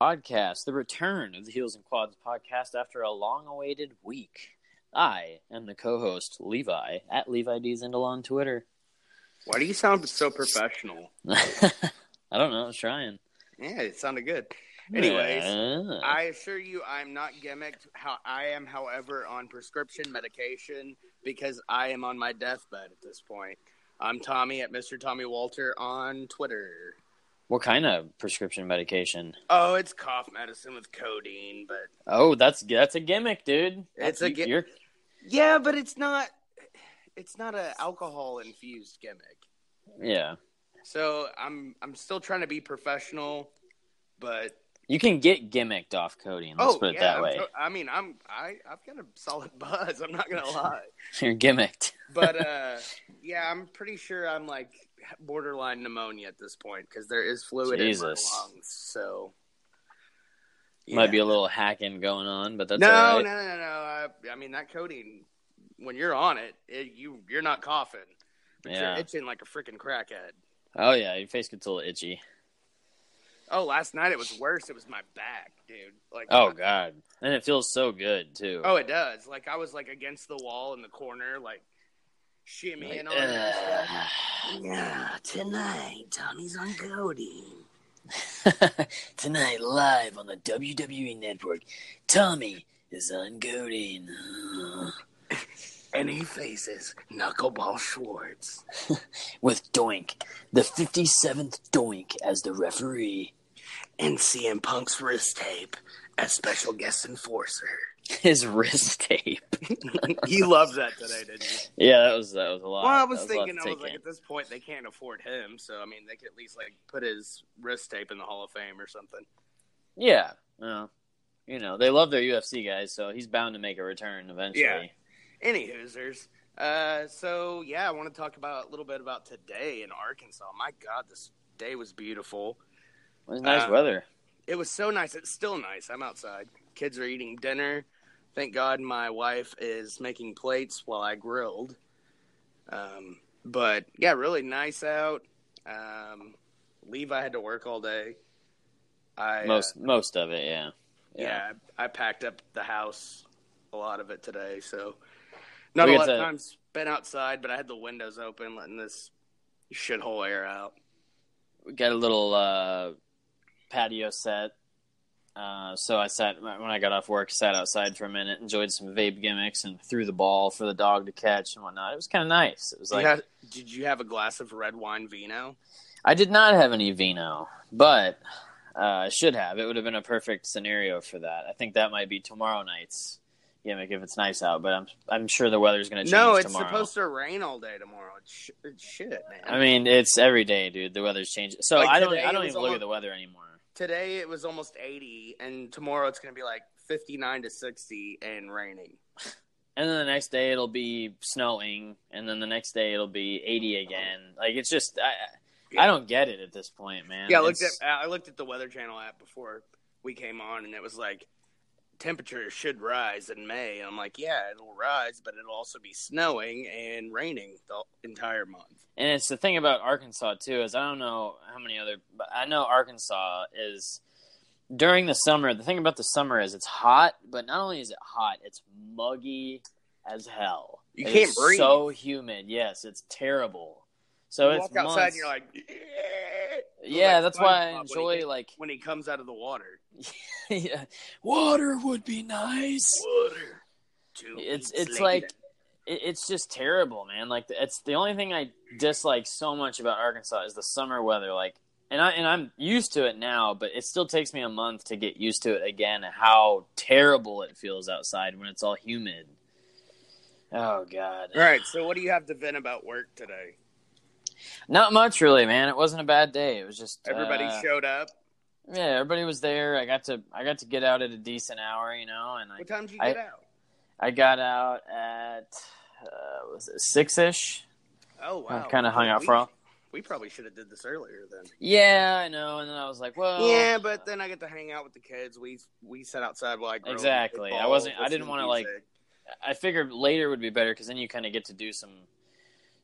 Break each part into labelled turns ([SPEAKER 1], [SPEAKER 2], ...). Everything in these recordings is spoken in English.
[SPEAKER 1] podcast, the return of the Heels and Quads podcast after a long awaited week. I am the co host, Levi, at Levi D. Zindel on Twitter.
[SPEAKER 2] Why do you sound so professional?
[SPEAKER 1] I don't know, I was trying. Uh,
[SPEAKER 2] Yeah, it sounded good. Anyways,
[SPEAKER 1] Yeah.
[SPEAKER 2] I assure you I'm not gimmicked. How I am, however, on prescription medication because I am on my deathbed at this point. I'm Tommy at Mr. Tommy Walter on Twitter.
[SPEAKER 1] what kind of prescription medication?
[SPEAKER 2] Oh, it's cough medicine with codeine, but
[SPEAKER 1] Oh, that's that's a gimmick, dude.
[SPEAKER 2] It's
[SPEAKER 1] That's-
[SPEAKER 2] a gi-
[SPEAKER 1] you're-
[SPEAKER 2] yeah, but it's not it's not a alcohol infused gimmick.
[SPEAKER 1] Yeah,
[SPEAKER 2] So I'm I'm still trying to be professional, but
[SPEAKER 1] you can get gimmicked off codeine. Let's
[SPEAKER 2] oh
[SPEAKER 1] put it
[SPEAKER 2] yeah,
[SPEAKER 1] that
[SPEAKER 2] I'm
[SPEAKER 1] way.
[SPEAKER 2] to- I mean I'm I I've got a solid buzz. I'm not gonna lie.
[SPEAKER 1] You're gimmicked.
[SPEAKER 2] but uh, yeah, I'm pretty sure I'm like borderline pneumonia at this point because there is fluid
[SPEAKER 1] Jesus.
[SPEAKER 2] in my lungs. So
[SPEAKER 1] Might be a little hacking going on, but that's
[SPEAKER 2] no,
[SPEAKER 1] all right.
[SPEAKER 2] no, no, no, no. I, I mean that codeine, when you're on it, it you you're not coughing. But
[SPEAKER 1] Yeah.
[SPEAKER 2] You're itching like a freaking crackhead.
[SPEAKER 1] Oh yeah, your face gets a little itchy.
[SPEAKER 2] Oh, last night it was worse. It was my back, dude. Like
[SPEAKER 1] Oh
[SPEAKER 2] my-
[SPEAKER 1] god, and it feels so good too.
[SPEAKER 2] oh, it does. Like I was like against the wall in the corner, like
[SPEAKER 1] Like,
[SPEAKER 2] shimmying on. and stuff.
[SPEAKER 1] ugh.
[SPEAKER 2] Yeah, tonight Tommy's on codeine.
[SPEAKER 1] Tonight, live on the WWE Network, Tommy is on Godin.
[SPEAKER 2] and he faces Knuckleball Schwartz.
[SPEAKER 1] With Doink, the 57th Doink as the referee.
[SPEAKER 2] And CM Punk's wrist tape as special guest enforcer.
[SPEAKER 1] His wrist tape.
[SPEAKER 2] you loved that today, didn't you?
[SPEAKER 1] Yeah, that was that was a lot.
[SPEAKER 2] Well, I
[SPEAKER 1] That
[SPEAKER 2] was
[SPEAKER 1] a lot
[SPEAKER 2] thinking,
[SPEAKER 1] to
[SPEAKER 2] I was
[SPEAKER 1] take
[SPEAKER 2] like,
[SPEAKER 1] in.
[SPEAKER 2] at this point, they can't afford him, so I mean, they could at least like put his wrist tape in the Hall of Fame or something.
[SPEAKER 1] yeah, well, you know, they love their UFC guys, so he's bound to make a return eventually.
[SPEAKER 2] Yeah. Any hoosers. Uh, so yeah, I want to talk about a little bit about today in Arkansas. My God, this day was beautiful.
[SPEAKER 1] It was nice
[SPEAKER 2] Uh,
[SPEAKER 1] weather.
[SPEAKER 2] It was so nice. It's still nice. I'm outside. Kids are eating dinner. Thank God my wife is making plates while I grilled. Um, but yeah, really nice out. Um, Levi had to work all day. I uh,
[SPEAKER 1] Most most of it, yeah.
[SPEAKER 2] yeah, I, I packed up the house a lot of it today, so not
[SPEAKER 1] We
[SPEAKER 2] a
[SPEAKER 1] got
[SPEAKER 2] lot of
[SPEAKER 1] to-
[SPEAKER 2] time spent outside. But I had the windows open, letting this shithole air out.
[SPEAKER 1] we got a little uh, patio set. Uh, so I sat when I got off work, sat outside for a minute, enjoyed some vape gimmicks, and threw the ball for the dog to catch and whatnot. It was kind of nice. It was like
[SPEAKER 2] Yeah, did you have a glass of red wine vino?
[SPEAKER 1] I did not have any vino, but uh, I should have. It would have been a perfect scenario for that. I think that might be tomorrow night's gimmick if it's nice out. But I'm I'm sure the weather's going to change.
[SPEAKER 2] No, it's
[SPEAKER 1] tomorrow.
[SPEAKER 2] supposed to rain all day tomorrow. It's, sh- it's shit, man.
[SPEAKER 1] I mean, it's every day, dude. The weather's changing, so
[SPEAKER 2] Like
[SPEAKER 1] I don't
[SPEAKER 2] today,
[SPEAKER 1] I
[SPEAKER 2] it
[SPEAKER 1] don't
[SPEAKER 2] was
[SPEAKER 1] even look
[SPEAKER 2] almo-
[SPEAKER 1] at the weather anymore.
[SPEAKER 2] today it was almost 80, and tomorrow it's going to be like 59 to 60 and raining.
[SPEAKER 1] and then the next day it'll be snowing and then the next day it'll be 80 again like it's just i i don't get it at this point man
[SPEAKER 2] yeah, I looked
[SPEAKER 1] It's-
[SPEAKER 2] at I looked at the Weather Channel app before we came on, and it was like temperature should rise in May. And I'm like, yeah, it'll rise, but it'll also be snowing and raining the entire month.
[SPEAKER 1] and it's the thing about arkansas too is i don't know how many other but i know arkansas is during the summer the thing about the summer is it's hot but not only is it hot it's muggy as hell
[SPEAKER 2] You
[SPEAKER 1] It
[SPEAKER 2] can't
[SPEAKER 1] is
[SPEAKER 2] breathe.
[SPEAKER 1] so humid yes it's terrible so
[SPEAKER 2] you
[SPEAKER 1] it's
[SPEAKER 2] walk outside,
[SPEAKER 1] months-
[SPEAKER 2] and you're like,
[SPEAKER 1] yeah
[SPEAKER 2] like
[SPEAKER 1] that's
[SPEAKER 2] SpongeBob
[SPEAKER 1] why i
[SPEAKER 2] when he
[SPEAKER 1] enjoy
[SPEAKER 2] gets-
[SPEAKER 1] like
[SPEAKER 2] when he comes out of the water,
[SPEAKER 1] yeah. water would be nice
[SPEAKER 2] water. Two
[SPEAKER 1] it's
[SPEAKER 2] weeks
[SPEAKER 1] it's
[SPEAKER 2] later.
[SPEAKER 1] like it, it's just terrible, man. Like it's the only thing I dislike so much about Arkansas is the summer weather. Like, and I and I'm used to it now, but it still takes me a month to get used to it again. How terrible it feels outside when it's all humid. Oh God.
[SPEAKER 2] All right, so what do you have to vent about work today?
[SPEAKER 1] Not much, really, man. It wasn't a bad day. It was just
[SPEAKER 2] Everybody
[SPEAKER 1] uh,
[SPEAKER 2] showed up.
[SPEAKER 1] Yeah, everybody was there. I got to I got to get out at a decent hour, you know, and I
[SPEAKER 2] What time did you
[SPEAKER 1] I-
[SPEAKER 2] get out?
[SPEAKER 1] I got out at uh, was it six ish?
[SPEAKER 2] Oh wow.
[SPEAKER 1] I kind of hung out
[SPEAKER 2] we,
[SPEAKER 1] for. a-
[SPEAKER 2] We probably should have did this earlier then.
[SPEAKER 1] Yeah, I know. And then I was like, well,
[SPEAKER 2] yeah, but then I get to hang out with the kids. We we sat outside while I grilled and played
[SPEAKER 1] Exactly. I
[SPEAKER 2] ball,
[SPEAKER 1] wasn't- I
[SPEAKER 2] listened
[SPEAKER 1] didn't
[SPEAKER 2] to
[SPEAKER 1] wanna, like,
[SPEAKER 2] music.
[SPEAKER 1] I figured later would be better because then you kind of get to do some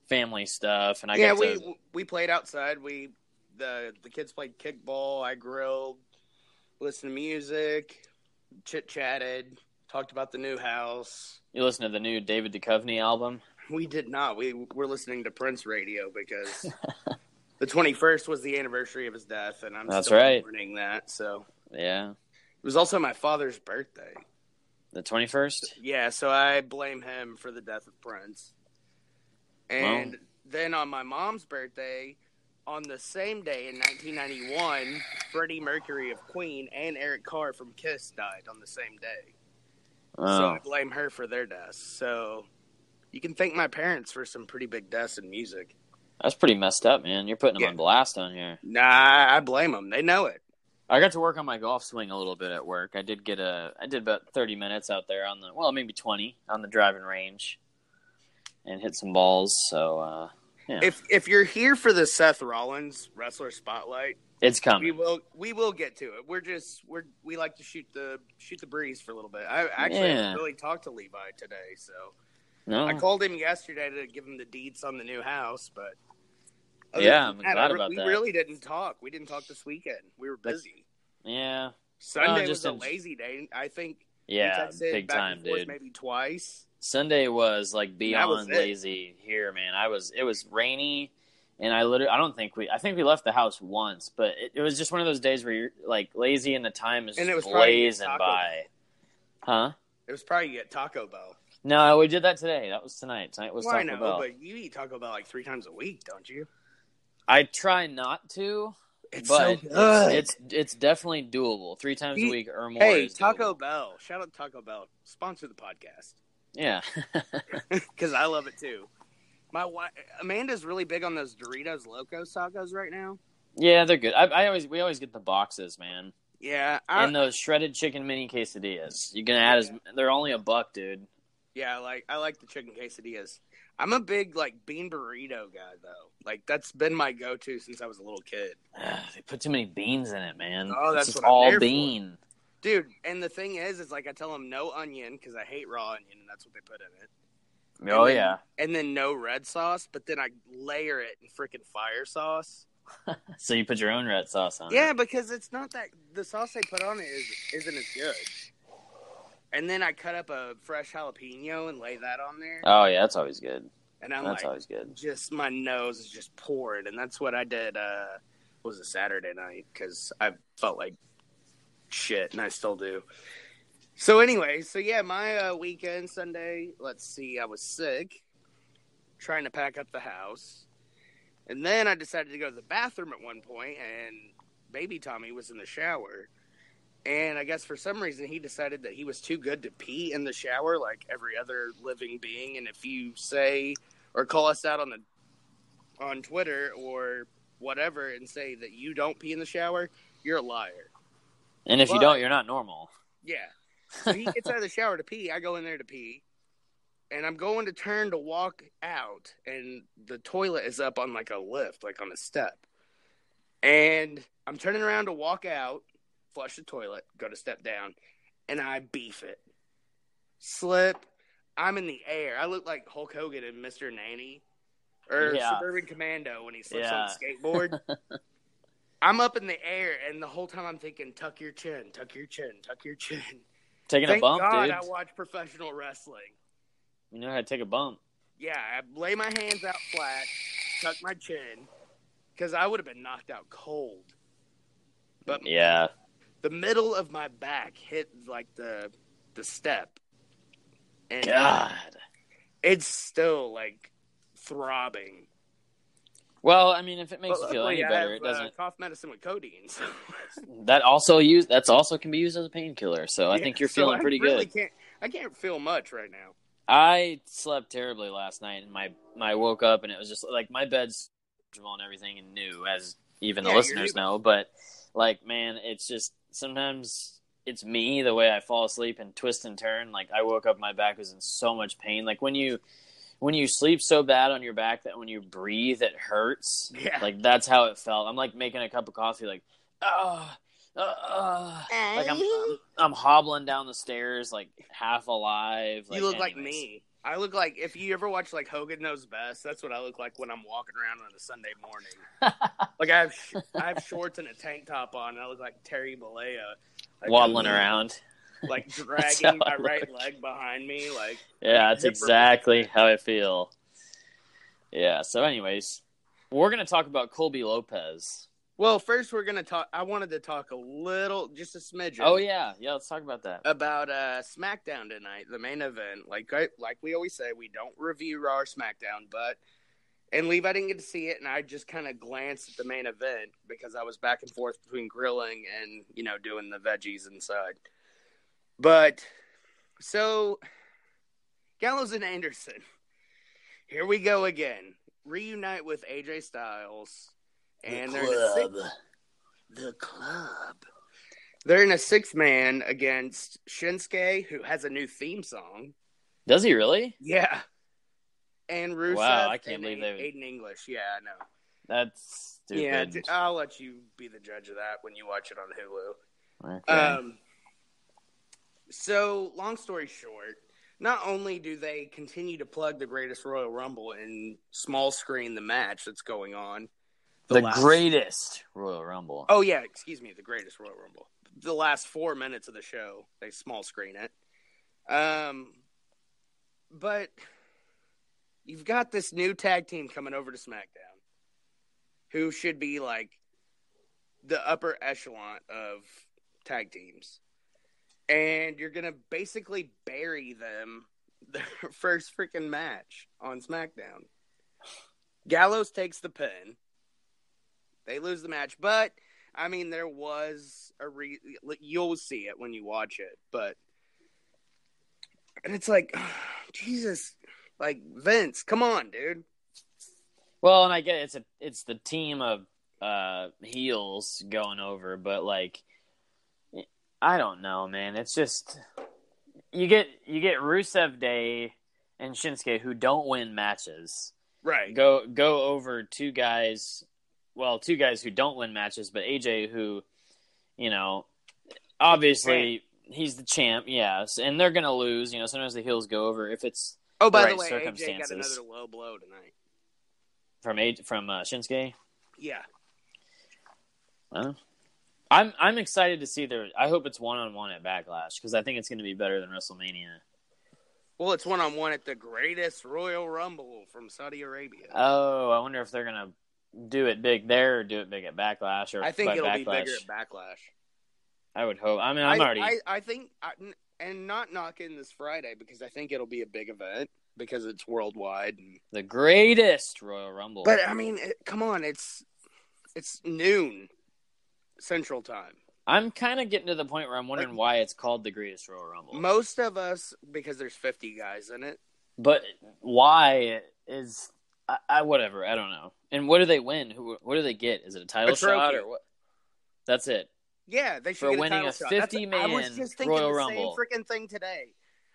[SPEAKER 1] family stuff, and I
[SPEAKER 2] yeah,
[SPEAKER 1] got
[SPEAKER 2] we
[SPEAKER 1] to.
[SPEAKER 2] we played outside. We the the kids played kickball. I grilled, listened to music, chit chatted, talked about the new house.
[SPEAKER 1] You listen to the new David Duchovny album.
[SPEAKER 2] We did not. We were listening to Prince radio because the twenty first was the anniversary of his death, and I'm
[SPEAKER 1] That's
[SPEAKER 2] still
[SPEAKER 1] right.
[SPEAKER 2] mourning that. So
[SPEAKER 1] Yeah,
[SPEAKER 2] it was also my father's birthday.
[SPEAKER 1] the twenty first.
[SPEAKER 2] Yeah, so I blame him for the death of Prince. And
[SPEAKER 1] Wow.
[SPEAKER 2] then on my mom's birthday, on the same day in 1991, Freddie Mercury of Queen and Eric Carr from Kiss died on the same day. So
[SPEAKER 1] Oh,
[SPEAKER 2] I blame her for their deaths. So you can thank my parents for some pretty big deaths in music.
[SPEAKER 1] that's pretty messed up, man. You're putting them
[SPEAKER 2] Yeah.
[SPEAKER 1] on blast on here.
[SPEAKER 2] Nah, I blame them. They know it.
[SPEAKER 1] I got to work on my golf swing a little bit at work. I did get a, I did about thirty minutes out there on the, well, maybe twenty on the driving range, and hit some balls. So uh, yeah,
[SPEAKER 2] If if you're here for the Seth Rollins wrestler spotlight,
[SPEAKER 1] it's
[SPEAKER 2] we
[SPEAKER 1] coming.
[SPEAKER 2] will we will get to it. We're just we're we like to shoot the shoot the breeze for a little bit. I actually
[SPEAKER 1] Yeah. Uh-huh.
[SPEAKER 2] haven't really talked to Levi today, so
[SPEAKER 1] No,
[SPEAKER 2] I called him yesterday to give him the deeds on the new house, but other
[SPEAKER 1] Yeah,
[SPEAKER 2] than
[SPEAKER 1] I'm glad
[SPEAKER 2] I-
[SPEAKER 1] about
[SPEAKER 2] we
[SPEAKER 1] that.
[SPEAKER 2] really didn't talk. We didn't talk this weekend. We were
[SPEAKER 1] But-
[SPEAKER 2] busy.
[SPEAKER 1] yeah,
[SPEAKER 2] Sunday was
[SPEAKER 1] just
[SPEAKER 2] a
[SPEAKER 1] in-
[SPEAKER 2] lazy day. I think we
[SPEAKER 1] yeah,
[SPEAKER 2] texted
[SPEAKER 1] big
[SPEAKER 2] back
[SPEAKER 1] time,
[SPEAKER 2] and forth
[SPEAKER 1] dude.
[SPEAKER 2] Maybe twice.
[SPEAKER 1] Sunday was like
[SPEAKER 2] That was
[SPEAKER 1] beyond
[SPEAKER 2] it.
[SPEAKER 1] lazy here, man. I was it was rainy, and I literally I don't think we I think we left the house once, but it, it was just one of those days where you're like lazy and the time is
[SPEAKER 2] And
[SPEAKER 1] just
[SPEAKER 2] it was probably
[SPEAKER 1] blazing
[SPEAKER 2] Taco
[SPEAKER 1] by. Huh?
[SPEAKER 2] It was probably at Taco Bell.
[SPEAKER 1] No, we did that today. That was tonight. Tonight was
[SPEAKER 2] Well, I
[SPEAKER 1] Taco
[SPEAKER 2] know,
[SPEAKER 1] Bell.
[SPEAKER 2] but you eat Taco Bell like three times a week, don't you?
[SPEAKER 1] I try not to,
[SPEAKER 2] It's so
[SPEAKER 1] but
[SPEAKER 2] good.
[SPEAKER 1] it's, it's it's definitely doable. Three times a
[SPEAKER 2] You-
[SPEAKER 1] week or more.
[SPEAKER 2] hey,
[SPEAKER 1] is
[SPEAKER 2] Taco
[SPEAKER 1] doable.
[SPEAKER 2] Bell! Shout out Taco Bell. Sponsor the podcast.
[SPEAKER 1] Yeah,
[SPEAKER 2] because I love it too. My wife Amanda's really big on those Doritos Locos tacos right now.
[SPEAKER 1] yeah, they're good. I, I always we always get the boxes, man.
[SPEAKER 2] Yeah, I,
[SPEAKER 1] and those shredded chicken mini quesadillas. You can add as they're only a buck, dude.
[SPEAKER 2] yeah, I like I like the chicken quesadillas. I'm a big like bean burrito guy though. Like that's been my go-to since I was a little kid,
[SPEAKER 1] Ugh, Ah, they put too many beans in it, man.
[SPEAKER 2] Oh, that's
[SPEAKER 1] it's just
[SPEAKER 2] what I'm
[SPEAKER 1] all
[SPEAKER 2] there for.
[SPEAKER 1] bean.
[SPEAKER 2] dude. And the thing is, is like I tell them no onion because I hate raw onion, and that's what they put in it. And
[SPEAKER 1] Oh
[SPEAKER 2] then-
[SPEAKER 1] yeah,
[SPEAKER 2] and then no red sauce, but then I layer it in freaking fire sauce.
[SPEAKER 1] so you put your own red sauce on.
[SPEAKER 2] Yeah,
[SPEAKER 1] it.
[SPEAKER 2] because it's not that the sauce they put on it is, isn't as good. And then I cut up a fresh jalapeno and lay that on there,
[SPEAKER 1] Oh yeah, that's always good.
[SPEAKER 2] and I'm
[SPEAKER 1] that's
[SPEAKER 2] like,
[SPEAKER 1] always good.
[SPEAKER 2] just my nose is just poured, and that's what I did. Uh, was a Saturday night because I felt like shit, and I still do. So anyway, so yeah, my uh, weekend Sunday. Let's see, I was sick, trying to pack up the house, and then I decided to go to the bathroom at one point, and baby Tommy was in the shower. And I guess for some reason he decided that he was too good to pee in the shower like every other living being. And if you say or call us out on the on Twitter or whatever and say that you don't pee in the shower, you're a liar.
[SPEAKER 1] And if you
[SPEAKER 2] But-
[SPEAKER 1] don't, you're not normal.
[SPEAKER 2] Yeah. So he gets out of the shower to pee. I go in there to pee. And I'm going to turn to walk out, and the toilet is up on like a lift, like on a step. And I'm turning around to walk out, flush the toilet, go to step down, and I beef it. Slip. I'm in the air. I look like Hulk Hogan and Mr. Nanny or
[SPEAKER 1] Yeah.
[SPEAKER 2] Suburban Commando when he slips on
[SPEAKER 1] Yeah.
[SPEAKER 2] the skateboard. I'm up in the air, and the whole time I'm thinking, tuck your chin, tuck your chin, tuck your chin.
[SPEAKER 1] Taking
[SPEAKER 2] Thank
[SPEAKER 1] a bump,
[SPEAKER 2] God
[SPEAKER 1] dude.
[SPEAKER 2] I watch professional wrestling.
[SPEAKER 1] you know how to take a bump.
[SPEAKER 2] Yeah, I lay my hands out flat, tuck my chin, because I would have been knocked out cold. But
[SPEAKER 1] Yeah,
[SPEAKER 2] the middle of my back hit like the the step, and
[SPEAKER 1] God.
[SPEAKER 2] it's still like throbbing.
[SPEAKER 1] Well, I mean, if it makes
[SPEAKER 2] But
[SPEAKER 1] you feel
[SPEAKER 2] luckily,
[SPEAKER 1] any
[SPEAKER 2] I
[SPEAKER 1] better,
[SPEAKER 2] have,
[SPEAKER 1] it doesn't.
[SPEAKER 2] Uh, cough medicine with codeine. So.
[SPEAKER 1] That also use that's also can be used as a painkiller. So I
[SPEAKER 2] Yeah,
[SPEAKER 1] think you're
[SPEAKER 2] so
[SPEAKER 1] feeling
[SPEAKER 2] I
[SPEAKER 1] pretty
[SPEAKER 2] really
[SPEAKER 1] good.
[SPEAKER 2] Can't, I can't feel much right now.
[SPEAKER 1] I slept terribly last night, and my my woke up and it was just like my bed's knowledgeable and everything and new, as even the
[SPEAKER 2] Yeah, you're
[SPEAKER 1] listeners
[SPEAKER 2] new.
[SPEAKER 1] know. But like, man, it's just sometimes it's me the way I fall asleep and twist and turn. Like I woke up, my back was in so much pain. Like when you when you sleep so bad on your back that when you breathe it hurts.
[SPEAKER 2] Yeah.
[SPEAKER 1] Like that's how it felt. I'm like making a cup of coffee, like ah. Uh, uh, like I'm, I'm, I'm hobbling down the stairs, like half alive.
[SPEAKER 2] you look like
[SPEAKER 1] anyways.
[SPEAKER 2] me. I look like if you ever watch like Hogan Knows Best, that's what I look like when I'm walking around on a Sunday morning. like I have sh- I have shorts and a tank top on. And I look like Terry Bollea, like,
[SPEAKER 1] waddling around.
[SPEAKER 2] like
[SPEAKER 1] That's how
[SPEAKER 2] dragging my
[SPEAKER 1] I
[SPEAKER 2] right
[SPEAKER 1] look.
[SPEAKER 2] leg behind me. Like
[SPEAKER 1] Yeah, that's
[SPEAKER 2] Zipper.
[SPEAKER 1] exactly how I feel. Yeah. So, anyways, we're gonna talk about Colby Lopez.
[SPEAKER 2] well, first we're gonna talk. I wanted to talk a little, just a smidgen.
[SPEAKER 1] Oh yeah, yeah. Let's talk about that.
[SPEAKER 2] about uh SmackDown tonight, the main event. Like I, like we always say, we don't review Raw or SmackDown, but and Levi didn't get to see it, and I just kind of glanced at the main event because I was back and forth between grilling and you know doing the veggies inside. But so Gallows and Anderson, here we go again. Reunite with AJ Styles, and they're in a six- the club. They're in a six man against Shinsuke, who has a new theme song.
[SPEAKER 1] Does he really?
[SPEAKER 2] Yeah. And Rusev.
[SPEAKER 1] Wow, I can't
[SPEAKER 2] and
[SPEAKER 1] believe
[SPEAKER 2] A-
[SPEAKER 1] they would-
[SPEAKER 2] Aiden English. Yeah, I know.
[SPEAKER 1] That's stupid.
[SPEAKER 2] Yeah, uh, d- I'll let you be the judge of that when you watch it on Hulu.
[SPEAKER 1] Okay.
[SPEAKER 2] Um, so, long story short, not only do they continue to plug the greatest Royal Rumble in small screen, the match that's going on,
[SPEAKER 1] the
[SPEAKER 2] last-
[SPEAKER 1] greatest Royal Rumble.
[SPEAKER 2] Oh yeah, excuse me, the greatest Royal Rumble. The last four minutes of the show, they small screen it. Um, but you've got this new tag team coming over to SmackDown, who should be like the upper echelon of tag teams, and you're gonna basically bury them their first freaking match on SmackDown. Gallows takes the pin. They lose the match, but I mean, there was a re. You'll see it when you watch it, but and it's like, Jesus, like Vince, come on, dude.
[SPEAKER 1] Well, and I get it's a it's the team of uh heels going over, but like I don't know, man. It's just you get you get Rusev Day and Shinsuke who don't win matches.
[SPEAKER 2] Right,
[SPEAKER 1] Go go over two guys, well, two guys who don't win matches, but AJ who, you know, obviously he's the champ, yes, and they're gonna lose. You know, sometimes the heels go over if it's
[SPEAKER 2] Oh, by
[SPEAKER 1] right
[SPEAKER 2] the way, AJ got
[SPEAKER 1] circumstances.
[SPEAKER 2] another low blow tonight.
[SPEAKER 1] from a from uh, Shinsuke.
[SPEAKER 2] Yeah,
[SPEAKER 1] Well, I'm I'm excited to see their. I hope it's one on one at Backlash because I think it's going to be better than WrestleMania.
[SPEAKER 2] well, it's one on one at the greatest Royal Rumble from Saudi Arabia.
[SPEAKER 1] Oh, I wonder if they're going to do it big there or do it big at Backlash or
[SPEAKER 2] I think
[SPEAKER 1] by
[SPEAKER 2] it'll
[SPEAKER 1] Backlash.
[SPEAKER 2] be bigger at Backlash.
[SPEAKER 1] I would hope. I mean, I'm
[SPEAKER 2] I-
[SPEAKER 1] already.
[SPEAKER 2] I, I think, I, and not knocking this Friday because I think it'll be a big event because it's worldwide. And,
[SPEAKER 1] the greatest Royal Rumble.
[SPEAKER 2] But I mean, it, come on, it's it's noon Central Time.
[SPEAKER 1] I'm kind of getting to the point where I'm wondering why it's called the greatest Royal Rumble.
[SPEAKER 2] Most of us, because there's 50 guys in it.
[SPEAKER 1] but why is I, I whatever I don't know. And what do they win? Who? What do they get? Is it a title
[SPEAKER 2] A
[SPEAKER 1] shot
[SPEAKER 2] trophy.
[SPEAKER 1] or what? That's it.
[SPEAKER 2] Yeah, they should
[SPEAKER 1] For
[SPEAKER 2] get a
[SPEAKER 1] winning
[SPEAKER 2] title
[SPEAKER 1] a
[SPEAKER 2] shot. That's-
[SPEAKER 1] 50-man
[SPEAKER 2] I was just thinking
[SPEAKER 1] Royal
[SPEAKER 2] the
[SPEAKER 1] Rumble.
[SPEAKER 2] same freaking thing today.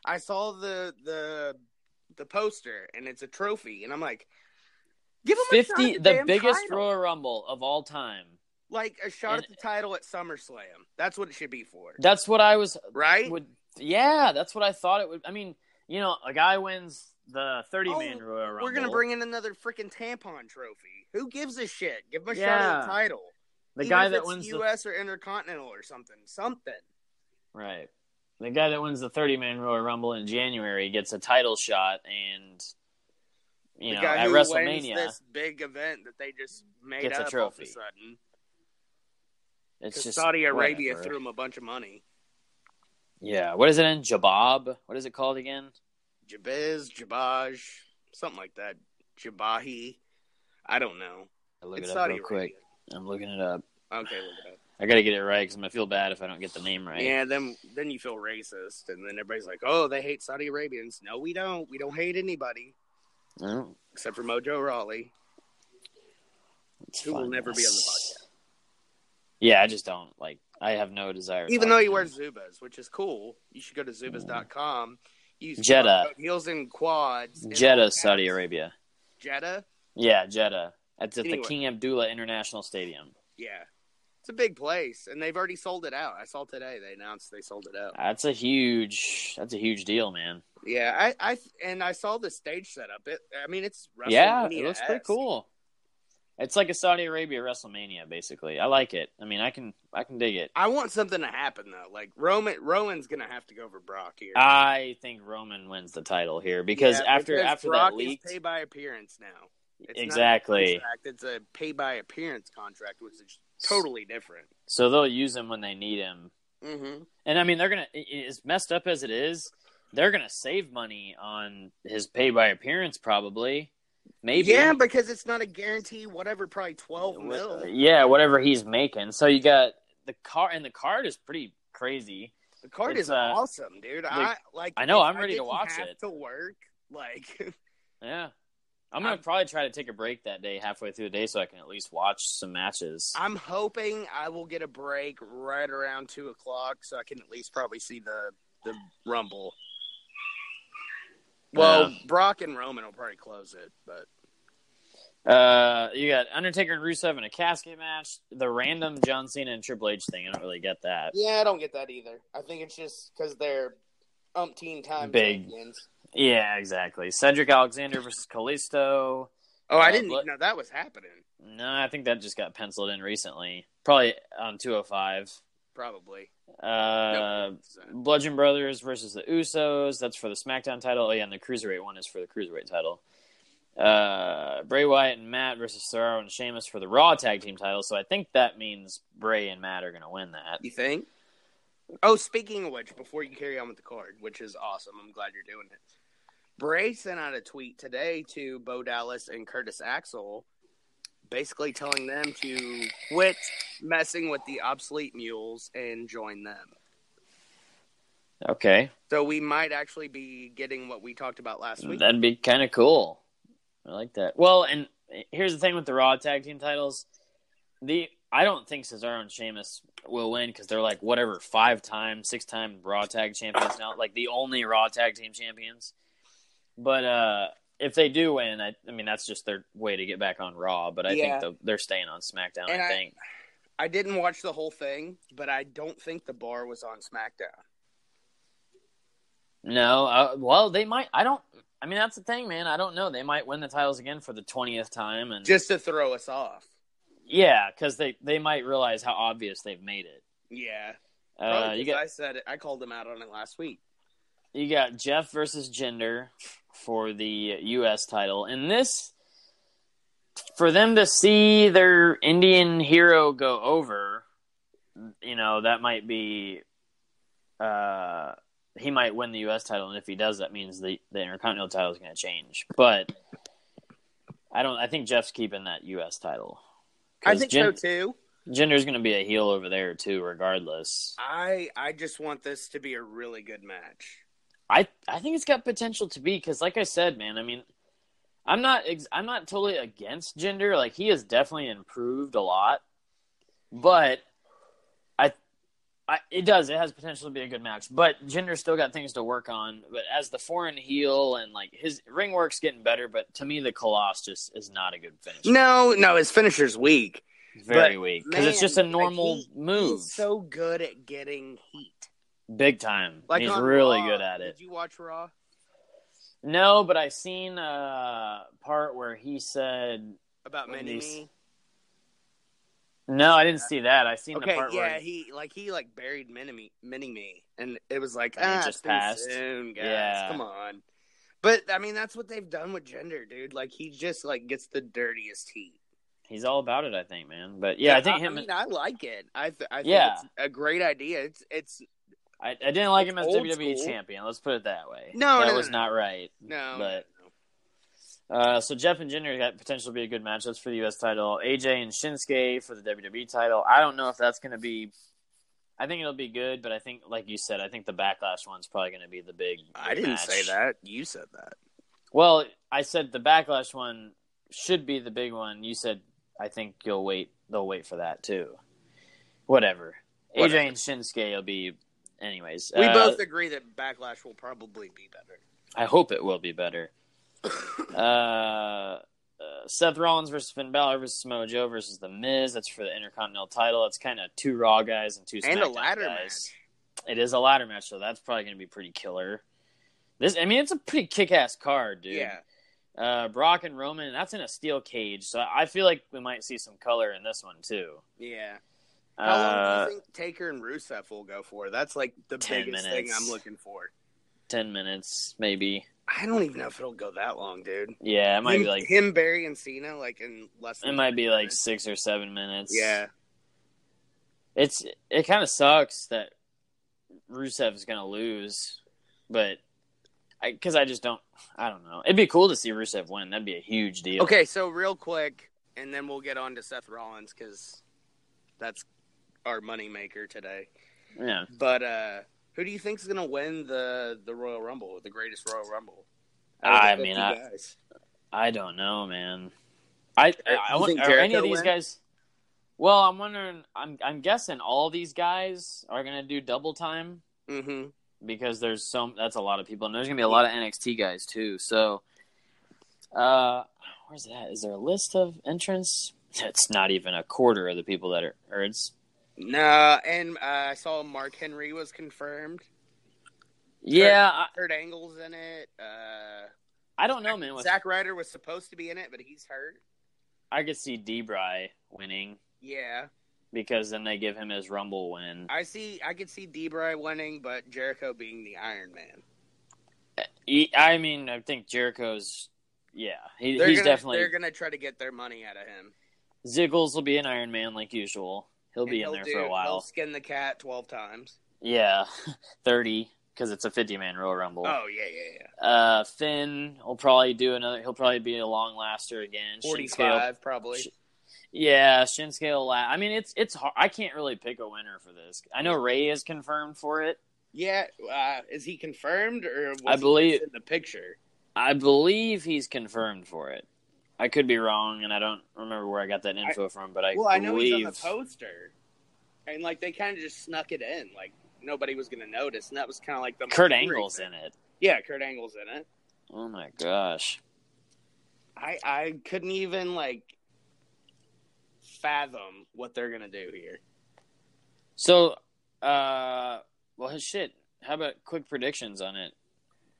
[SPEAKER 2] I saw the the the poster and it's a trophy, and I'm like, give them a shot
[SPEAKER 1] Fifty,
[SPEAKER 2] at the,
[SPEAKER 1] the
[SPEAKER 2] damn
[SPEAKER 1] biggest
[SPEAKER 2] title.
[SPEAKER 1] Royal Rumble of all time.
[SPEAKER 2] like a shot
[SPEAKER 1] and-
[SPEAKER 2] at the title at SummerSlam. That's what it should be for,
[SPEAKER 1] That's what I was
[SPEAKER 2] right?
[SPEAKER 1] would yeah, that's what I thought it would. I mean, you know, a guy wins the thirty man
[SPEAKER 2] Oh,
[SPEAKER 1] Royal Rumble.
[SPEAKER 2] We're gonna bring in another freaking tampon trophy. Who gives a shit? Give them a shot at
[SPEAKER 1] Yeah.
[SPEAKER 2] the title.
[SPEAKER 1] the
[SPEAKER 2] Even
[SPEAKER 1] guy
[SPEAKER 2] if
[SPEAKER 1] that
[SPEAKER 2] it's
[SPEAKER 1] wins the
[SPEAKER 2] U.S. or Intercontinental or something. Something.
[SPEAKER 1] right. The guy that wins the thirty man Royal Rumble in January gets a title shot, and you
[SPEAKER 2] the
[SPEAKER 1] know,
[SPEAKER 2] guy
[SPEAKER 1] at
[SPEAKER 2] who wins
[SPEAKER 1] WrestleMania,
[SPEAKER 2] this big event that they just made
[SPEAKER 1] gets a
[SPEAKER 2] up
[SPEAKER 1] trophy.
[SPEAKER 2] all of a sudden.
[SPEAKER 1] it's
[SPEAKER 2] 'Cause
[SPEAKER 1] just
[SPEAKER 2] Saudi Arabia
[SPEAKER 1] whatever.
[SPEAKER 2] threw him a bunch of money.
[SPEAKER 1] Yeah, what is it in Jabab? What is it called again?
[SPEAKER 2] Jabez, Jabaj, something like that. Jabahi. I don't know.
[SPEAKER 1] I look
[SPEAKER 2] it's
[SPEAKER 1] it up
[SPEAKER 2] Saudi
[SPEAKER 1] real quick. I'm looking it up.
[SPEAKER 2] Arabia. Okay, look it up.
[SPEAKER 1] I gotta get it right because I'm gonna feel bad if I don't get the name right.
[SPEAKER 2] Yeah, then then you feel racist, and then everybody's like, "Oh, they hate Saudi Arabians." No, we don't. We don't hate anybody
[SPEAKER 1] Oh.
[SPEAKER 2] except for Mojo Rawley.
[SPEAKER 1] It's
[SPEAKER 2] who will
[SPEAKER 1] fun.
[SPEAKER 2] never be on the
[SPEAKER 1] Yeah, I just don't like. I have no desire.
[SPEAKER 2] podcast.
[SPEAKER 1] to
[SPEAKER 2] Even
[SPEAKER 1] talk
[SPEAKER 2] though
[SPEAKER 1] to
[SPEAKER 2] you wear
[SPEAKER 1] him.
[SPEAKER 2] Zubas, which is cool, you should go to zubas.com. Use
[SPEAKER 1] Jeddah.
[SPEAKER 2] promo code Heels and quads. in all
[SPEAKER 1] Jeddah,
[SPEAKER 2] caps.
[SPEAKER 1] Saudi Arabia.
[SPEAKER 2] Jeddah,
[SPEAKER 1] Yeah, Jeddah. That's at
[SPEAKER 2] Anyway.
[SPEAKER 1] the King Abdullah International Stadium.
[SPEAKER 2] yeah, it's a big place, and they've already sold it out. I saw today they announced they sold it out.
[SPEAKER 1] That's a huge. That's a huge deal, man.
[SPEAKER 2] Yeah, I, I and I saw the stage setup. It, I mean, it's
[SPEAKER 1] Yeah, it
[SPEAKER 2] WrestleMania-esque.
[SPEAKER 1] looks pretty cool. It's like a Saudi Arabia WrestleMania, basically. I like it. I mean, I can, I can dig it.
[SPEAKER 2] I want something to happen though. Like Roman, Rowan's gonna have to go over Brock here
[SPEAKER 1] I think Roman wins the title here Uh, because
[SPEAKER 2] Yeah,
[SPEAKER 1] after
[SPEAKER 2] because
[SPEAKER 1] after
[SPEAKER 2] Brock
[SPEAKER 1] that
[SPEAKER 2] is
[SPEAKER 1] leak,
[SPEAKER 2] pay by appearance now. It's not a
[SPEAKER 1] exactly.
[SPEAKER 2] contract, it's a pay by appearance contract, which is totally different.
[SPEAKER 1] So they'll use him when they need him.
[SPEAKER 2] Mm-hmm.
[SPEAKER 1] And I mean, they're gonna i- i- as messed up as it is, they're gonna save money on his pay by appearance probably. Maybe
[SPEAKER 2] Yeah, because it's not a guarantee. Whatever, probably twelve mil.
[SPEAKER 1] yeah, whatever he's making. So you got the car, and the card is pretty crazy.
[SPEAKER 2] The card
[SPEAKER 1] it's,
[SPEAKER 2] is
[SPEAKER 1] uh,
[SPEAKER 2] awesome, dude. I like.
[SPEAKER 1] I know,
[SPEAKER 2] if
[SPEAKER 1] I'm ready to
[SPEAKER 2] didn't
[SPEAKER 1] watch
[SPEAKER 2] have
[SPEAKER 1] it.
[SPEAKER 2] To work, like,
[SPEAKER 1] Yeah. I'm gonna
[SPEAKER 2] I'm-
[SPEAKER 1] probably try to take a break that day, halfway through the day, so I can at least watch some matches.
[SPEAKER 2] I'm hoping I will get a break right around two o'clock, so I can at least probably see the the rumble. Well, Brock and Roman will probably close it, but
[SPEAKER 1] Uh, you got Undertaker and Rusev in a casket match. The random John Cena and Triple H thing. I don't really get that.
[SPEAKER 2] Yeah, I don't get that either. I think it's just because they're umpteen times
[SPEAKER 1] Big.
[SPEAKER 2] champions.
[SPEAKER 1] Yeah, exactly. Cedric Alexander versus Callisto.
[SPEAKER 2] Oh, I
[SPEAKER 1] Uh,
[SPEAKER 2] didn't
[SPEAKER 1] but-
[SPEAKER 2] even know that was happening.
[SPEAKER 1] No, I think that just got penciled in recently. Probably on 205.
[SPEAKER 2] Probably.
[SPEAKER 1] Uh,
[SPEAKER 2] So-
[SPEAKER 1] Bludgeon Brothers versus the Usos. That's for the SmackDown title. Oh, yeah, and the Cruiserweight one is for the Cruiserweight title. Uh, Bray Wyatt and Matt versus Cesaro and Sheamus for the Raw Tag Team title. So I think that means Bray and Matt are going to win that.
[SPEAKER 2] You think? Oh, speaking of which, before you carry on with the card, which is awesome, I'm glad you're doing it. Bray sent out a tweet today to Bo Dallas and Curtis Axel, basically telling them to quit messing with the obsolete mules and join them.
[SPEAKER 1] Okay.
[SPEAKER 2] So we might actually be getting what we talked about last week.
[SPEAKER 1] That'd be kind of cool. I like that. Well, and here's the thing with the Raw tag team titles: the I don't think Cesaro and Sheamus will win because they're like whatever five time, six time Raw tag champions now, like the only Raw tag team champions. But uh if they do win, I, I mean that's just their way to get back on Raw. But I
[SPEAKER 2] Yeah.
[SPEAKER 1] think they'll- they're staying on SmackDown.
[SPEAKER 2] And
[SPEAKER 1] I
[SPEAKER 2] I-
[SPEAKER 1] think
[SPEAKER 2] I didn't watch the whole thing, but I don't think the bar was on SmackDown.
[SPEAKER 1] no. Uh, well, they might. I don't. I mean that's the thing, man. I don't know. They might win the titles again for the twentieth time, and
[SPEAKER 2] Just to throw us off.
[SPEAKER 1] Yeah, because they they might realize how obvious they've made it.
[SPEAKER 2] Yeah.
[SPEAKER 1] Uh,
[SPEAKER 2] Probably
[SPEAKER 1] you
[SPEAKER 2] 'cause
[SPEAKER 1] got
[SPEAKER 2] I said it. I called them out on it last week.
[SPEAKER 1] you got Jeff versus Gender for the U.S. title, and this for them to see their Indian hero go over. You know that might be. Uh, he might win the U.S. title, and if he does, that means the the Intercontinental title is going to change. But I don't. I think Jeff's keeping that U.S. title.
[SPEAKER 2] I
[SPEAKER 1] 'Cause
[SPEAKER 2] think
[SPEAKER 1] Gen-
[SPEAKER 2] so too.
[SPEAKER 1] Gender's going to be a heel over there too, regardless.
[SPEAKER 2] I I just want this to be a really good match.
[SPEAKER 1] I I think it's got potential to be because, like I said, man, I mean, I'm not ex- I'm not totally against gender. Like he has definitely improved a lot, but I, I it does it has potential to be a good match. But gender's still got things to work on. But as the foreign heel and like his ring work's getting better, but to me the Colossus just is not a good finish.
[SPEAKER 2] No, no, his finisher's weak.
[SPEAKER 1] It's very
[SPEAKER 2] but,
[SPEAKER 1] weak because it's
[SPEAKER 2] man,
[SPEAKER 1] just a
[SPEAKER 2] like,
[SPEAKER 1] normal
[SPEAKER 2] he-
[SPEAKER 1] move,
[SPEAKER 2] He's so good at getting heat.
[SPEAKER 1] big time.
[SPEAKER 2] Like
[SPEAKER 1] he's
[SPEAKER 2] on
[SPEAKER 1] really
[SPEAKER 2] Raw,
[SPEAKER 1] good at it.
[SPEAKER 2] Did you watch Raw?
[SPEAKER 1] No, but I seen a part where he said
[SPEAKER 2] About
[SPEAKER 1] When
[SPEAKER 2] Mini
[SPEAKER 1] he's-
[SPEAKER 2] Me?
[SPEAKER 1] No, I didn't see that. I seen the
[SPEAKER 2] Okay,
[SPEAKER 1] part
[SPEAKER 2] yeah,
[SPEAKER 1] where
[SPEAKER 2] he like he like buried Mini Me, Mini Me, and it was like
[SPEAKER 1] And it
[SPEAKER 2] ah,
[SPEAKER 1] just
[SPEAKER 2] just passed.
[SPEAKER 1] passed.
[SPEAKER 2] Soon, guys,
[SPEAKER 1] Yeah.
[SPEAKER 2] come on. But I mean, that's what they've done with gender, dude. Like he just like gets the dirtiest heat.
[SPEAKER 1] he's all about it. I think, man. But yeah, I think
[SPEAKER 2] I
[SPEAKER 1] him. I,
[SPEAKER 2] mean, I like it. I th- I think
[SPEAKER 1] Yeah.
[SPEAKER 2] it's a great idea. It's it's
[SPEAKER 1] I, didn't like him as
[SPEAKER 2] Old
[SPEAKER 1] WWE
[SPEAKER 2] school.
[SPEAKER 1] E champion. Let's put it that way.
[SPEAKER 2] No,
[SPEAKER 1] that
[SPEAKER 2] no, no,
[SPEAKER 1] was
[SPEAKER 2] no.
[SPEAKER 1] not right.
[SPEAKER 2] no,
[SPEAKER 1] But-
[SPEAKER 2] no, no.
[SPEAKER 1] Uh, so Jeff and Jinder got potential to be a good match. That's for the U.S. title. AJ and Shinsuke for the WWE title. I don't know if that's going to be. I think it'll be good, but I think, like you said, I think the backlash one's probably going to be the big.
[SPEAKER 2] I didn't say
[SPEAKER 1] match.
[SPEAKER 2] that. You said that.
[SPEAKER 1] Well, I said the backlash one should be the big one. You said I I think you'll wait. They'll wait for that too. Whatever.
[SPEAKER 2] Whatever.
[SPEAKER 1] AJ and Shinsuke will be, anyways.
[SPEAKER 2] We
[SPEAKER 1] uh,
[SPEAKER 2] both agree that Backlash will probably be better.
[SPEAKER 1] I hope it will be better. uh, uh, Seth Rollins versus Finn Balor versus Samoa Joe versus The Miz. That's for the Intercontinental title. That's kind of two Raw guys and two
[SPEAKER 2] And a
[SPEAKER 1] SmackDown
[SPEAKER 2] ladder
[SPEAKER 1] guys. It is a ladder match, so that's probably going to be pretty killer. This, I mean, it's a pretty kick-ass card, dude.
[SPEAKER 2] Yeah.
[SPEAKER 1] Uh, Brock and Roman. and That's in a steel cage, so I feel like we might see some color in this one too.
[SPEAKER 2] Yeah. How long
[SPEAKER 1] Uh,
[SPEAKER 2] do you think Taker and Rusev will go for? That's like the
[SPEAKER 1] 10
[SPEAKER 2] biggest thing
[SPEAKER 1] minutes.
[SPEAKER 2] I'm looking for.
[SPEAKER 1] ten minutes, maybe.
[SPEAKER 2] I don't even know if it'll go that long, dude.
[SPEAKER 1] Yeah, it might
[SPEAKER 2] him,
[SPEAKER 1] be like
[SPEAKER 2] him, Barry, and Cena, like in less.
[SPEAKER 1] it
[SPEAKER 2] Than
[SPEAKER 1] might be like
[SPEAKER 2] minutes.
[SPEAKER 1] six or seven minutes.
[SPEAKER 2] Yeah,
[SPEAKER 1] it's it kind of sucks that Rusev is gonna lose, but because I, just don't, I don't know. It'd be cool to see Rusev win. That'd be a huge deal.
[SPEAKER 2] Okay, so real quick, and then we'll get on to Seth Rollins because that's our moneymaker today.
[SPEAKER 1] Yeah.
[SPEAKER 2] But uh who do you think's gonna win the the Royal Rumble, the greatest Royal Rumble?
[SPEAKER 1] I
[SPEAKER 2] Out of the
[SPEAKER 1] mean,
[SPEAKER 2] 50
[SPEAKER 1] I-
[SPEAKER 2] guys.
[SPEAKER 1] I don't know, man. I I, I
[SPEAKER 2] You
[SPEAKER 1] want-
[SPEAKER 2] think
[SPEAKER 1] are any
[SPEAKER 2] Jericho
[SPEAKER 1] of these
[SPEAKER 2] win?
[SPEAKER 1] guys. Well, I'm wondering. I'm I'm guessing all these guys are gonna do double time
[SPEAKER 2] Mhm.
[SPEAKER 1] because there's so that's a lot of people, and there's gonna be a lot of NXT guys too. So, uh, where's that? Is there a list of entrants? It's not even a quarter of the people that are, or it's
[SPEAKER 2] No, and uh, I saw Mark Henry was confirmed.
[SPEAKER 1] yeah. I,
[SPEAKER 2] Kurt Angle's in it. Uh,
[SPEAKER 1] I don't know, man. With,
[SPEAKER 2] Zack Ryder was supposed to be in it, but he's hurt.
[SPEAKER 1] I could see Debray winning
[SPEAKER 2] Yeah,
[SPEAKER 1] because then they give him his Rumble win.
[SPEAKER 2] I see. I could see Debray winning, but Jericho being the Iron Man.
[SPEAKER 1] He- I mean, I think Jericho's. Yeah, he,
[SPEAKER 2] They're
[SPEAKER 1] he's
[SPEAKER 2] gonna,
[SPEAKER 1] definitely.
[SPEAKER 2] They're gonna try to get their money out of him.
[SPEAKER 1] Ziggles will be an Iron Man like usual. He'll
[SPEAKER 2] And
[SPEAKER 1] be in there
[SPEAKER 2] do-
[SPEAKER 1] for a
[SPEAKER 2] He'll
[SPEAKER 1] while.
[SPEAKER 2] skin the cat twelve times.
[SPEAKER 1] Yeah, thirty because it's a fifty-man Royal Rumble.
[SPEAKER 2] Oh yeah, yeah, yeah.
[SPEAKER 1] Uh, Finn will probably do another. He'll probably be a long laster again. Shinsuke will-
[SPEAKER 2] Forty-five probably.
[SPEAKER 1] Sh- Yeah, Shinsuke will la I mean, it's it's hard. I can't really pick a winner for this. I know Ray is confirmed for it.
[SPEAKER 2] Yeah, uh, is he confirmed or was
[SPEAKER 1] I
[SPEAKER 2] he
[SPEAKER 1] believe-
[SPEAKER 2] just in the picture?
[SPEAKER 1] I believe he's confirmed for it. I could be wrong, and I don't remember where I got that info from, but I
[SPEAKER 2] Well, I know
[SPEAKER 1] believe
[SPEAKER 2] he's on the poster, and like they kind of just snuck it in, like nobody was gonna notice, and that was kind of like the
[SPEAKER 1] Kurt Angle's in it.
[SPEAKER 2] Yeah, Kurt Angle's in it.
[SPEAKER 1] Oh my gosh!
[SPEAKER 2] I I couldn't even like fathom what they're gonna do here.
[SPEAKER 1] So, uh, well, shit. How about quick predictions on it?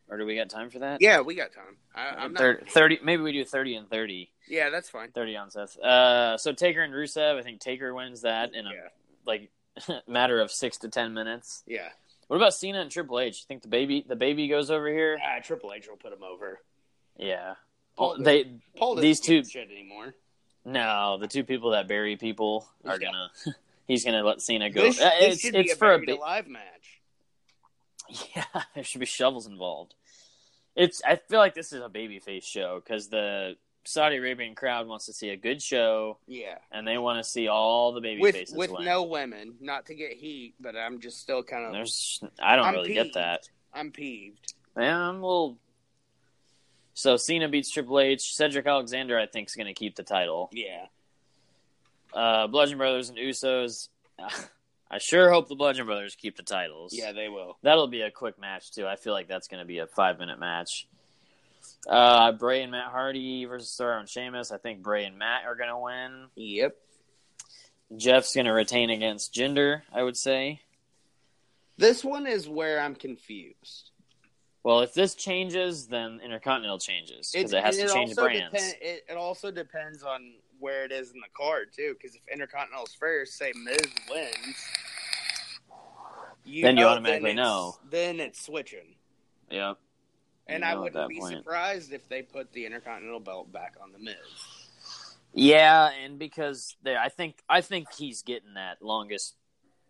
[SPEAKER 1] Or do we got time for that?
[SPEAKER 2] Yeah, we got time. I, I'm not.
[SPEAKER 1] Thir- thirty. Maybe we do thirty and thirty.
[SPEAKER 2] Yeah, that's fine.
[SPEAKER 1] 30 on Seth. Uh, so Taker and Rusev, I think Taker wins that in a
[SPEAKER 2] Yeah.
[SPEAKER 1] like matter of six to ten minutes.
[SPEAKER 2] Yeah,
[SPEAKER 1] What about Cena and Triple H? You think the baby the baby goes over here?
[SPEAKER 2] Ah, Triple H will put him over.
[SPEAKER 1] Yeah.
[SPEAKER 2] Paul does.
[SPEAKER 1] they
[SPEAKER 2] Paul doesn't
[SPEAKER 1] These
[SPEAKER 2] give a
[SPEAKER 1] two-
[SPEAKER 2] shit anymore.
[SPEAKER 1] no the two people that bury people are
[SPEAKER 2] Yeah.
[SPEAKER 1] gonna he's gonna let Cena go.
[SPEAKER 2] This,
[SPEAKER 1] Uh,
[SPEAKER 2] this
[SPEAKER 1] it's
[SPEAKER 2] should
[SPEAKER 1] it's
[SPEAKER 2] be a
[SPEAKER 1] for a
[SPEAKER 2] buried
[SPEAKER 1] bit.
[SPEAKER 2] alive match.
[SPEAKER 1] Yeah, there should be shovels involved. It's I feel like this is a babyface show because the Saudi Arabian crowd wants to see a good show
[SPEAKER 2] Yeah,
[SPEAKER 1] and they want to see all the baby
[SPEAKER 2] with
[SPEAKER 1] faces
[SPEAKER 2] with
[SPEAKER 1] win.
[SPEAKER 2] no women, not to get heat, but I'm just still kind of
[SPEAKER 1] There's I don't
[SPEAKER 2] I'm
[SPEAKER 1] really get
[SPEAKER 2] peeved.
[SPEAKER 1] that.
[SPEAKER 2] I'm peeved.
[SPEAKER 1] Yeah, I'm a little. So Cena beats Triple H. Cedric Alexander, I think, is going to keep the title.
[SPEAKER 2] Yeah,
[SPEAKER 1] Uh, Bludgeon Brothers and Usos. I sure hope the Bludgeon Brothers keep the titles.
[SPEAKER 2] yeah, they will.
[SPEAKER 1] that'll be a quick match too. I feel like that's going to be a five minute match. Uh, Bray and Matt Hardy versus Cesaro and Sheamus. I think Bray and Matt are going to win.
[SPEAKER 2] Yep.
[SPEAKER 1] Jeff's going to retain against Jinder. I would say.
[SPEAKER 2] This one is where I'm confused.
[SPEAKER 1] Well, if this changes, then Intercontinental changes because it, has
[SPEAKER 2] and
[SPEAKER 1] to change
[SPEAKER 2] also
[SPEAKER 1] brands.
[SPEAKER 2] depen- it, it also depends on where it is in the card too, because if Intercontinental's first, say Miz wins,
[SPEAKER 1] Then you
[SPEAKER 2] know-
[SPEAKER 1] automatically
[SPEAKER 2] then it's-
[SPEAKER 1] know.
[SPEAKER 2] Then it's switching,
[SPEAKER 1] Yep.
[SPEAKER 2] and
[SPEAKER 1] You
[SPEAKER 2] I
[SPEAKER 1] know at
[SPEAKER 2] wouldn't
[SPEAKER 1] that
[SPEAKER 2] be
[SPEAKER 1] point.
[SPEAKER 2] surprised if they put the Intercontinental belt back on the Miz.
[SPEAKER 1] Yeah, and because there, I think I think he's getting that longest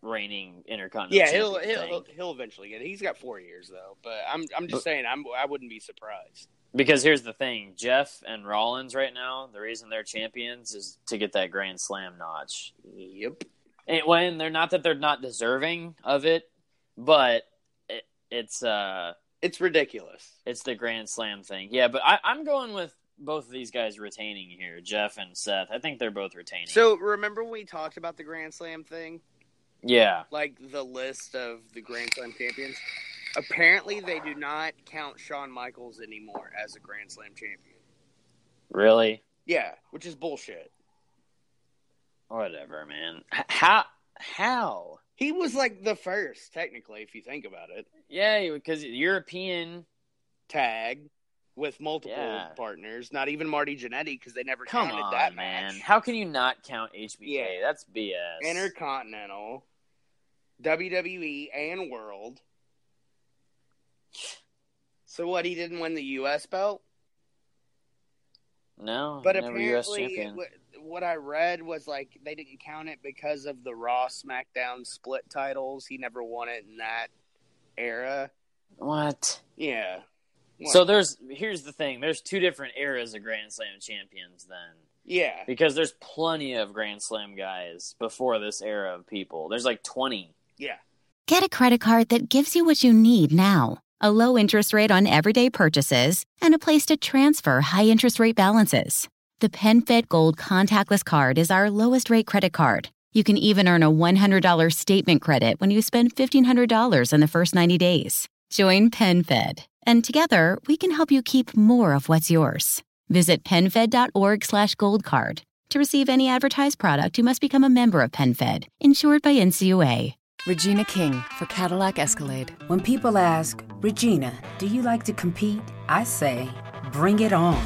[SPEAKER 1] reigning intercontinental.
[SPEAKER 2] Yeah, he'll
[SPEAKER 1] champion
[SPEAKER 2] he'll, he'll
[SPEAKER 1] thing.
[SPEAKER 2] eventually get it. He's got four years though, but I'm I'm just saying I'm I wouldn't be surprised.
[SPEAKER 1] Because here's the thing, Jeff and Rollins right now, the reason they're champions is to get that Grand Slam notch.
[SPEAKER 2] Yep.
[SPEAKER 1] And when they're not that they're not deserving of it, but it, it's uh
[SPEAKER 2] It's ridiculous.
[SPEAKER 1] it's the Grand Slam thing. Yeah, but I, I'm going with both of these guys retaining here, Jeff and Seth. I think they're both retaining.
[SPEAKER 2] So remember we talked about the Grand Slam thing?
[SPEAKER 1] yeah,
[SPEAKER 2] like the list of the Grand Slam champions. Apparently, they do not count Shawn Michaels anymore as a Grand Slam champion.
[SPEAKER 1] really.
[SPEAKER 2] Yeah, which is bullshit.
[SPEAKER 1] Whatever, man. H- How? How?
[SPEAKER 2] He was like the first, technically, if you think about it.
[SPEAKER 1] Yeah, because European.
[SPEAKER 2] Tag with multiple
[SPEAKER 1] Yeah.
[SPEAKER 2] partners, not even Marty Jannetty because they never
[SPEAKER 1] Come
[SPEAKER 2] counted
[SPEAKER 1] on,
[SPEAKER 2] that
[SPEAKER 1] man.
[SPEAKER 2] match.
[SPEAKER 1] How can you not count HBK?
[SPEAKER 2] Yeah.
[SPEAKER 1] That's BS.
[SPEAKER 2] Intercontinental, WWE, and World. So what? He didn't win the U.S. belt.
[SPEAKER 1] no,
[SPEAKER 2] But
[SPEAKER 1] never US
[SPEAKER 2] apparently,
[SPEAKER 1] champion.
[SPEAKER 2] it wa- what I read was like they didn't count it because of the Raw SmackDown split titles. He never won it in that era.
[SPEAKER 1] what?
[SPEAKER 2] Yeah.
[SPEAKER 1] So
[SPEAKER 2] Well,
[SPEAKER 1] there's here's the thing. There's two different eras of Grand Slam champions then.
[SPEAKER 2] yeah,
[SPEAKER 1] Because there's plenty of Grand Slam guys before this era of people. There's like 20.
[SPEAKER 2] yeah.
[SPEAKER 3] Get a credit card that gives you what you need now a low interest rate on everyday purchases and a place to transfer high interest rate balances. The PenFed Gold contactless card is our lowest rate credit card. You can even earn a $100 statement credit when you spend $1,500 in the first 90 days. Join PenFed, and together we can help you keep more of what's yours. Visit PenFed.org slash gold card. To receive any advertised product, you must become a member of PenFed, insured by NCUA.
[SPEAKER 4] Regina King for Cadillac Escalade.
[SPEAKER 5] When people ask, Regina, do you like to compete? I say, bring it on.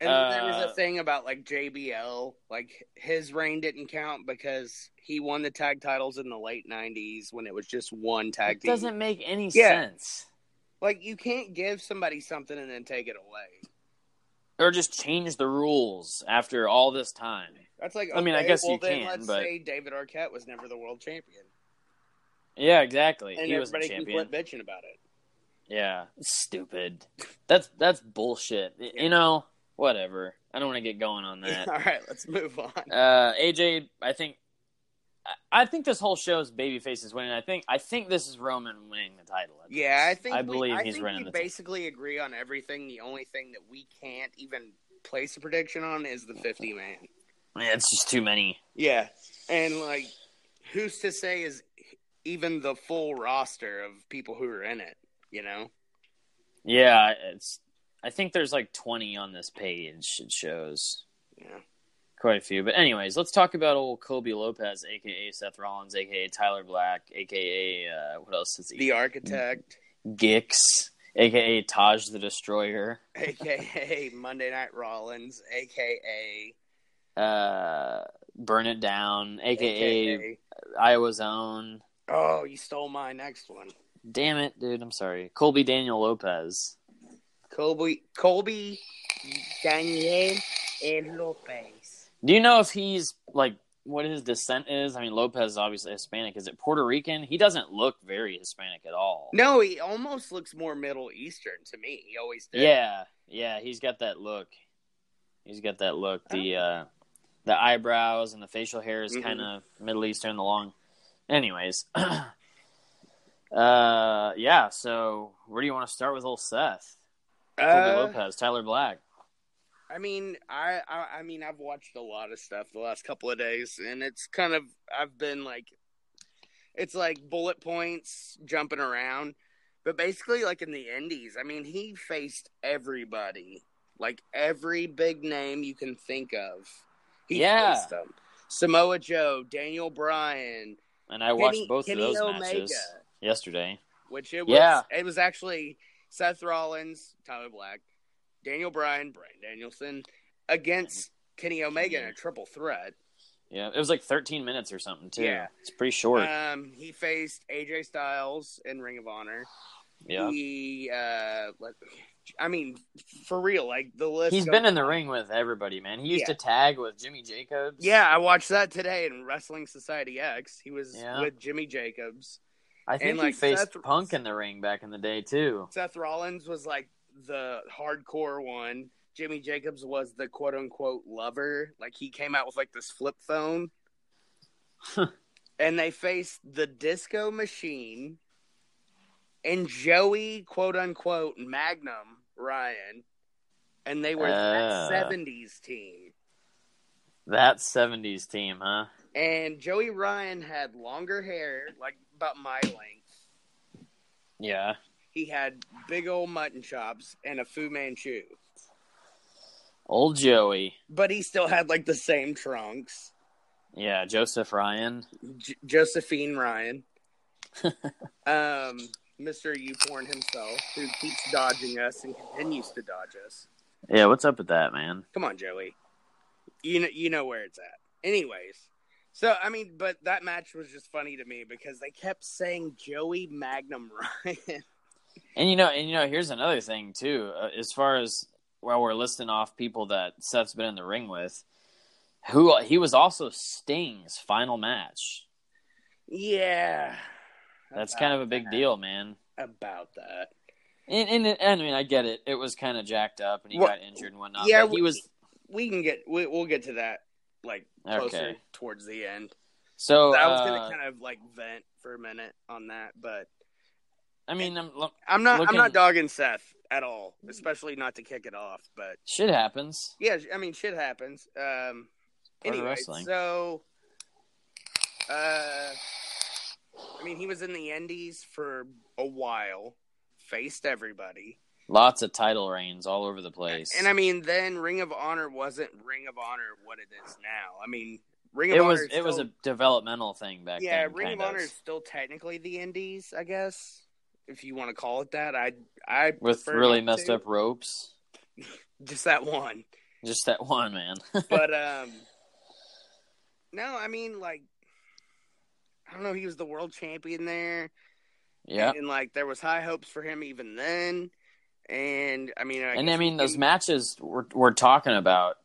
[SPEAKER 2] And there was
[SPEAKER 1] Uh,
[SPEAKER 2] a thing about like JBL, like his reign didn't count because he won the tag titles in the late '90s when it was just one tag
[SPEAKER 1] It
[SPEAKER 2] team.
[SPEAKER 1] doesn't make any
[SPEAKER 2] Yeah.
[SPEAKER 1] sense.
[SPEAKER 2] Like you can't give somebody something and then take it away.
[SPEAKER 1] Or just change the rules after all this time.
[SPEAKER 2] That's like
[SPEAKER 1] I mean, I
[SPEAKER 2] okay,
[SPEAKER 1] guess
[SPEAKER 2] well,
[SPEAKER 1] you
[SPEAKER 2] then
[SPEAKER 1] can,
[SPEAKER 2] Let's
[SPEAKER 1] but-
[SPEAKER 2] say David Arquette was never the world champion,
[SPEAKER 1] Yeah, exactly.
[SPEAKER 2] and
[SPEAKER 1] he was a
[SPEAKER 2] everybody can
[SPEAKER 1] champion.
[SPEAKER 2] quit bitching about it.
[SPEAKER 1] Yeah, stupid. That's that's bullshit. Y- You know, whatever. I don't want to get going on that.
[SPEAKER 2] All right, let's move on.
[SPEAKER 1] Uh, AJ, I think, I- I think this whole show's babyface is winning. I think, I think this is Roman winning the title. I think
[SPEAKER 2] Yeah, I think
[SPEAKER 1] I
[SPEAKER 2] we-
[SPEAKER 1] believe
[SPEAKER 2] I
[SPEAKER 1] he's
[SPEAKER 2] think
[SPEAKER 1] running
[SPEAKER 2] We
[SPEAKER 1] the team.
[SPEAKER 2] basically agree on everything. The only thing that we can't even place a prediction on is the fifty man.
[SPEAKER 1] Man, it's just too many.
[SPEAKER 2] Yeah, and like, who's to say is even the full roster of people who are in it? You know,
[SPEAKER 1] Yeah, it's. I think there's like 20 on this page. It shows
[SPEAKER 2] yeah.
[SPEAKER 1] quite a few. But anyways, let's talk about old Kobe Lopez, aka Seth Rollins, aka Tyler Black, aka uh, what else is he?
[SPEAKER 2] the architect,
[SPEAKER 1] Gix, aka Taj the Destroyer.
[SPEAKER 2] aka Monday Night Rollins, aka
[SPEAKER 1] Uh, Burn It Down, aka,
[SPEAKER 2] AKA.
[SPEAKER 1] Iowa's Own.
[SPEAKER 2] Oh, you stole my next one.
[SPEAKER 1] Damn it, dude. I'm sorry. Colby Daniel Lopez.
[SPEAKER 2] Colby, Colby, Daniel, and Lopez.
[SPEAKER 1] Do you know if he's like what his descent is? I mean, Lopez is obviously Hispanic. Is it Puerto Rican? He doesn't look very Hispanic at all.
[SPEAKER 2] No, he almost looks more Middle Eastern to me. He always did.
[SPEAKER 1] Yeah, yeah. He's got that look. He's got that look. The
[SPEAKER 2] Oh.
[SPEAKER 1] uh, the eyebrows and the facial hair is
[SPEAKER 2] Mhm.
[SPEAKER 1] kind of Middle Eastern. The long. Anyways. uh yeah so where do you want to start with old seth Colby
[SPEAKER 2] Uh,
[SPEAKER 1] lopez tyler black
[SPEAKER 2] I mean, I, I, I mean, I've watched a lot of stuff the last couple of days, and it's kind of I've been like, it's like bullet points jumping around, but basically, like in the Indies, I mean, he faced everybody, like every big name you can think of. He
[SPEAKER 1] Yeah.
[SPEAKER 2] faced them. Samoa Joe, Daniel Bryan,
[SPEAKER 1] and i watched
[SPEAKER 2] Kenny-
[SPEAKER 1] both
[SPEAKER 2] Kenny
[SPEAKER 1] of those
[SPEAKER 2] Omega.
[SPEAKER 1] matches yesterday
[SPEAKER 2] which it was.
[SPEAKER 1] Yeah.
[SPEAKER 2] It was actually Seth Rollins, Tyler Black, Daniel Bryan, Brian Danielson against Kenny Omega in a triple threat.
[SPEAKER 1] Yeah, it was like 13 minutes or something too.
[SPEAKER 2] Yeah. Uh,
[SPEAKER 1] it's pretty short.
[SPEAKER 2] Um, he faced AJ Styles in Ring of Honor.
[SPEAKER 1] Yeah.
[SPEAKER 2] He, uh, let- I mean, for real, like the list.
[SPEAKER 1] He's
[SPEAKER 2] goes
[SPEAKER 1] been in the
[SPEAKER 2] on.
[SPEAKER 1] ring with everybody, man. He used
[SPEAKER 2] Yeah.
[SPEAKER 1] to tag with Jimmy Jacobs.
[SPEAKER 2] Yeah, I watched that today in Wrestling Society X. He was
[SPEAKER 1] Yeah.
[SPEAKER 2] with Jimmy Jacobs.
[SPEAKER 1] I think
[SPEAKER 2] and,
[SPEAKER 1] he
[SPEAKER 2] like,
[SPEAKER 1] faced
[SPEAKER 2] Seth-
[SPEAKER 1] Punk in the ring back in the day too.
[SPEAKER 2] Seth Rollins was like the hardcore one. Jimmy Jacobs was the quote unquote lover. Like he came out with like this flip phone. and they faced the disco machine and Joey quote unquote Magnum Ryan. And they were
[SPEAKER 1] Ah.
[SPEAKER 2] that 70s team.
[SPEAKER 1] That '70s team, huh?
[SPEAKER 2] And Joey Ryan had longer hair, like about my length.
[SPEAKER 1] Yeah.
[SPEAKER 2] He had big old mutton chops and a Fu Manchu.
[SPEAKER 1] Old Joey.
[SPEAKER 2] but he still had like the same trunks.
[SPEAKER 1] Yeah, Joseph Ryan.
[SPEAKER 2] J- Josephine Ryan, um, Mister Uporn himself, who keeps dodging us and continues to dodge us.
[SPEAKER 1] Yeah, what's up with that, man?
[SPEAKER 2] Come on, Joey. You know, you know where it's at. Anyways, so I mean, but that match was just funny to me because they kept saying Joey Magnum Ryan.
[SPEAKER 1] And you know, and you know, here's another thing too. Uh, as far as while we're listing off people that Seth's been in the ring with, who he was also Sting's final match.
[SPEAKER 2] yeah,
[SPEAKER 1] That's
[SPEAKER 2] About
[SPEAKER 1] kind of a big
[SPEAKER 2] that.
[SPEAKER 1] deal, man.
[SPEAKER 2] About that.
[SPEAKER 1] And, and, and I mean, I get it. It was kind of jacked up, and he
[SPEAKER 2] Well,
[SPEAKER 1] got injured and whatnot.
[SPEAKER 2] yeah,
[SPEAKER 1] Yeah, but he
[SPEAKER 2] we-
[SPEAKER 1] was
[SPEAKER 2] We can get. We, we'll get to that like closer
[SPEAKER 1] okay.
[SPEAKER 2] towards the end.
[SPEAKER 1] So
[SPEAKER 2] I was
[SPEAKER 1] uh,
[SPEAKER 2] gonna kind of like vent for a minute on that, but
[SPEAKER 1] I mean, I'm, look,
[SPEAKER 2] I'm not.
[SPEAKER 1] Looking-
[SPEAKER 2] I'm not dogging Seth at all, especially not to kick it off. But
[SPEAKER 1] shit happens.
[SPEAKER 2] yeah, I mean, shit happens. Um,
[SPEAKER 1] Part of
[SPEAKER 2] anyway,
[SPEAKER 1] wrestling.
[SPEAKER 2] so uh, I mean, he was in the Indies for a while, faced everybody,
[SPEAKER 1] Lots of title reigns all over the place.
[SPEAKER 2] and I mean, then Ring of Honor wasn't Ring of Honor what it is now. I mean, Ring of
[SPEAKER 1] it
[SPEAKER 2] Honor
[SPEAKER 1] was
[SPEAKER 2] is
[SPEAKER 1] it was
[SPEAKER 2] still-
[SPEAKER 1] a developmental thing back
[SPEAKER 2] yeah,
[SPEAKER 1] then.
[SPEAKER 2] Ring
[SPEAKER 1] kind
[SPEAKER 2] of Honor is still technically the Indies, I guess, if you want to call it that. I I
[SPEAKER 1] with
[SPEAKER 2] prefer
[SPEAKER 1] really
[SPEAKER 2] not
[SPEAKER 1] messed
[SPEAKER 2] to.
[SPEAKER 1] up ropes.
[SPEAKER 2] just that one.
[SPEAKER 1] Just that one man.
[SPEAKER 2] But um, no, I mean like I don't know. He was the world champion there,
[SPEAKER 1] yeah.
[SPEAKER 2] and like there was high hopes for him even then. And I mean, I
[SPEAKER 1] and
[SPEAKER 2] guess
[SPEAKER 1] I mean
[SPEAKER 2] he
[SPEAKER 1] those
[SPEAKER 2] didn't-
[SPEAKER 1] matches we're, we're talking about.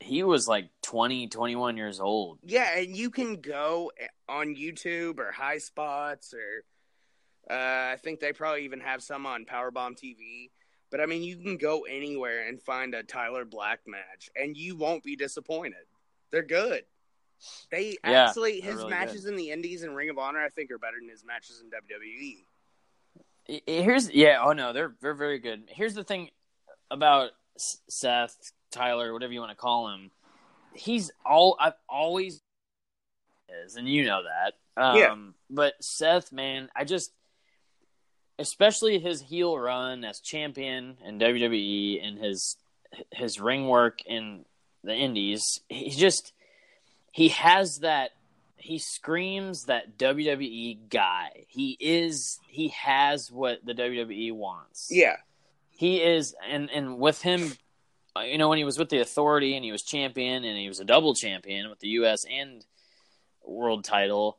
[SPEAKER 1] He was like 20, 21 years old.
[SPEAKER 2] Yeah, and you can go eh, on YouTube or High Spots or uh, I think they probably even have some on Powerbomb TV. But I mean, you can go anywhere and find a Tyler Black match, and you won't be disappointed. They're good. They
[SPEAKER 1] Yeah,
[SPEAKER 2] actually
[SPEAKER 1] they're
[SPEAKER 2] his
[SPEAKER 1] really
[SPEAKER 2] matches in the Indies and Ring of Honor, I think, are better than his matches in E. WWE.
[SPEAKER 1] I- I- Here's yeah. Oh no, they're they're very good. Here's the thing about S- Seth Tyler, whatever you want to call him. He's all I've always is, and you know that. Um,
[SPEAKER 2] Yeah.
[SPEAKER 1] But Seth, man, I just especially his heel run as champion in WWE and his his ring work in the Indies. He just he has that he screams that WWE guy. He is he has what the WWE wants.
[SPEAKER 2] Yeah,
[SPEAKER 1] He is and and with him uh, you know when he was with the authority and he was champion and he was a double champion with the US and world title.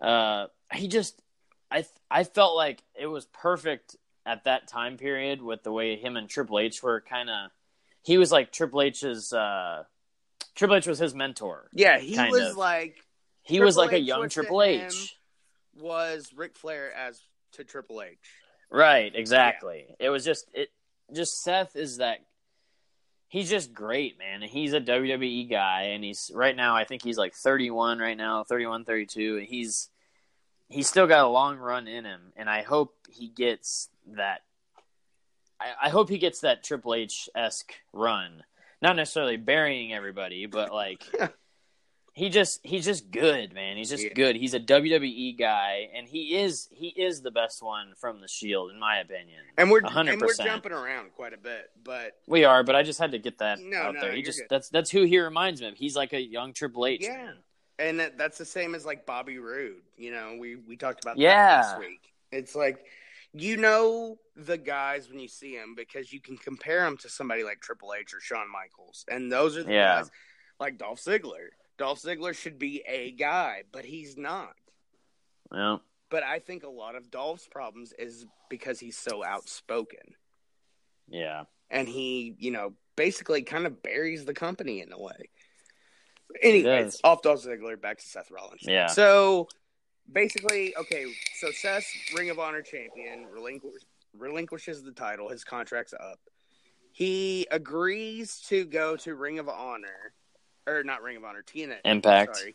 [SPEAKER 1] Uh he just I th- I felt like it was perfect at that time period with the way him and Triple H were kind of he was like Triple H's uh Triple H was his mentor.
[SPEAKER 2] yeah, he
[SPEAKER 1] Kind
[SPEAKER 2] was
[SPEAKER 1] of.
[SPEAKER 2] like
[SPEAKER 1] He was
[SPEAKER 2] Triple
[SPEAKER 1] like a
[SPEAKER 2] H
[SPEAKER 1] young
[SPEAKER 2] was to
[SPEAKER 1] Triple H.
[SPEAKER 2] him- was Ric Flair as to Triple H.
[SPEAKER 1] Right, exactly. It was just it just Seth is that he's just great, man. And He's a WWE guy and he's right now I think he's like 31 right now, 31 32 and he's he's still got a long run in him and I hope he gets that I, I hope he gets that Triple H-esque run. Not necessarily burying everybody, but like he just he's just good, man. He's just
[SPEAKER 2] Yeah.
[SPEAKER 1] good. He's a WWE guy, and he is he is the best one from the Shield, in my opinion.
[SPEAKER 2] And we're and we're
[SPEAKER 1] 100%.
[SPEAKER 2] jumping around quite a bit, but
[SPEAKER 1] We are, but I just had to get that
[SPEAKER 2] No,
[SPEAKER 1] out
[SPEAKER 2] no,
[SPEAKER 1] there. He
[SPEAKER 2] you're
[SPEAKER 1] just
[SPEAKER 2] good.
[SPEAKER 1] that's that's who he reminds me of. He's like a young Triple H.
[SPEAKER 2] Yeah.
[SPEAKER 1] man.
[SPEAKER 2] And that, that's the same as like Bobby Roode. You know, we we talked about
[SPEAKER 1] Yeah.
[SPEAKER 2] that last week. It's like you know the guys when you see them because you can compare them to somebody like Triple H or Shawn Michaels, and those are the
[SPEAKER 1] Yeah.
[SPEAKER 2] guys like Dolph Ziggler. Dolph Ziggler should be a guy, but he's not.
[SPEAKER 1] Well,
[SPEAKER 2] But I think a lot of Dolph's problems is because he's so outspoken
[SPEAKER 1] Yeah.
[SPEAKER 2] and he, you know, basically kind of buries the company in a way. Anyways,
[SPEAKER 1] does.
[SPEAKER 2] off Dolph Ziggler, back to Seth Rollins.
[SPEAKER 1] Yeah.
[SPEAKER 2] So basically, okay, so Seth, Ring of Honor champion, relinquish, relinquishes the title. His contract's up. He agrees to go to Ring of Honor, or not Ring of Honor, TNA.
[SPEAKER 1] Impact.
[SPEAKER 2] Sorry.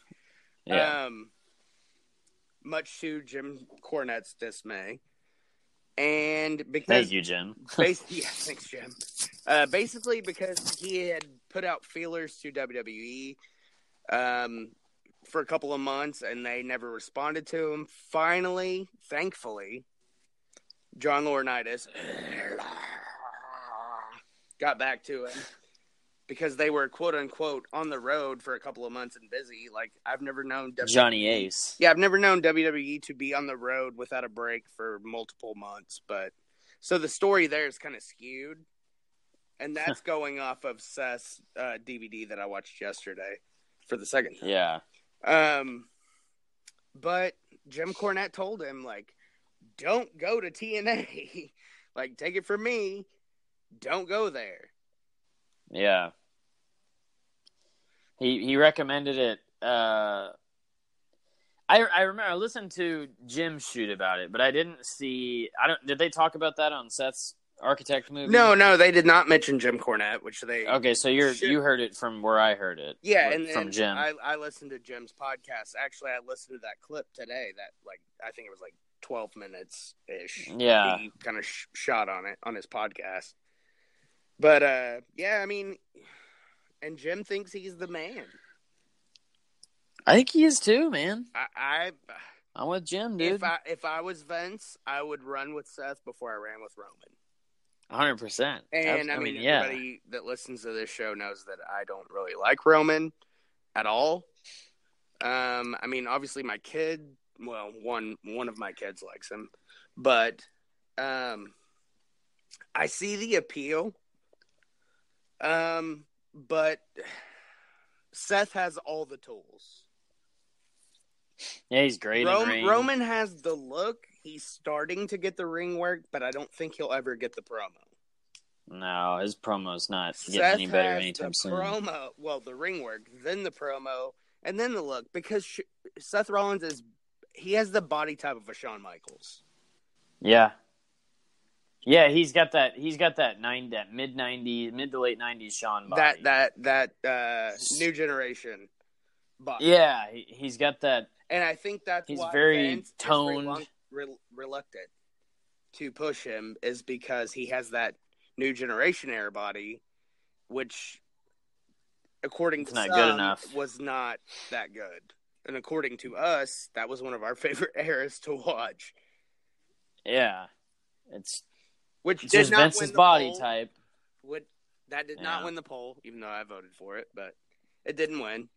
[SPEAKER 1] Yeah.
[SPEAKER 2] Um, much to Jim Cornette's dismay. And because
[SPEAKER 1] Thank you, Jim.
[SPEAKER 2] Bas- yeah, thanks, Jim. Uh, basically, because he had put out feelers to WWE um, for a couple of months and they never responded to him. Finally, thankfully, John Laurinaitis got back to him because they were quote unquote on the road for a couple of months and busy. Like, I've never known E WWE
[SPEAKER 1] Johnny Ace.
[SPEAKER 2] yeah, I've never known WWE to be on the road without a break for multiple months, but so the story there is kind of skewed, and that's going off of Seth's uh, DVD that I watched yesterday for the second time.
[SPEAKER 1] Yeah.
[SPEAKER 2] Um, but Jim Cornette told him like, "Don't go to TNA. like, take it from me, don't go there."
[SPEAKER 1] Yeah. He he recommended it. Uh, I I remember I listened to Jim shoot about it, but I didn't see. I don't. Did they talk about that on Seth's Architect movie?
[SPEAKER 2] No, no, they did not mention Jim Cornette, which they
[SPEAKER 1] Okay, so you're
[SPEAKER 2] Shit.
[SPEAKER 1] you heard it from where I heard it.
[SPEAKER 2] Yeah,
[SPEAKER 1] with-
[SPEAKER 2] and,
[SPEAKER 1] from
[SPEAKER 2] and
[SPEAKER 1] Jim.
[SPEAKER 2] I, I listened to Jim's podcast. Actually, I listened to that clip today. That like I think it was like twelve minutes ish.
[SPEAKER 1] Yeah.
[SPEAKER 2] he kind of sh- shot on it on his podcast. But uh, yeah, I mean, and Jim thinks he's the man.
[SPEAKER 1] I think he is too, man.
[SPEAKER 2] I, I
[SPEAKER 1] I'm with Jim, dude.
[SPEAKER 2] if I if I was Vince, I would run with Seth before I ran with Roman.
[SPEAKER 1] 100. percent
[SPEAKER 2] And I, mean, everybody that listens to this show knows that I don't really like Roman at all. Um, I mean, obviously, my kid, well, one one of my kids likes him, but um, I see the appeal. Um, but Seth has all the tools.
[SPEAKER 1] yeah, he's great. in
[SPEAKER 2] Rom-
[SPEAKER 1] ring.
[SPEAKER 2] Roman has the look. He's starting to get the ring work, but I don't think he'll ever get the promo.
[SPEAKER 1] No, his promo's not getting
[SPEAKER 2] Seth
[SPEAKER 1] any better
[SPEAKER 2] has
[SPEAKER 1] anytime
[SPEAKER 2] the
[SPEAKER 1] soon.
[SPEAKER 2] Promo, well, the ring work, then the promo, and then the look because sh- Seth Rollins is he has the body type of a Shawn Michaels.
[SPEAKER 1] Yeah. Yeah, he's got that. He's got that nine, that mid '90s, mid to late '90s Sean body.
[SPEAKER 2] That that that uh, new generation body.
[SPEAKER 1] Yeah, he, he's got that.
[SPEAKER 2] and I think that's
[SPEAKER 1] He's
[SPEAKER 2] why
[SPEAKER 1] very
[SPEAKER 2] Vince is
[SPEAKER 1] toned.
[SPEAKER 2] relun- rel- reluctant to push him is because he has that new generation air body, which, according
[SPEAKER 1] It's
[SPEAKER 2] to
[SPEAKER 1] not
[SPEAKER 2] some,
[SPEAKER 1] good enough.
[SPEAKER 2] was not that good. And according to us, that was one of our favorite eras to watch.
[SPEAKER 1] Yeah, it's
[SPEAKER 2] Which did
[SPEAKER 1] just
[SPEAKER 2] not win
[SPEAKER 1] Vince's
[SPEAKER 2] the
[SPEAKER 1] body
[SPEAKER 2] poll.
[SPEAKER 1] type.
[SPEAKER 2] Would- that did not
[SPEAKER 1] Yeah.
[SPEAKER 2] win the poll, even though I voted for it, but it didn't win.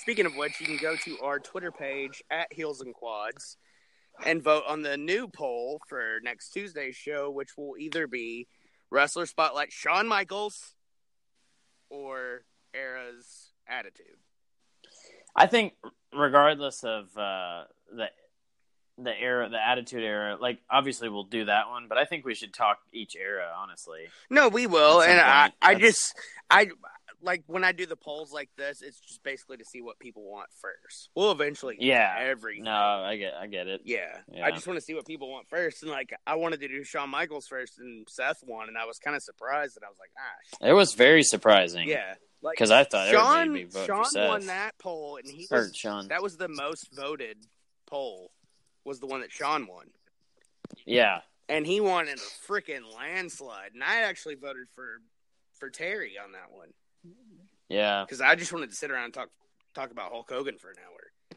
[SPEAKER 2] Speaking of which, you can go to our Twitter page at Heels and Quads and vote on the new poll for next Tuesday's show, which will either be Wrestler Spotlight Shawn Michaels or Era's Attitude.
[SPEAKER 1] I think, regardless of uh, the the era, the attitude era, like obviously we'll do that one, but I think we should talk each era honestly.
[SPEAKER 2] No, we will,
[SPEAKER 1] At some
[SPEAKER 2] and I,
[SPEAKER 1] point,
[SPEAKER 2] I
[SPEAKER 1] that's-
[SPEAKER 2] just I like when I do the polls like this, it's just basically to see what people want first. We'll eventually get
[SPEAKER 1] Yeah.
[SPEAKER 2] everything.
[SPEAKER 1] No, I get, I get it.
[SPEAKER 2] Yeah.
[SPEAKER 1] Yeah.
[SPEAKER 2] I just want to see what people want first. And like I wanted to do Shawn Michaels first and Seth won and I was kinda surprised and I was like, ah
[SPEAKER 1] It was very
[SPEAKER 2] shit.
[SPEAKER 1] surprising.
[SPEAKER 2] yeah. Like
[SPEAKER 1] 'Cause I thought everybody
[SPEAKER 2] Sean,
[SPEAKER 1] would be voting for
[SPEAKER 2] Sean
[SPEAKER 1] Seth.
[SPEAKER 2] won that poll and he
[SPEAKER 1] Or
[SPEAKER 2] was
[SPEAKER 1] Sean.
[SPEAKER 2] that was the most voted poll was the one that Sean won.
[SPEAKER 1] yeah,
[SPEAKER 2] And he won in a freaking landslide. And I actually voted for for Terry on that one.
[SPEAKER 1] yeah.
[SPEAKER 2] Because I just wanted to sit around and talk talk about Hulk Hogan for an hour.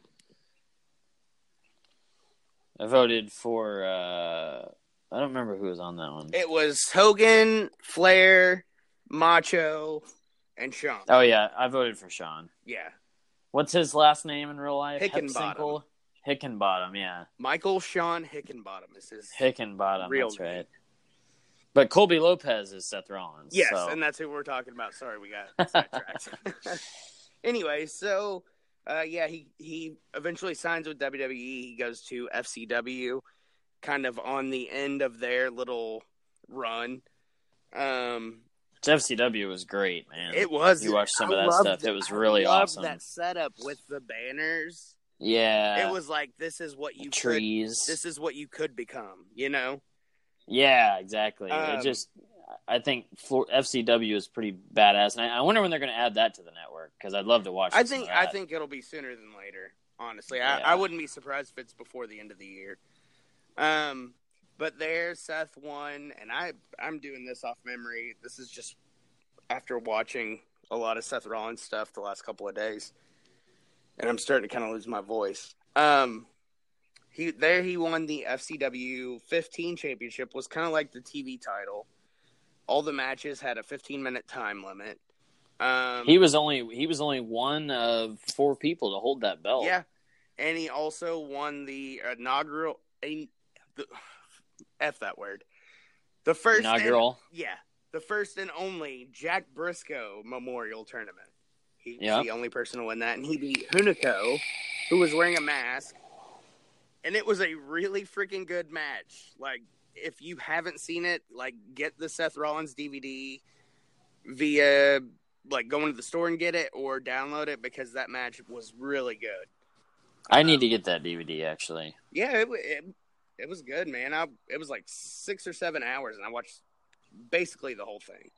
[SPEAKER 1] I voted for. Uh, I don't remember who was on that one.
[SPEAKER 2] It was Hogan, Flair, Macho, and Sean.
[SPEAKER 1] Oh yeah, I voted for Sean.
[SPEAKER 2] Yeah.
[SPEAKER 1] What's his last name in real life?
[SPEAKER 2] Hickenbottom.
[SPEAKER 1] Hepsinkle? Hickenbottom, yeah.
[SPEAKER 2] Michael Sean Hickenbottom is his.
[SPEAKER 1] Hickenbottom,
[SPEAKER 2] Real
[SPEAKER 1] that's
[SPEAKER 2] name.
[SPEAKER 1] right. But Colby Lopez is Seth Rollins.
[SPEAKER 2] yes,
[SPEAKER 1] so-
[SPEAKER 2] and that's who we're talking about. Sorry, we got sidetracked. anyway, so Uh, yeah, he he eventually signs with WWE. He goes to FCW, kind of on the end of their little run. Um,
[SPEAKER 1] FCW was great, man.
[SPEAKER 2] it was.
[SPEAKER 1] You watched some
[SPEAKER 2] I
[SPEAKER 1] of that
[SPEAKER 2] loved-
[SPEAKER 1] stuff. It was
[SPEAKER 2] I
[SPEAKER 1] really
[SPEAKER 2] loved
[SPEAKER 1] awesome.
[SPEAKER 2] That setup with the banners.
[SPEAKER 1] Yeah.
[SPEAKER 2] it was like this is what you could.
[SPEAKER 1] trees.
[SPEAKER 2] This is what you could become. You know.
[SPEAKER 1] Yeah, exactly.
[SPEAKER 2] Um,
[SPEAKER 1] it just, I think Flor- FCW is pretty badass, and I, I wonder when they're going to add that to the network because I'd love to watch.
[SPEAKER 2] I
[SPEAKER 1] some
[SPEAKER 2] think
[SPEAKER 1] of
[SPEAKER 2] I
[SPEAKER 1] that.
[SPEAKER 2] think it'll be sooner than later. Honestly,
[SPEAKER 1] Yeah.
[SPEAKER 2] I, I wouldn't be surprised if it's before the end of the year. Um, but there, Seth won, and I I'm doing this off memory. This is just after watching a lot of Seth Rollins stuff the last couple of days, and I'm starting to kind of lose my voice. Um, he there he won the FCW 15 championship was kind of like the TV title. All the matches had a 15 minute time limit. Um,
[SPEAKER 1] he was only he was only one of four people to hold that belt.
[SPEAKER 2] Yeah, and he also won the inaugural. In, the, F that word. The first and-
[SPEAKER 1] inaugural.
[SPEAKER 2] yeah, the first and only Jack Briscoe Memorial Tournament. He was
[SPEAKER 1] Yeah.
[SPEAKER 2] the only person to win that, and he beat Hunico, who was wearing a mask. And it was a really freaking good match. Like, if you haven't seen it, like, get the Seth Rollins DVD via like going to the store and get it or download it because that match was really good.
[SPEAKER 1] I
[SPEAKER 2] Um,
[SPEAKER 1] need to get that DVD actually.
[SPEAKER 2] Yeah, it, wa- it, it was good, man. I, it was like six or seven hours, and I watched basically the whole thing.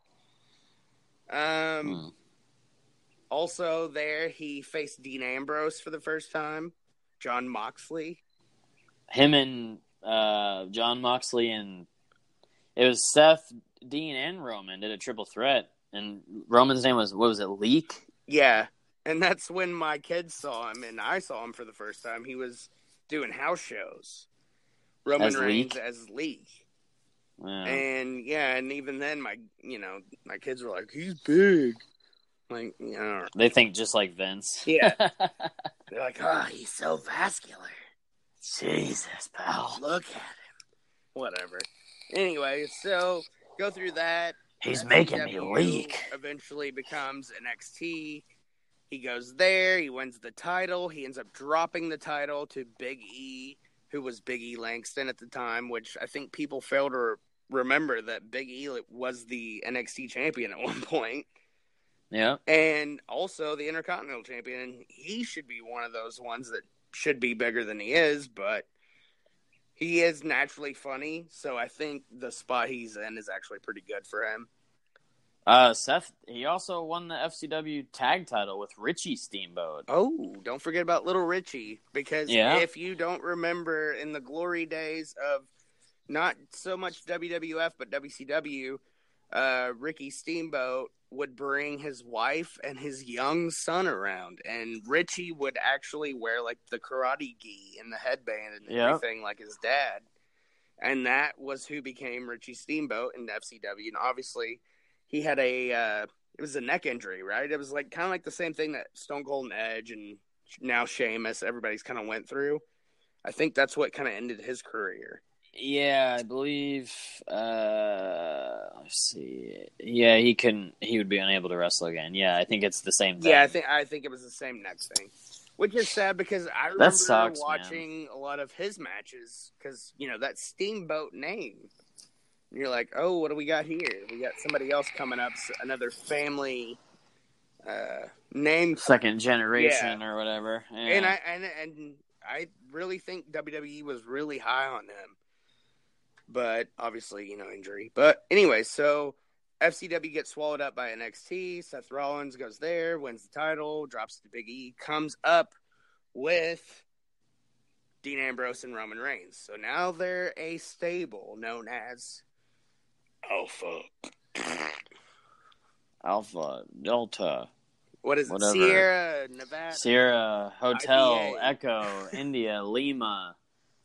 [SPEAKER 2] Um.
[SPEAKER 1] Hmm.
[SPEAKER 2] Also, there he faced Dean Ambrose for the first time, John Moxley.
[SPEAKER 1] Him and uh, John Moxley and it was Seth, Dean, and Roman did a triple threat, and Roman's name was what was it? Leak.
[SPEAKER 2] Yeah, and that's when my kids saw him, and I saw him for the first time. He was doing house shows. Roman
[SPEAKER 1] As
[SPEAKER 2] Reigns
[SPEAKER 1] Leak? Oh.
[SPEAKER 2] as Lee,
[SPEAKER 1] Yeah.
[SPEAKER 2] and yeah, and even then, my you know my kids were like, "He's big," like you know,
[SPEAKER 1] they think just like Vince.
[SPEAKER 2] yeah, they're like, "Oh, he's so vascular."
[SPEAKER 1] Jesus, pal.
[SPEAKER 2] Look at him. Whatever. Anyway, so go through that.
[SPEAKER 1] He's
[SPEAKER 2] FCW
[SPEAKER 1] making me weak.
[SPEAKER 2] Eventually becomes NXT. He goes there. He wins the title. He ends up dropping the title to Big E, who was Big E Langston at the time, which I think people fail to remember that Big E was the NXT champion at one point
[SPEAKER 1] Yeah.
[SPEAKER 2] and also the Intercontinental Champion. He should be one of those ones that should be bigger than he is, but he is naturally funny, so I think the spot he's in is actually pretty good for him.
[SPEAKER 1] Uh, Seth, he also won the FCW tag title with Richie Steamboat.
[SPEAKER 2] Oh, don't forget about Little Richie because
[SPEAKER 1] Yeah.
[SPEAKER 2] if you don't remember in the glory days of not so much WWF but WCW, uh, Ricky Steamboat would bring his wife and his young son around, and Richie would actually wear like the karate gi and the headband and
[SPEAKER 1] Yeah.
[SPEAKER 2] everything like his dad, and that was who became Richie Steamboat in FCW, and obviously he had a uh, it was a neck injury, right? It was like kind of like the same thing that Stone Cold and Edge and now Sheamus, everybody's kind of went through. I think that's what kind of ended his career.
[SPEAKER 1] Yeah, I believe. Uh, let's see. Yeah, he couldn't. He would be unable to wrestle again. Yeah, I think it's the same thing.
[SPEAKER 2] Yeah, I think I think it was the same next thing, which is sad because I remember
[SPEAKER 1] sucks, man.
[SPEAKER 2] watching a lot of his matches because you know that Steamboat name. And you're like, oh, what do we got here? We got somebody else coming up, s- another family uh, name
[SPEAKER 1] second generation or whatever. Yeah.
[SPEAKER 2] And I and and I really think WWE was really high on him. But obviously, you know, injury. But anyway, so FCW gets swallowed up by NXT. Seth Rollins goes there, wins the title, drops to Big E, comes up with Dean Ambrose and Roman Reigns. So now they're a stable known as Alpha.
[SPEAKER 1] Alpha Delta
[SPEAKER 2] What is it?
[SPEAKER 1] Whatever.
[SPEAKER 2] Sierra, Nevada.
[SPEAKER 1] Sierra Hotel
[SPEAKER 2] IPA.
[SPEAKER 1] Echo India Lima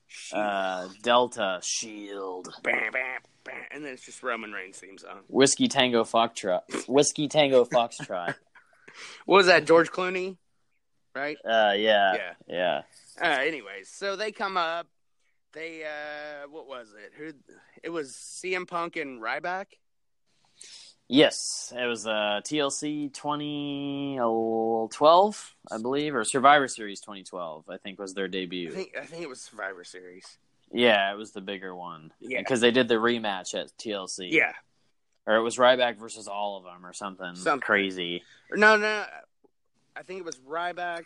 [SPEAKER 2] She-
[SPEAKER 1] uh, Delta Shield
[SPEAKER 2] bam, bam, bam. And then it's just Roman Reigns theme song.
[SPEAKER 1] Whiskey Tango Foxtrot Whiskey Tango Foxtrot.
[SPEAKER 2] What was that, George Clooney? Right?
[SPEAKER 1] Uh, yeah,
[SPEAKER 2] Yeah.
[SPEAKER 1] yeah.
[SPEAKER 2] Uh, anyways, so they come up. They, uh, what was it? Who? It was CM Punk and Ryback.
[SPEAKER 1] Yes, it was uh, TLC 2012, I believe, or Survivor Series 2012. I think was their
[SPEAKER 2] I
[SPEAKER 1] debut.
[SPEAKER 2] think I think it was Survivor Series.
[SPEAKER 1] yeah, it was the bigger one.
[SPEAKER 2] Yeah.
[SPEAKER 1] because they did the rematch at TLC.
[SPEAKER 2] Yeah.
[SPEAKER 1] or it was Ryback versus all of them, or something,
[SPEAKER 2] Something.
[SPEAKER 1] crazy.
[SPEAKER 2] Or No, no. I think it was Ryback.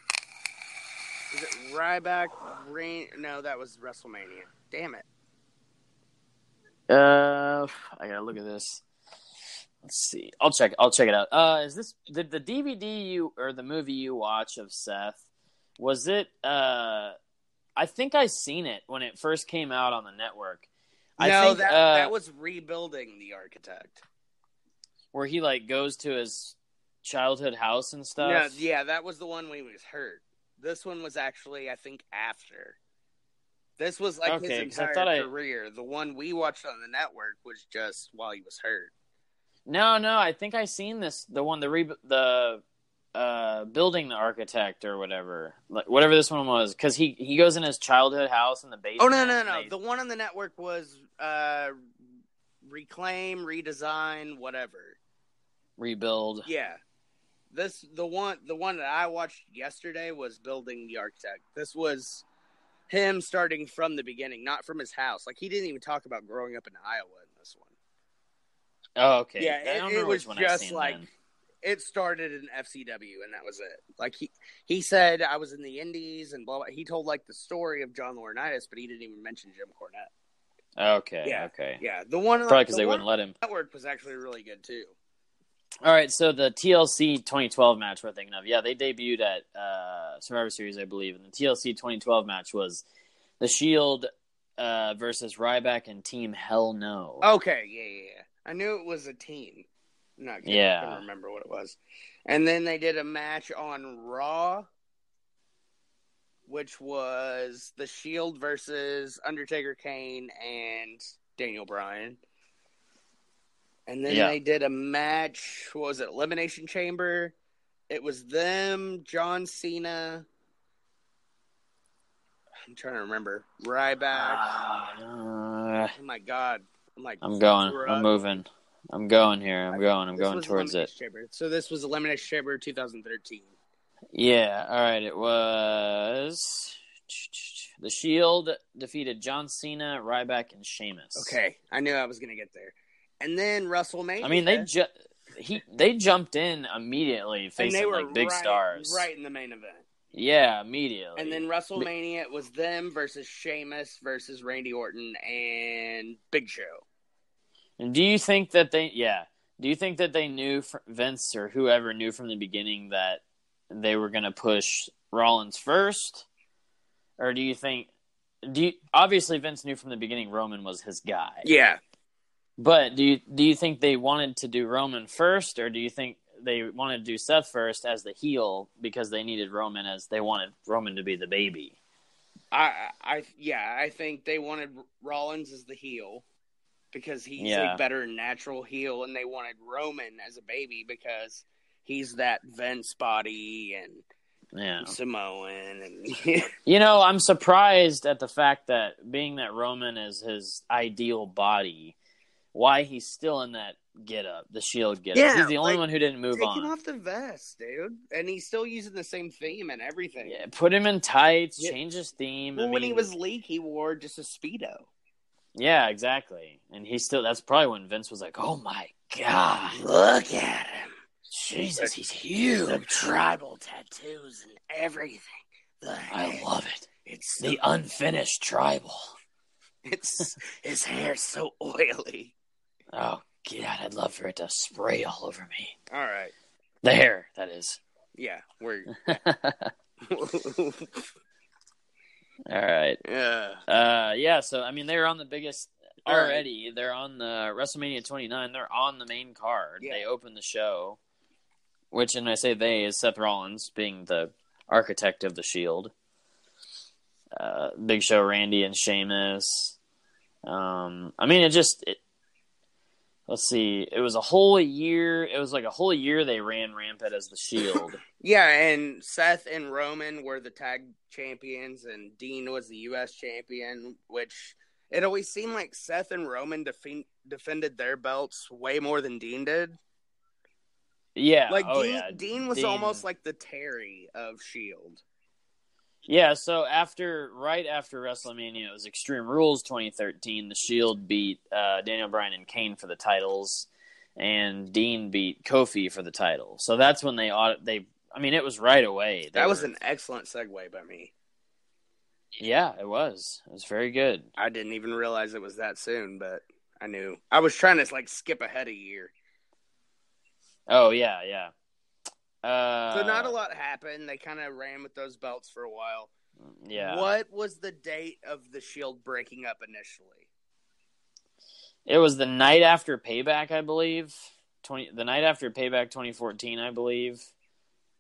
[SPEAKER 2] Is it Ryback? Rain? No, that was WrestleMania. Damn it.
[SPEAKER 1] Uh, I gotta look at this. Let's see. I'll check. I'll check it out. Uh, is this did the DVD you or the movie you watch of Seth? Was it? Uh, I think I seen it when it first came out on the network. I
[SPEAKER 2] no,
[SPEAKER 1] think,
[SPEAKER 2] that
[SPEAKER 1] uh,
[SPEAKER 2] that was rebuilding the architect.
[SPEAKER 1] where he like goes to his childhood house and stuff.
[SPEAKER 2] no, yeah, that was the one when he was hurt. This one was actually, I think, after. This was like his
[SPEAKER 1] Okay, 'cause I
[SPEAKER 2] entire
[SPEAKER 1] thought I-
[SPEAKER 2] career. The one we watched on the network was just while he was hurt.
[SPEAKER 1] No, no, I think I seen this the one the re- the uh building the architect or whatever. Like whatever this one was cuz he he goes in his childhood house in the
[SPEAKER 2] Oh
[SPEAKER 1] basement.
[SPEAKER 2] no, no,
[SPEAKER 1] and
[SPEAKER 2] no!
[SPEAKER 1] they-
[SPEAKER 2] The one on the network was uh, reclaim, redesign, whatever.
[SPEAKER 1] rebuild.
[SPEAKER 2] Yeah. This the one the one that I watched yesterday was building the architect. This was him starting from the beginning, not from his house. Like he didn't even talk about growing up in Iowa in this one.
[SPEAKER 1] Oh, okay.
[SPEAKER 2] Yeah,
[SPEAKER 1] I
[SPEAKER 2] it-
[SPEAKER 1] don't
[SPEAKER 2] it
[SPEAKER 1] remember
[SPEAKER 2] was
[SPEAKER 1] which one
[SPEAKER 2] just
[SPEAKER 1] I seen
[SPEAKER 2] like-
[SPEAKER 1] then.
[SPEAKER 2] It started in FCW and that was it. Like he he said I was in the Indies and blah blah. He told like the story of John Laurinaitis, but he didn't even mention Jim Cornette.
[SPEAKER 1] Okay,
[SPEAKER 2] Yeah,
[SPEAKER 1] okay.
[SPEAKER 2] Yeah, the one
[SPEAKER 1] Probably
[SPEAKER 2] the
[SPEAKER 1] cuz they
[SPEAKER 2] one
[SPEAKER 1] wouldn't let him.
[SPEAKER 2] on the network was actually really good too.
[SPEAKER 1] All right, so the TLC 2012 match we're thinking of, yeah, they debuted at uh, Survivor Series, I believe, and the TLC 2012 match was the Shield uh, versus Ryback and Team Hell No.
[SPEAKER 2] Okay, yeah, yeah, yeah. I knew it was a team. I'm not kidding. I
[SPEAKER 1] Yeah.
[SPEAKER 2] couldn't remember what it was. And then they did a match on Raw, which was The Shield versus Undertaker Kane and Daniel Bryan. And then
[SPEAKER 1] Yeah.
[SPEAKER 2] they did a match, what was it, Elimination Chamber? It was them, John Cena. I'm trying to remember. Ryback.
[SPEAKER 1] Uh,
[SPEAKER 2] oh my god. I'm like
[SPEAKER 1] Ah. I'm going.
[SPEAKER 2] drunk.
[SPEAKER 1] I'm moving. I'm going here. I'm going. I'm
[SPEAKER 2] This
[SPEAKER 1] going
[SPEAKER 2] was
[SPEAKER 1] towards it.
[SPEAKER 2] Elimination Chamber. So this was Elimination Chamber 2013.
[SPEAKER 1] Yeah. All right. It was the Shield defeated John Cena, Ryback, and Sheamus.
[SPEAKER 2] Okay, I knew I was gonna get there. And then WrestleMania.
[SPEAKER 1] I mean, they ju- he they jumped in immediately,
[SPEAKER 2] and
[SPEAKER 1] facing
[SPEAKER 2] they were
[SPEAKER 1] like big
[SPEAKER 2] right,
[SPEAKER 1] stars.
[SPEAKER 2] right in the main event.
[SPEAKER 1] Yeah, immediately.
[SPEAKER 2] And then WrestleMania it was them versus Sheamus versus Randy Orton and Big Show.
[SPEAKER 1] And do you think that they? Yeah. Do you think that they knew fr- Vince or whoever knew from the beginning that they were going to push Rollins first, or do you think? Do you, obviously Vince knew from the beginning Roman was his guy.
[SPEAKER 2] Yeah,
[SPEAKER 1] But do you do you think they wanted to do Roman first, or do you think they wanted to do Seth first as the heel because they needed Roman as they wanted Roman to be the baby?
[SPEAKER 2] I, I, yeah, I think they wanted Rollins as the heel because he's
[SPEAKER 1] Yeah.
[SPEAKER 2] a better natural heel, and they wanted Roman as a baby because he's that Vince body and
[SPEAKER 1] Yeah.
[SPEAKER 2] Samoan and
[SPEAKER 1] You know, I'm surprised at the fact that being that Roman is his ideal body, why he's still in that get up, the shield get up.
[SPEAKER 2] Yeah,
[SPEAKER 1] he's the only
[SPEAKER 2] like,
[SPEAKER 1] one who didn't move
[SPEAKER 2] Take
[SPEAKER 1] on.
[SPEAKER 2] him off the vest, dude. And he's still using the same theme and everything.
[SPEAKER 1] Yeah, put him in tights,
[SPEAKER 2] Yeah.
[SPEAKER 1] change his theme. I
[SPEAKER 2] Well, when he
[SPEAKER 1] mean-
[SPEAKER 2] was leak, he wore just a speedo.
[SPEAKER 1] Yeah, exactly. And he still that's probably when Vince was like, Oh my god.
[SPEAKER 2] Look at him.
[SPEAKER 1] Jesus, he's
[SPEAKER 2] The
[SPEAKER 1] huge.
[SPEAKER 2] tribal tattoos and everything. The
[SPEAKER 1] I
[SPEAKER 2] hair.
[SPEAKER 1] love it.
[SPEAKER 2] it's so,
[SPEAKER 1] The unfinished tribal.
[SPEAKER 2] it's his hair's so oily.
[SPEAKER 1] Oh god, I'd love for it to spray all over me.
[SPEAKER 2] All right.
[SPEAKER 1] The hair, that is.
[SPEAKER 2] Yeah, we're
[SPEAKER 1] all right.
[SPEAKER 2] yeah.
[SPEAKER 1] Uh, yeah. So I mean, they're on the biggest
[SPEAKER 2] All right.
[SPEAKER 1] already. They're on the WrestleMania 29. They're on the main card.
[SPEAKER 2] Yeah.
[SPEAKER 1] They open the show, which, and I say they is Seth Rollins being the architect of the Shield. Uh, Big Show, Randy, and Sheamus. Um, I mean, it just it, let's see. It was a whole year. It was like a whole year they ran rampant as the Shield.
[SPEAKER 2] Yeah, and Seth and Roman were the tag champions, and Dean was the U.S. champion. Which it always seemed like Seth and Roman defen- defended their belts way more than Dean did.
[SPEAKER 1] Yeah.
[SPEAKER 2] Like
[SPEAKER 1] oh,
[SPEAKER 2] Dean,
[SPEAKER 1] yeah.
[SPEAKER 2] Dean was
[SPEAKER 1] Dean.
[SPEAKER 2] almost like the Terry of Shield.
[SPEAKER 1] Yeah, so after right after WrestleMania, it was Extreme Rules 2013. The Shield beat uh, Daniel Bryan and Kane for the titles, and Dean beat Kofi for the title. So that's when they audit. They, I mean, it was right away. They
[SPEAKER 2] That was
[SPEAKER 1] were-
[SPEAKER 2] an excellent segue by me.
[SPEAKER 1] yeah, it was. It was very good.
[SPEAKER 2] I didn't even realize it was that soon, but I knew. I was trying to like skip ahead a year.
[SPEAKER 1] Oh yeah, yeah. Uh,
[SPEAKER 2] So not a lot happened. They kind of ran with those belts for a while.
[SPEAKER 1] Yeah,
[SPEAKER 2] What was the date of the Shield breaking up initially?
[SPEAKER 1] it was the night after Payback, I believe. Twenty, the night after Payback 2014, I believe.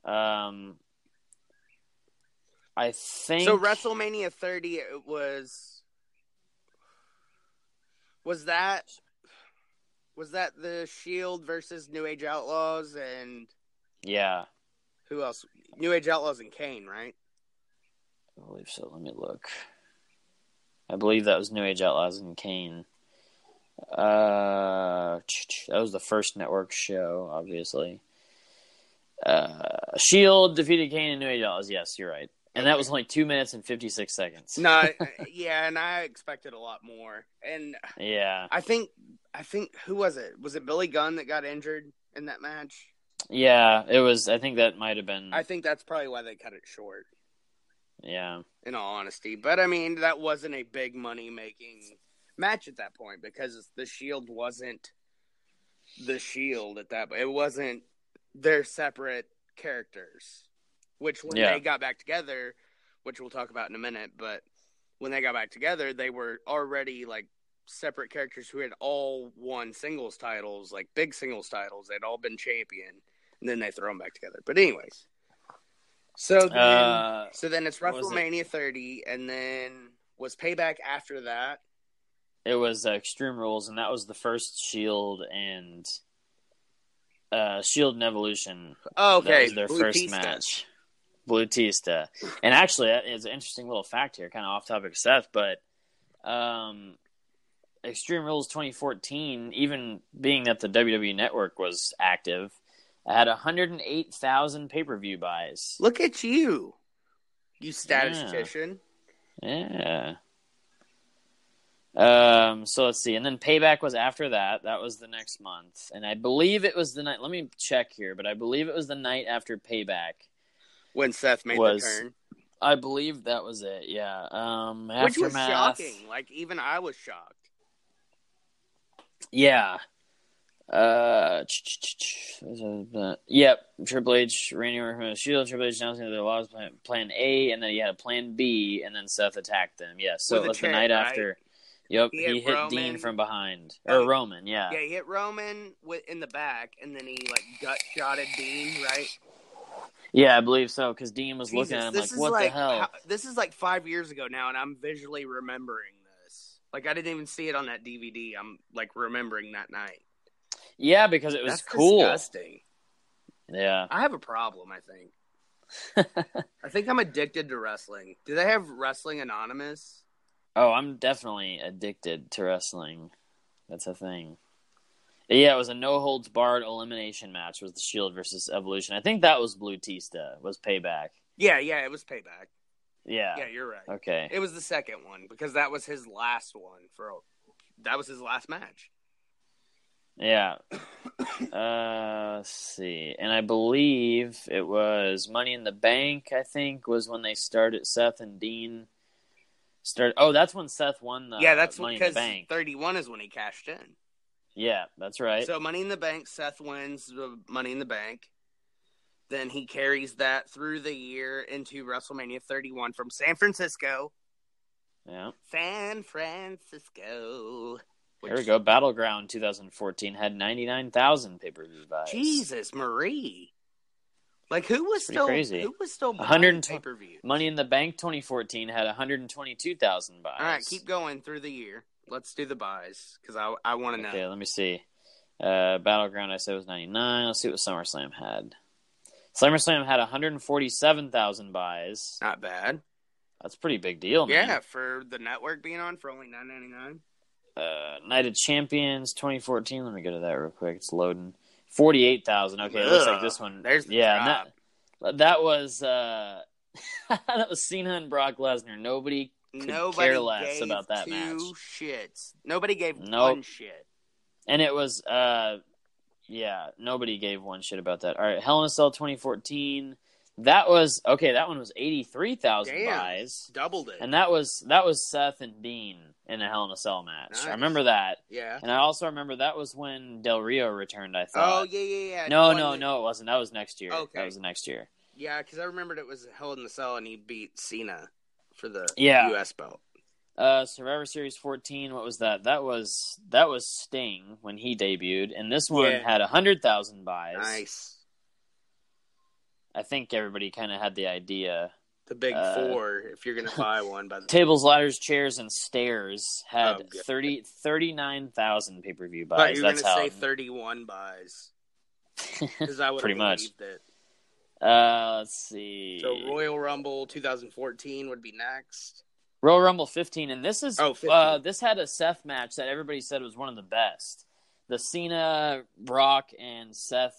[SPEAKER 1] Um, I think
[SPEAKER 2] So WrestleMania 30 it was was that was that the Shield versus New Age Outlaws and
[SPEAKER 1] Yeah,
[SPEAKER 2] who else? New Age Outlaws and Kane, right?
[SPEAKER 1] I believe so. Let me look. I believe that was New Age Outlaws and Kane. Uh, that was the first network show, obviously. Uh, Shield defeated Kane and New Age Outlaws. Yes, you're right. And that was only two minutes and fifty six seconds.
[SPEAKER 2] No, I- yeah, and I expected a lot more. And
[SPEAKER 1] Yeah,
[SPEAKER 2] I think I think who was it? Was it Billy Gunn that got injured in that match?
[SPEAKER 1] yeah. It was. I think that might have been.
[SPEAKER 2] I think that's probably why they cut it short.
[SPEAKER 1] yeah,
[SPEAKER 2] in all honesty. But I mean, that wasn't a big money making match at that point because the Shield wasn't the Shield at that. It wasn't their separate characters. Which when
[SPEAKER 1] Yeah.
[SPEAKER 2] they got back together, which we'll talk about in a minute, but when they got back together, they were already like separate characters who had all won singles titles, like big singles titles. They'd all been champion, and then they throw them back together. But anyways, so then,
[SPEAKER 1] Uh,
[SPEAKER 2] so then it's
[SPEAKER 1] what was it?
[SPEAKER 2] WrestleMania 30, and then was Payback after that.
[SPEAKER 1] it was uh, Extreme Rules, and that was the first Shield E and uh, Shield and Evolution
[SPEAKER 2] Oh,
[SPEAKER 1] That
[SPEAKER 2] okay,
[SPEAKER 1] was their
[SPEAKER 2] Blue
[SPEAKER 1] first
[SPEAKER 2] Tista.
[SPEAKER 1] match. Blutista. And actually, that is an interesting little fact here, kind of off topic stuff, but um, Extreme Rules 2014, even being that the WWE Network was active, had 108,000 pay per view buys.
[SPEAKER 2] Look at you, you statistician.
[SPEAKER 1] Yeah. Um, so let's see. And then Payback was after that. That was the next month. And I believe it was the night. Let me check here, but I believe it was the night after Payback.
[SPEAKER 2] When Seth made
[SPEAKER 1] Was
[SPEAKER 2] the turn,
[SPEAKER 1] I believe that was it. Yeah. Um,
[SPEAKER 2] which was
[SPEAKER 1] aftermath.
[SPEAKER 2] shocking. Like even I was shocked.
[SPEAKER 1] Yeah. Uh, ch- ch- ch- ch- was it the- yep. Triple H, Randy Orton from the Shield. Triple H announcing that they lost plan, plan A, and then he had a plan B, and then Seth attacked them. Yeah. So
[SPEAKER 2] With
[SPEAKER 1] it
[SPEAKER 2] a
[SPEAKER 1] was
[SPEAKER 2] chair,
[SPEAKER 1] the night
[SPEAKER 2] right?
[SPEAKER 1] after. Yep.
[SPEAKER 2] He
[SPEAKER 1] He,
[SPEAKER 2] hit
[SPEAKER 1] hit
[SPEAKER 2] Roman.
[SPEAKER 1] Dean from behind,
[SPEAKER 2] Oh.
[SPEAKER 1] or Roman. Yeah.
[SPEAKER 2] Yeah, he hit Roman with, in the back, and then he like gut shotted Dean. Right?
[SPEAKER 1] Yeah, I believe so because Dean was looking
[SPEAKER 2] Jesus,
[SPEAKER 1] at him like, "What the hell?"
[SPEAKER 2] how- this is like five years ago now, and I'm visually remembering this. Like I didn't even see it on that DVD. I'm like remembering that night.
[SPEAKER 1] yeah, because it was
[SPEAKER 2] That's
[SPEAKER 1] cool.
[SPEAKER 2] disgusting.
[SPEAKER 1] Yeah.
[SPEAKER 2] I have a problem. I think. I think I'm addicted to wrestling. Do they have Wrestling Anonymous?
[SPEAKER 1] Oh, I'm definitely addicted to wrestling. That's a thing. Yeah, it was a no holds barred elimination match. Was the Shield versus Evolution? I think that was Blue Tista. Was Payback?
[SPEAKER 2] Yeah, yeah, it was Payback.
[SPEAKER 1] Yeah.
[SPEAKER 2] Yeah, you're right.
[SPEAKER 1] Okay.
[SPEAKER 2] It was the second one because that was his last one for that was his last match.
[SPEAKER 1] Yeah. Uh, let's see. And I believe it was Money in the Bank. I think was when they started. Seth and Dean started. Oh, that's when Seth won the.
[SPEAKER 2] yeah, that's
[SPEAKER 1] Money in the
[SPEAKER 2] because
[SPEAKER 1] Bank.
[SPEAKER 2] 31 is when he cashed in.
[SPEAKER 1] yeah, that's right.
[SPEAKER 2] So Money in the Bank, Seth wins the Money in the Bank. Then he carries that through the year into WrestleMania 31 from San Francisco.
[SPEAKER 1] yeah.
[SPEAKER 2] San Francisco.
[SPEAKER 1] Here we go. Battleground 2014 had 99,000 pay-per-view buys.
[SPEAKER 2] Jesus Marie. Like who was
[SPEAKER 1] Pretty
[SPEAKER 2] still
[SPEAKER 1] crazy.
[SPEAKER 2] who was still
[SPEAKER 1] 120
[SPEAKER 2] pay per view?
[SPEAKER 1] Money in the Bank 2014 had 122,000 buys.
[SPEAKER 2] All right, keep going through the year. Let's do the buys because I I want to know.
[SPEAKER 1] Okay, let me see. Uh, Battleground, I said was 99. Let's see what SummerSlam had. SummerSlam had 147,000 buys.
[SPEAKER 2] Not bad.
[SPEAKER 1] That's a pretty big deal, Oh, man.
[SPEAKER 2] Yeah, for the network being on for only nine ninety nine.
[SPEAKER 1] uh, Night of Champions 2014. Let me go to that real quick. It's loading. Forty-eight thousand. Okay, it looks like this one.
[SPEAKER 2] There's the
[SPEAKER 1] yeah, and
[SPEAKER 2] drop.
[SPEAKER 1] that that was uh, that was Cena and Brock Lesnar. Nobody could
[SPEAKER 2] Nobody
[SPEAKER 1] care less
[SPEAKER 2] gave
[SPEAKER 1] about that
[SPEAKER 2] two
[SPEAKER 1] match.
[SPEAKER 2] shits. Nobody gave
[SPEAKER 1] Nope.
[SPEAKER 2] one shit.
[SPEAKER 1] And it was, uh, yeah, nobody gave one shit about that. All right, Hell in a Cell 2014. That was okay. That one was 83,000
[SPEAKER 2] Damn.
[SPEAKER 1] buys,
[SPEAKER 2] Doubled it.
[SPEAKER 1] and that was that was Seth and Dean in a Hell in a Cell match.
[SPEAKER 2] Nice.
[SPEAKER 1] I remember that,
[SPEAKER 2] yeah.
[SPEAKER 1] and I also remember that was when Del Rio returned. I
[SPEAKER 2] Oh
[SPEAKER 1] thought.
[SPEAKER 2] yeah, yeah, yeah.
[SPEAKER 1] no,
[SPEAKER 2] One
[SPEAKER 1] no,
[SPEAKER 2] that-
[SPEAKER 1] no, it wasn't. That was next year.
[SPEAKER 2] Okay.
[SPEAKER 1] That was next year.
[SPEAKER 2] Yeah, because I remembered it was Hell in the Cell, and he beat Cena for the
[SPEAKER 1] Yeah.
[SPEAKER 2] U.S. belt.
[SPEAKER 1] Uh, Survivor Series 14. What was that? That was that was Sting when he debuted, and this one
[SPEAKER 2] Yeah.
[SPEAKER 1] had hundred thousand buys.
[SPEAKER 2] Nice.
[SPEAKER 1] I think everybody kind of had the idea.
[SPEAKER 2] The big
[SPEAKER 1] Uh,
[SPEAKER 2] four. If you're gonna buy one, by the
[SPEAKER 1] Tables, ladders, chairs, and stairs
[SPEAKER 2] Oh,
[SPEAKER 1] had
[SPEAKER 2] good.
[SPEAKER 1] thirty thirty nine thousand 39,000 pay per view
[SPEAKER 2] but
[SPEAKER 1] buys.
[SPEAKER 2] you're
[SPEAKER 1] That's
[SPEAKER 2] gonna
[SPEAKER 1] how.
[SPEAKER 2] say 31 buys because I would
[SPEAKER 1] Pretty much.
[SPEAKER 2] It.
[SPEAKER 1] uh, let's see.
[SPEAKER 2] So Royal Rumble 2014 would be next.
[SPEAKER 1] Royal Rumble 15, and this is
[SPEAKER 2] Oh, 15.
[SPEAKER 1] uh, this had a Seth match that everybody said was one of the best. The Cena, Brock, and Seth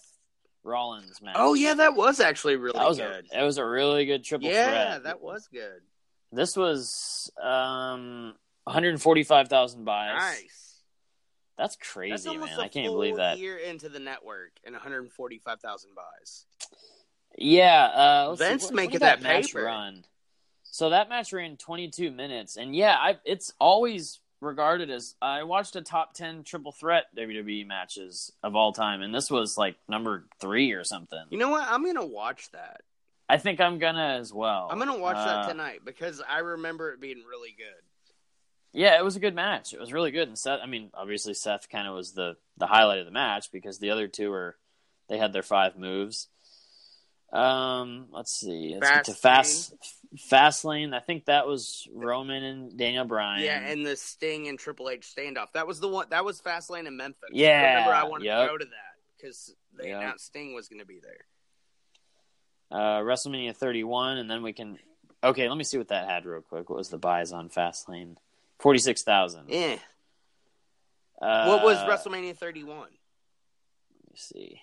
[SPEAKER 1] Rollins match.
[SPEAKER 2] Oh yeah, that was actually really
[SPEAKER 1] that was
[SPEAKER 2] good.
[SPEAKER 1] a that was a really good triple
[SPEAKER 2] yeah,
[SPEAKER 1] threat.
[SPEAKER 2] that was good.
[SPEAKER 1] This was um 145,000 buys.
[SPEAKER 2] Nice.
[SPEAKER 1] That's
[SPEAKER 2] That's
[SPEAKER 1] crazy,
[SPEAKER 2] almost
[SPEAKER 1] man.
[SPEAKER 2] a
[SPEAKER 1] I can't
[SPEAKER 2] full
[SPEAKER 1] believe that.
[SPEAKER 2] Year into the network and 145,000 buys.
[SPEAKER 1] Yeah, uh, let's see,
[SPEAKER 2] Vince
[SPEAKER 1] what- what
[SPEAKER 2] making
[SPEAKER 1] did
[SPEAKER 2] that
[SPEAKER 1] match
[SPEAKER 2] paper.
[SPEAKER 1] run. So that match ran 22 minutes, and yeah, I, it's always regarded as I watched a top 10 triple threat WWE matches of all time, and this was like number three or something.
[SPEAKER 2] You know what? I'm gonna watch that.
[SPEAKER 1] I think I'm gonna as well.
[SPEAKER 2] I'm gonna watch
[SPEAKER 1] Uh,
[SPEAKER 2] that tonight because I remember it being really good.
[SPEAKER 1] Yeah, it was a good match. It was really good, and Seth. I mean, obviously Seth kind of was the the highlight of the match because the other two were they had their five moves. Um, let's see. Let's get to fast fast lane. I think that was Roman and Daniel Bryan.
[SPEAKER 2] Yeah, and the Sting and Triple H standoff. That was the one. That was Fastlane in Memphis.
[SPEAKER 1] Yeah,
[SPEAKER 2] remember I wanted
[SPEAKER 1] yep.
[SPEAKER 2] to go to that because they
[SPEAKER 1] Yep.
[SPEAKER 2] announced Sting was going to be there.
[SPEAKER 1] uh, WrestleMania 31, and then we can. Okay, let me see what that had real quick. What was the buys on Fastlane? Forty six thousand.
[SPEAKER 2] Yeah.
[SPEAKER 1] Uh,
[SPEAKER 2] what was WrestleMania 31?
[SPEAKER 1] Let me see.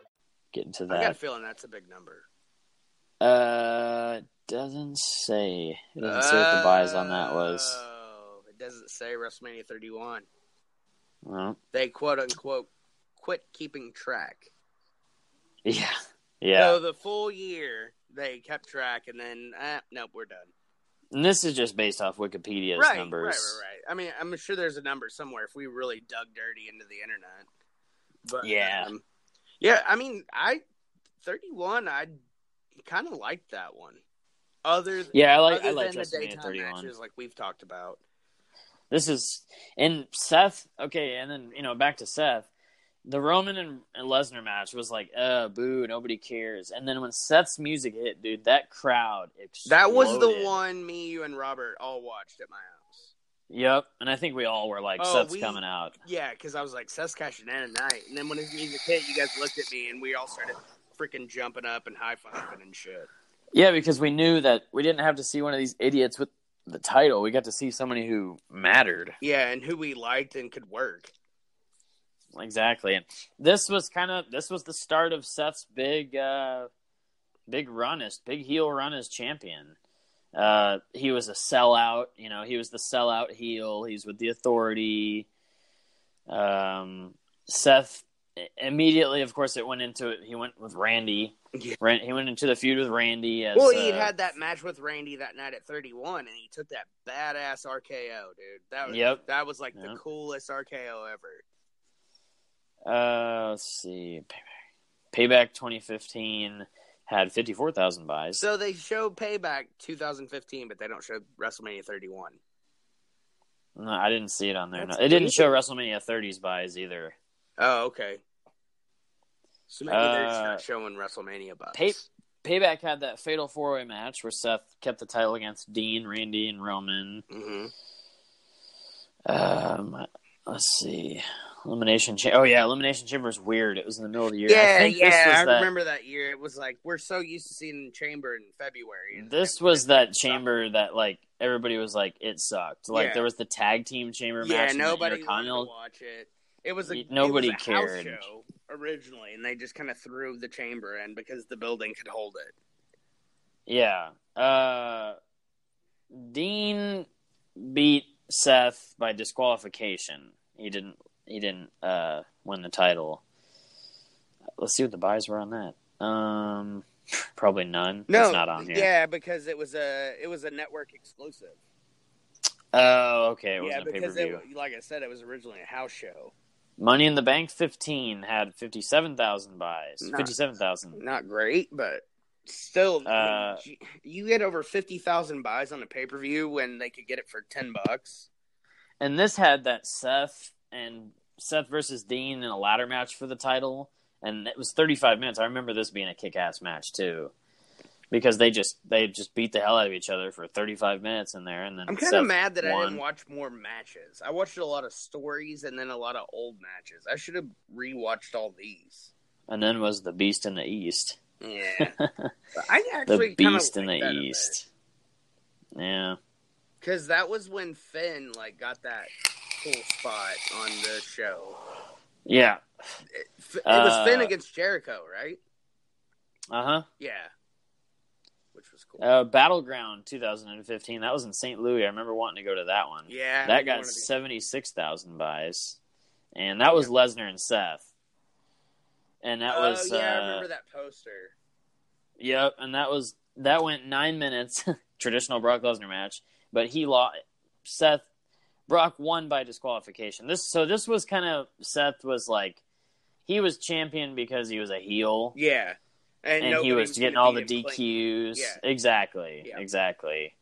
[SPEAKER 1] Getting to
[SPEAKER 2] I got a
[SPEAKER 1] that.
[SPEAKER 2] feeling that's a big number.
[SPEAKER 1] Uh, doesn't say. It doesn't say what the buys on that was.
[SPEAKER 2] Oh, It doesn't say WrestleMania 31.
[SPEAKER 1] Well,
[SPEAKER 2] They quote unquote quit keeping track.
[SPEAKER 1] yeah, yeah.
[SPEAKER 2] So the full year they kept track, and then eh, nope, we're done.
[SPEAKER 1] And this is just based off Wikipedia's
[SPEAKER 2] right,
[SPEAKER 1] numbers.
[SPEAKER 2] right, right, right. I mean, I'm sure there's a number somewhere if we really dug dirty into the internet. But
[SPEAKER 1] Yeah.
[SPEAKER 2] um, yeah. I mean, I 31. I kind of liked that one. Other th-
[SPEAKER 1] Yeah, I like
[SPEAKER 2] other
[SPEAKER 1] I like
[SPEAKER 2] than the
[SPEAKER 1] WrestleMania
[SPEAKER 2] daytime
[SPEAKER 1] 31.
[SPEAKER 2] matches like we've talked about.
[SPEAKER 1] This is and Seth. Okay, and then you know back to Seth. The Roman and, and Lesnar match was like, uh, boo, nobody cares. And then when Seth's music hit, dude, that crowd exploded.
[SPEAKER 2] That was the one me, you, and Robert all watched at my house.
[SPEAKER 1] Yep, and I think we all were like,
[SPEAKER 2] Oh,
[SPEAKER 1] Seth's
[SPEAKER 2] we-
[SPEAKER 1] coming out.
[SPEAKER 2] Yeah, because I was like, Seth's cashing in tonight. And then when his music hit, you guys looked at me and we all started freaking jumping up and high fiving and shit.
[SPEAKER 1] Yeah, because we knew that we didn't have to see one of these idiots with the title. We got to see somebody who mattered.
[SPEAKER 2] Yeah, and who we liked and could work.
[SPEAKER 1] Exactly. And this was kind of this was the start of Seth's big uh big run as big heel run as champion. Uh he was a sellout, you know, he was the sellout heel, he's with the authority. Um Seth immediately, of course, it went into it. He went with Randy.
[SPEAKER 2] Yeah.
[SPEAKER 1] Ran, he went into the feud with Randy. As,
[SPEAKER 2] Well, he
[SPEAKER 1] uh,
[SPEAKER 2] had that match with Randy that night at 31, and he took that badass RKO, dude. That was
[SPEAKER 1] Yep.
[SPEAKER 2] that was like the
[SPEAKER 1] Yep.
[SPEAKER 2] coolest RKO ever.
[SPEAKER 1] Uh, let's see. Payback, Payback 2015 had 54,000 buys.
[SPEAKER 2] So they show Payback 2015, but they don't show WrestleMania 31.
[SPEAKER 1] no, I didn't see it on there. No.
[SPEAKER 2] That's
[SPEAKER 1] It didn't
[SPEAKER 2] decent.
[SPEAKER 1] show WrestleMania 30's buys either.
[SPEAKER 2] Oh, okay. So maybe they're just
[SPEAKER 1] Uh,
[SPEAKER 2] not showing WrestleMania bucks.
[SPEAKER 1] Pay- Payback had that fatal four way match where Seth kept the title against Dean, Randy, and Roman.
[SPEAKER 2] hmm
[SPEAKER 1] Um, let's see. Elimination Chamber. Oh, yeah. Elimination Chamber was weird. It was in the middle of the year. I
[SPEAKER 2] Yeah,
[SPEAKER 1] think
[SPEAKER 2] yeah.
[SPEAKER 1] This was
[SPEAKER 2] I
[SPEAKER 1] that,
[SPEAKER 2] remember that year. It was like we're so used to seeing Chamber in February. and
[SPEAKER 1] This
[SPEAKER 2] then-
[SPEAKER 1] was that chamber that, like, everybody was like, it sucked. Like,
[SPEAKER 2] Yeah.
[SPEAKER 1] there was the tag team chamber match.
[SPEAKER 2] Yeah,
[SPEAKER 1] and the
[SPEAKER 2] nobody wanted to
[SPEAKER 1] Intercontinental
[SPEAKER 2] watch it. It was a
[SPEAKER 1] Nobody
[SPEAKER 2] it was a house
[SPEAKER 1] cared.
[SPEAKER 2] show originally, and they just kind of threw the chamber in because the building could hold it.
[SPEAKER 1] Yeah. Uh, Dean beat Seth by disqualification. He didn't. He didn't uh, win the title. Let's see what the buys were on that. Um, probably none. it's not on here.
[SPEAKER 2] Yeah, because it was a it was a network exclusive.
[SPEAKER 1] Oh, okay. It was
[SPEAKER 2] yeah,
[SPEAKER 1] a pay per
[SPEAKER 2] because it,
[SPEAKER 1] view.
[SPEAKER 2] like I said, it was originally a house show.
[SPEAKER 1] Money in the Bank 15 had 57,000 buys.
[SPEAKER 2] Nice.
[SPEAKER 1] 57,000.
[SPEAKER 2] Not great, but still,
[SPEAKER 1] Uh,
[SPEAKER 2] gee, you get over fifty thousand buys on a pay per view when they could get it for ten bucks.
[SPEAKER 1] And this had that Seth and Seth versus Dean in a ladder match for the title, and it was 35 minutes. I remember this being a kick-ass match too, because they just they just beat the hell out of each other for 35 minutes in there, and then
[SPEAKER 2] I'm kind
[SPEAKER 1] Seth
[SPEAKER 2] of mad that I
[SPEAKER 1] won.
[SPEAKER 2] didn't watch more matches. I watched a lot of stories and then a lot of old matches. I should have rewatched all these.
[SPEAKER 1] And then was the Beast in the East,
[SPEAKER 2] Yeah, But I
[SPEAKER 1] the
[SPEAKER 2] actually
[SPEAKER 1] Beast in the East. Yeah,
[SPEAKER 2] because that was when Finn like got that cool spot on the show.
[SPEAKER 1] yeah,
[SPEAKER 2] It, F- it was Finn
[SPEAKER 1] Uh,
[SPEAKER 2] against Jericho, right?
[SPEAKER 1] uh huh.
[SPEAKER 2] Yeah, which was cool.
[SPEAKER 1] Uh, Battleground 2015. That was in St. Louis. I remember wanting to go to that one.
[SPEAKER 2] yeah,
[SPEAKER 1] that
[SPEAKER 2] you
[SPEAKER 1] got
[SPEAKER 2] wanna be-
[SPEAKER 1] seventy six thousand buys, and that was Lesnar and Seth, and that
[SPEAKER 2] oh,
[SPEAKER 1] was
[SPEAKER 2] yeah, I
[SPEAKER 1] uh,
[SPEAKER 2] remember that poster.
[SPEAKER 1] yep, and that was that went nine minutes traditional Brock Lesnar match, but he lost. Seth Brock won by disqualification. This so this was kind of Seth was like he was champion because he was a heel,
[SPEAKER 2] Yeah, and,
[SPEAKER 1] and
[SPEAKER 2] nobody
[SPEAKER 1] he was
[SPEAKER 2] gonna
[SPEAKER 1] getting all the
[SPEAKER 2] beat him clean.
[SPEAKER 1] DQs.
[SPEAKER 2] Yeah.
[SPEAKER 1] Exactly.
[SPEAKER 2] Yeah.
[SPEAKER 1] Exactly.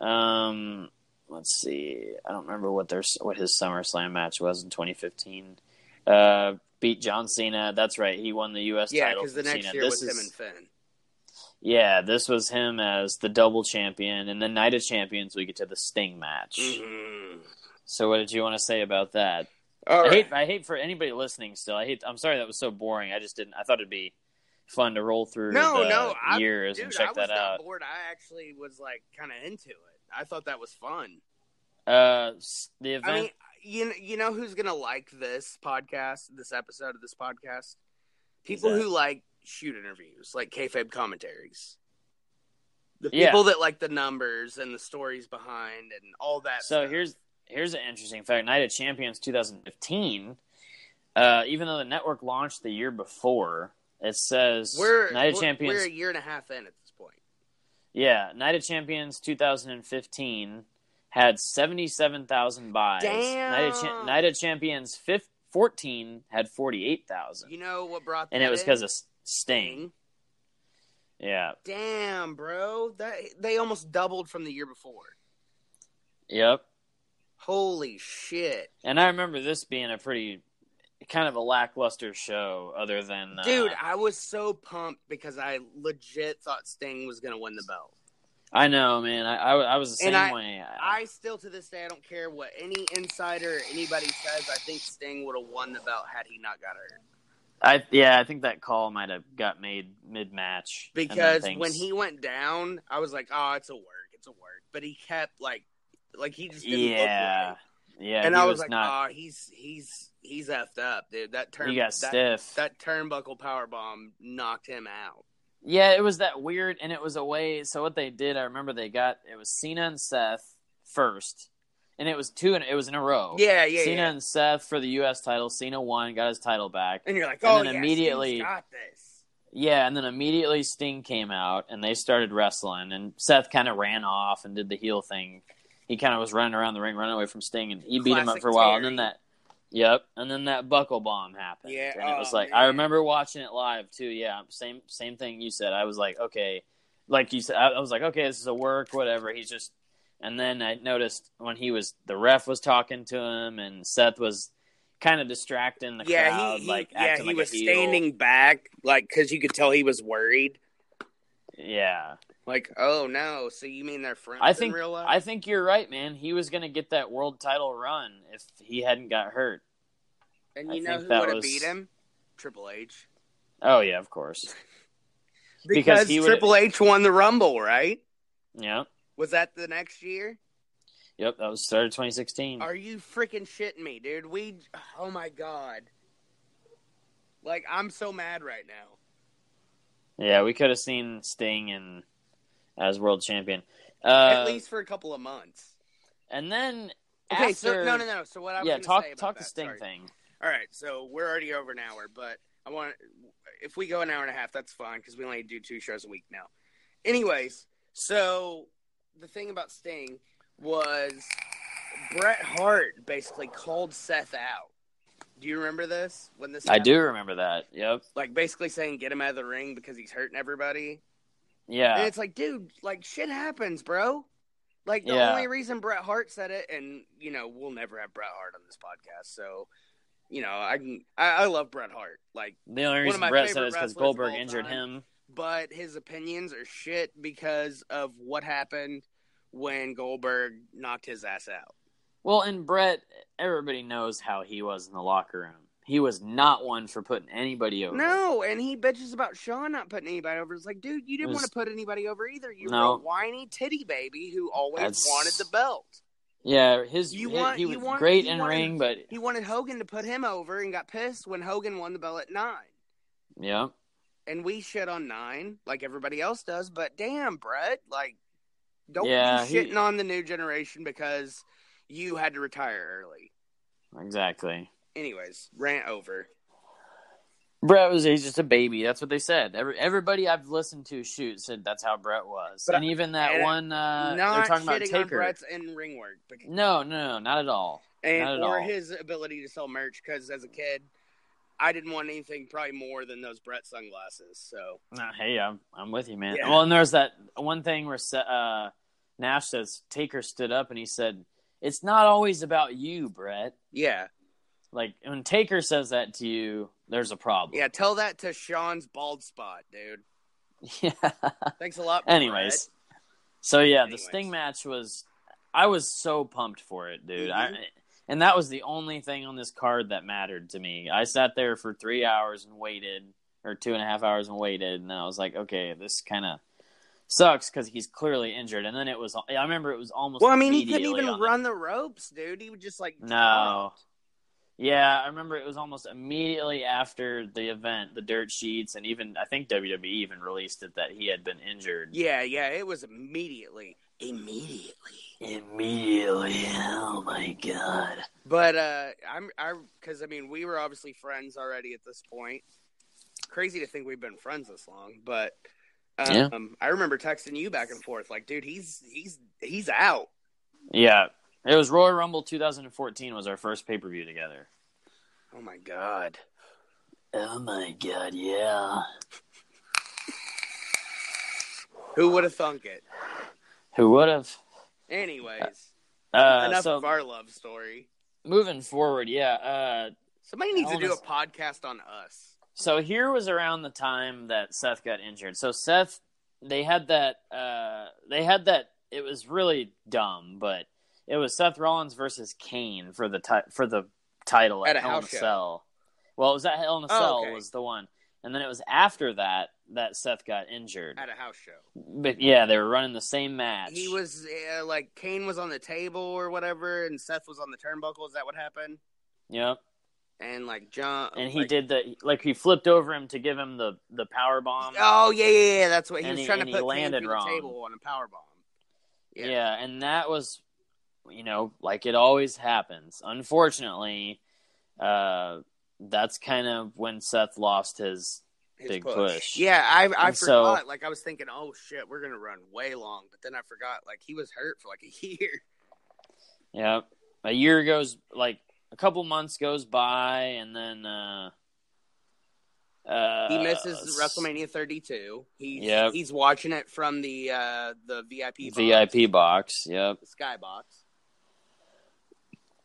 [SPEAKER 1] Um, let's see. I don't remember what their what his SummerSlam match was in 2015. Uh, beat John Cena. That's right. He won the U.S.
[SPEAKER 2] Yeah,
[SPEAKER 1] title
[SPEAKER 2] because the
[SPEAKER 1] from
[SPEAKER 2] next
[SPEAKER 1] Cena.
[SPEAKER 2] year
[SPEAKER 1] this
[SPEAKER 2] was him
[SPEAKER 1] is-
[SPEAKER 2] and Finn.
[SPEAKER 1] yeah, this was him as the double champion, and then Night of Champions. We get to the Sting match.
[SPEAKER 2] Mhm.
[SPEAKER 1] So, what did you want to say about that?
[SPEAKER 2] All
[SPEAKER 1] I
[SPEAKER 2] right.
[SPEAKER 1] hate. I hate for anybody listening. Still, I hate. I'm sorry that was so boring. I just didn't. I thought it'd be fun to roll through
[SPEAKER 2] No,
[SPEAKER 1] the
[SPEAKER 2] no, I-
[SPEAKER 1] years and
[SPEAKER 2] Dude, I
[SPEAKER 1] check
[SPEAKER 2] was
[SPEAKER 1] that
[SPEAKER 2] not
[SPEAKER 1] out.
[SPEAKER 2] bored. I actually was like kind of into it. I thought that was fun.
[SPEAKER 1] Uh, s- the event.
[SPEAKER 2] I mean, you kn- you know who's gonna like this podcast, this episode of this podcast? People
[SPEAKER 1] that?
[SPEAKER 2] who like shoot interviews, like kayfabe commentaries. The
[SPEAKER 1] Yeah.
[SPEAKER 2] people that like the numbers and the stories behind and all that.
[SPEAKER 1] so
[SPEAKER 2] stuff.
[SPEAKER 1] here's here's an interesting fact. Night of Champions 2015. Uh, even though the network launched the year before, it says
[SPEAKER 2] we're
[SPEAKER 1] Night of
[SPEAKER 2] we're-
[SPEAKER 1] Champions.
[SPEAKER 2] We're a year and a half in at this point.
[SPEAKER 1] Yeah, Night of Champions 2015 had 77,000 buys. Night of, Cha-
[SPEAKER 2] Damn.
[SPEAKER 1] Night of Champions 15, 14 had 48,000,
[SPEAKER 2] You know what brought
[SPEAKER 1] and
[SPEAKER 2] that
[SPEAKER 1] it was
[SPEAKER 2] in?
[SPEAKER 1] because of S- Sting. Yeah.
[SPEAKER 2] Damn, bro, that they almost doubled from the year before.
[SPEAKER 1] Yep.
[SPEAKER 2] Holy shit.
[SPEAKER 1] And I remember this being a pretty kind of a lackluster show, other than uh,
[SPEAKER 2] Dude, I was so pumped because I legit thought Sting was going to win the belt.
[SPEAKER 1] I know, man. I, I, I was the same
[SPEAKER 2] And I-
[SPEAKER 1] way.
[SPEAKER 2] I still, to this day, I don't care what any insider or anybody says. I think Sting would have won the belt had he not got hurt.
[SPEAKER 1] I, yeah, I think that call might have got made mid match
[SPEAKER 2] Because when he went down, I was like, oh, it's a work. It's a work. But he kept, like, like he just didn't
[SPEAKER 1] yeah,
[SPEAKER 2] look right.
[SPEAKER 1] yeah,
[SPEAKER 2] And
[SPEAKER 1] he
[SPEAKER 2] I was, like,
[SPEAKER 1] not.
[SPEAKER 2] oh, he's, he's, he's effed up, dude. That turn,
[SPEAKER 1] he got
[SPEAKER 2] that,
[SPEAKER 1] stiff.
[SPEAKER 2] that turnbuckle powerbomb knocked him out.
[SPEAKER 1] yeah, it was that weird, and it was a way. So what they did, I remember they got it was Cena and Seth first, and it was two, and it was in a row.
[SPEAKER 2] Yeah, yeah,
[SPEAKER 1] Cena
[SPEAKER 2] yeah.
[SPEAKER 1] and Seth for the U.S. title. Cena won, got his title back.
[SPEAKER 2] And you're like,
[SPEAKER 1] And
[SPEAKER 2] oh,
[SPEAKER 1] then
[SPEAKER 2] yeah,
[SPEAKER 1] immediately-
[SPEAKER 2] Steve's got this.
[SPEAKER 1] Yeah, and then immediately Sting came out and they started wrestling and Seth kind of ran off and did the heel thing. He kind of was running around the ring, running away from Sting, and he beat him up
[SPEAKER 2] Classic
[SPEAKER 1] for a while. And then
[SPEAKER 2] Terry.
[SPEAKER 1] that, yep, and then that buckle bomb happened.
[SPEAKER 2] Yeah,
[SPEAKER 1] and it was
[SPEAKER 2] oh,
[SPEAKER 1] like
[SPEAKER 2] man.
[SPEAKER 1] I remember watching it live too. Yeah, same same thing you said. I was like, okay, like you said, I, I was like, okay, this is a work, whatever. He's just, and then I noticed when he was the ref was talking to him, and Seth was kind of distracting the
[SPEAKER 2] Yeah,
[SPEAKER 1] crowd,
[SPEAKER 2] he, he,
[SPEAKER 1] like
[SPEAKER 2] yeah,
[SPEAKER 1] acting
[SPEAKER 2] he
[SPEAKER 1] like a
[SPEAKER 2] was
[SPEAKER 1] heel.
[SPEAKER 2] standing back, like because you could tell he was worried.
[SPEAKER 1] Yeah.
[SPEAKER 2] Like, oh no, so you mean they're friends?
[SPEAKER 1] I think
[SPEAKER 2] in real life?
[SPEAKER 1] I think you're right, man. He was gonna get that world title run if he hadn't got hurt.
[SPEAKER 2] and
[SPEAKER 1] I
[SPEAKER 2] you know
[SPEAKER 1] think
[SPEAKER 2] who
[SPEAKER 1] that
[SPEAKER 2] would have
[SPEAKER 1] was-
[SPEAKER 2] beat him? Triple H.
[SPEAKER 1] Oh yeah, of course. Because
[SPEAKER 2] Because,
[SPEAKER 1] he would've-
[SPEAKER 2] Triple H won the Rumble, right?
[SPEAKER 1] Yep,
[SPEAKER 2] Was that the next year?
[SPEAKER 1] yep. That was started 2016.
[SPEAKER 2] Are you freaking shitting me, dude? We, oh my god, like I'm so mad right now.
[SPEAKER 1] Yeah, we could have seen Sting and as world champion. Uh,
[SPEAKER 2] At least for a couple of months.
[SPEAKER 1] and then
[SPEAKER 2] Okay,
[SPEAKER 1] after,
[SPEAKER 2] so no, no, no. So what I was
[SPEAKER 1] yeah,
[SPEAKER 2] gonna
[SPEAKER 1] talk
[SPEAKER 2] say about
[SPEAKER 1] talk
[SPEAKER 2] that,
[SPEAKER 1] the Sting
[SPEAKER 2] sorry.
[SPEAKER 1] thing.
[SPEAKER 2] All right, so we're already over an hour, but I want if we go an hour and a half, that's fine because we only do two shows a week now. Anyways, so the thing about Sting was Bret Hart basically called Seth out. Do you remember this? When this
[SPEAKER 1] I
[SPEAKER 2] happened?
[SPEAKER 1] do remember that. Yep.
[SPEAKER 2] like basically saying get him out of the ring because he's hurting everybody. And
[SPEAKER 1] Yeah.
[SPEAKER 2] it's like, dude, like shit happens, bro. Like the
[SPEAKER 1] Yeah.
[SPEAKER 2] only reason Bret Hart said it, and you know, we'll never have Bret Hart on this podcast, so you know, I can I, I love Bret Hart, like,
[SPEAKER 1] The only
[SPEAKER 2] one of
[SPEAKER 1] reason
[SPEAKER 2] my
[SPEAKER 1] Brett said
[SPEAKER 2] favorite
[SPEAKER 1] it is because
[SPEAKER 2] wrestlers of
[SPEAKER 1] Goldberg
[SPEAKER 2] all
[SPEAKER 1] injured
[SPEAKER 2] time.
[SPEAKER 1] him.
[SPEAKER 2] but his opinions are shit because of what happened when Goldberg knocked his ass out.
[SPEAKER 1] Well, and Brett, everybody knows how he was in the locker room. He was not one for putting anybody over.
[SPEAKER 2] No, and he bitches about Sean not putting anybody over. It's like, dude, you didn't
[SPEAKER 1] It was-
[SPEAKER 2] want to put anybody over either. You
[SPEAKER 1] No.
[SPEAKER 2] were a whiny titty baby who always
[SPEAKER 1] That's-
[SPEAKER 2] wanted the belt.
[SPEAKER 1] Yeah, his
[SPEAKER 2] You
[SPEAKER 1] he-
[SPEAKER 2] want-
[SPEAKER 1] he
[SPEAKER 2] you
[SPEAKER 1] was
[SPEAKER 2] want-
[SPEAKER 1] great
[SPEAKER 2] you
[SPEAKER 1] in
[SPEAKER 2] want-
[SPEAKER 1] ring, but
[SPEAKER 2] He wanted Hogan to put him over and got pissed when Hogan won the belt at nine.
[SPEAKER 1] yeah,
[SPEAKER 2] And we shit on nine like everybody else does, but damn, Brett, like, don't
[SPEAKER 1] Yeah,
[SPEAKER 2] be
[SPEAKER 1] he-
[SPEAKER 2] shitting on the new generation because you had to retire early.
[SPEAKER 1] exactly.
[SPEAKER 2] Anyways, rant over.
[SPEAKER 1] Brett was he's just a baby. That's what they said. Every, everybody I've listened to shoot said that's how Brett was,
[SPEAKER 2] But
[SPEAKER 1] and even that
[SPEAKER 2] and
[SPEAKER 1] one uh,
[SPEAKER 2] Not
[SPEAKER 1] they're talking about
[SPEAKER 2] shitting on
[SPEAKER 1] Taker.
[SPEAKER 2] Brett's in ring work. Because,
[SPEAKER 1] no, no, no, not at all. Not
[SPEAKER 2] and
[SPEAKER 1] at
[SPEAKER 2] or
[SPEAKER 1] all.
[SPEAKER 2] his ability to sell merch because as a kid i didn't want anything probably more than those brett sunglasses so
[SPEAKER 1] No, hey, I'm I'm with you, man.
[SPEAKER 2] Yeah.
[SPEAKER 1] Well, and there's that one thing where Sa- uh, Nash says Taker stood up and he said, "It's not always about you, Brett."
[SPEAKER 2] yeah
[SPEAKER 1] Like when Taker says that to you, there's a problem.
[SPEAKER 2] yeah tell that to sean's bald spot dude
[SPEAKER 1] yeah.
[SPEAKER 2] thanks a lot
[SPEAKER 1] Anyways, so yeah,
[SPEAKER 2] Anyways.
[SPEAKER 1] the Sting match was. I was so pumped for it, dude. I,
[SPEAKER 2] Mhm.
[SPEAKER 1] and that was the only thing on this card that mattered to me. I sat there for three hours and waited, or two and a half hours and waited, and I was like, okay, this kind of sucks because he's clearly injured. And then it was. I remember it was almost.
[SPEAKER 2] Brett. well i mean he couldn't
[SPEAKER 1] immediately
[SPEAKER 2] even
[SPEAKER 1] on the-
[SPEAKER 2] run the ropes dude he would just like
[SPEAKER 1] no. Yeah, I remember it was almost immediately after the event, the dirt sheets, and even I think WWE even released it that he had been injured.
[SPEAKER 2] yeah yeah it was immediately immediately
[SPEAKER 1] Immediately. Oh my god.
[SPEAKER 2] but uh i'm i because i mean we were obviously friends already at this point crazy to think we've been friends this long but um,
[SPEAKER 1] Yeah.
[SPEAKER 2] i remember texting you back and forth like dude he's he's he's out
[SPEAKER 1] Yeah. It was Royal Rumble 2014 was our first pay per view together.
[SPEAKER 2] Oh my god.
[SPEAKER 1] Oh my god, yeah.
[SPEAKER 2] Who would have thunk it?
[SPEAKER 1] Who would have?
[SPEAKER 2] Anyways,
[SPEAKER 1] Uh,
[SPEAKER 2] enough
[SPEAKER 1] so
[SPEAKER 2] of our love story.
[SPEAKER 1] moving forward, yeah. Uh,
[SPEAKER 2] Somebody needs to do a
[SPEAKER 1] Almost-
[SPEAKER 2] podcast on us.
[SPEAKER 1] so here was around the time that Seth got injured. So Seth, they had that. Uh, they had that. It was really dumb, but it was Seth Rollins versus Kane for the ti- for the title at,
[SPEAKER 2] At a
[SPEAKER 1] Hell in a
[SPEAKER 2] house show.
[SPEAKER 1] Cell. Well, it was at Hell in a
[SPEAKER 2] Oh,
[SPEAKER 1] Cell
[SPEAKER 2] okay.
[SPEAKER 1] was the one, and then it was after that that Seth got injured.
[SPEAKER 2] At a house show.
[SPEAKER 1] But yeah, they were running the same match.
[SPEAKER 2] He was uh, like Kane was on the table or whatever, and Seth was on the turnbuckle. Is that what happened?
[SPEAKER 1] Yep.
[SPEAKER 2] And like John,
[SPEAKER 1] And he
[SPEAKER 2] like-
[SPEAKER 1] did the like he flipped over him to give him the the power bomb.
[SPEAKER 2] Oh yeah, yeah, yeah. That's what he
[SPEAKER 1] And
[SPEAKER 2] was
[SPEAKER 1] he-
[SPEAKER 2] trying to
[SPEAKER 1] and he
[SPEAKER 2] put Kane
[SPEAKER 1] landed
[SPEAKER 2] through
[SPEAKER 1] wrong.
[SPEAKER 2] the table on a power bomb.
[SPEAKER 1] yeah. and that was you know, like it always happens. Unfortunately, uh, that's kind of when Seth lost his
[SPEAKER 2] His
[SPEAKER 1] Big push.
[SPEAKER 2] Yeah, I I
[SPEAKER 1] And so-
[SPEAKER 2] forgot. like I was thinking, oh shit, we're gonna run way long, but then I forgot. Like he was hurt for like a year.
[SPEAKER 1] Yeah. A year goes like a couple months goes by and then uh uh
[SPEAKER 2] He misses WrestleMania 32. He's
[SPEAKER 1] Yep.
[SPEAKER 2] he's watching it from the uh the VIP box,
[SPEAKER 1] VIP box. Yep.
[SPEAKER 2] the skybox.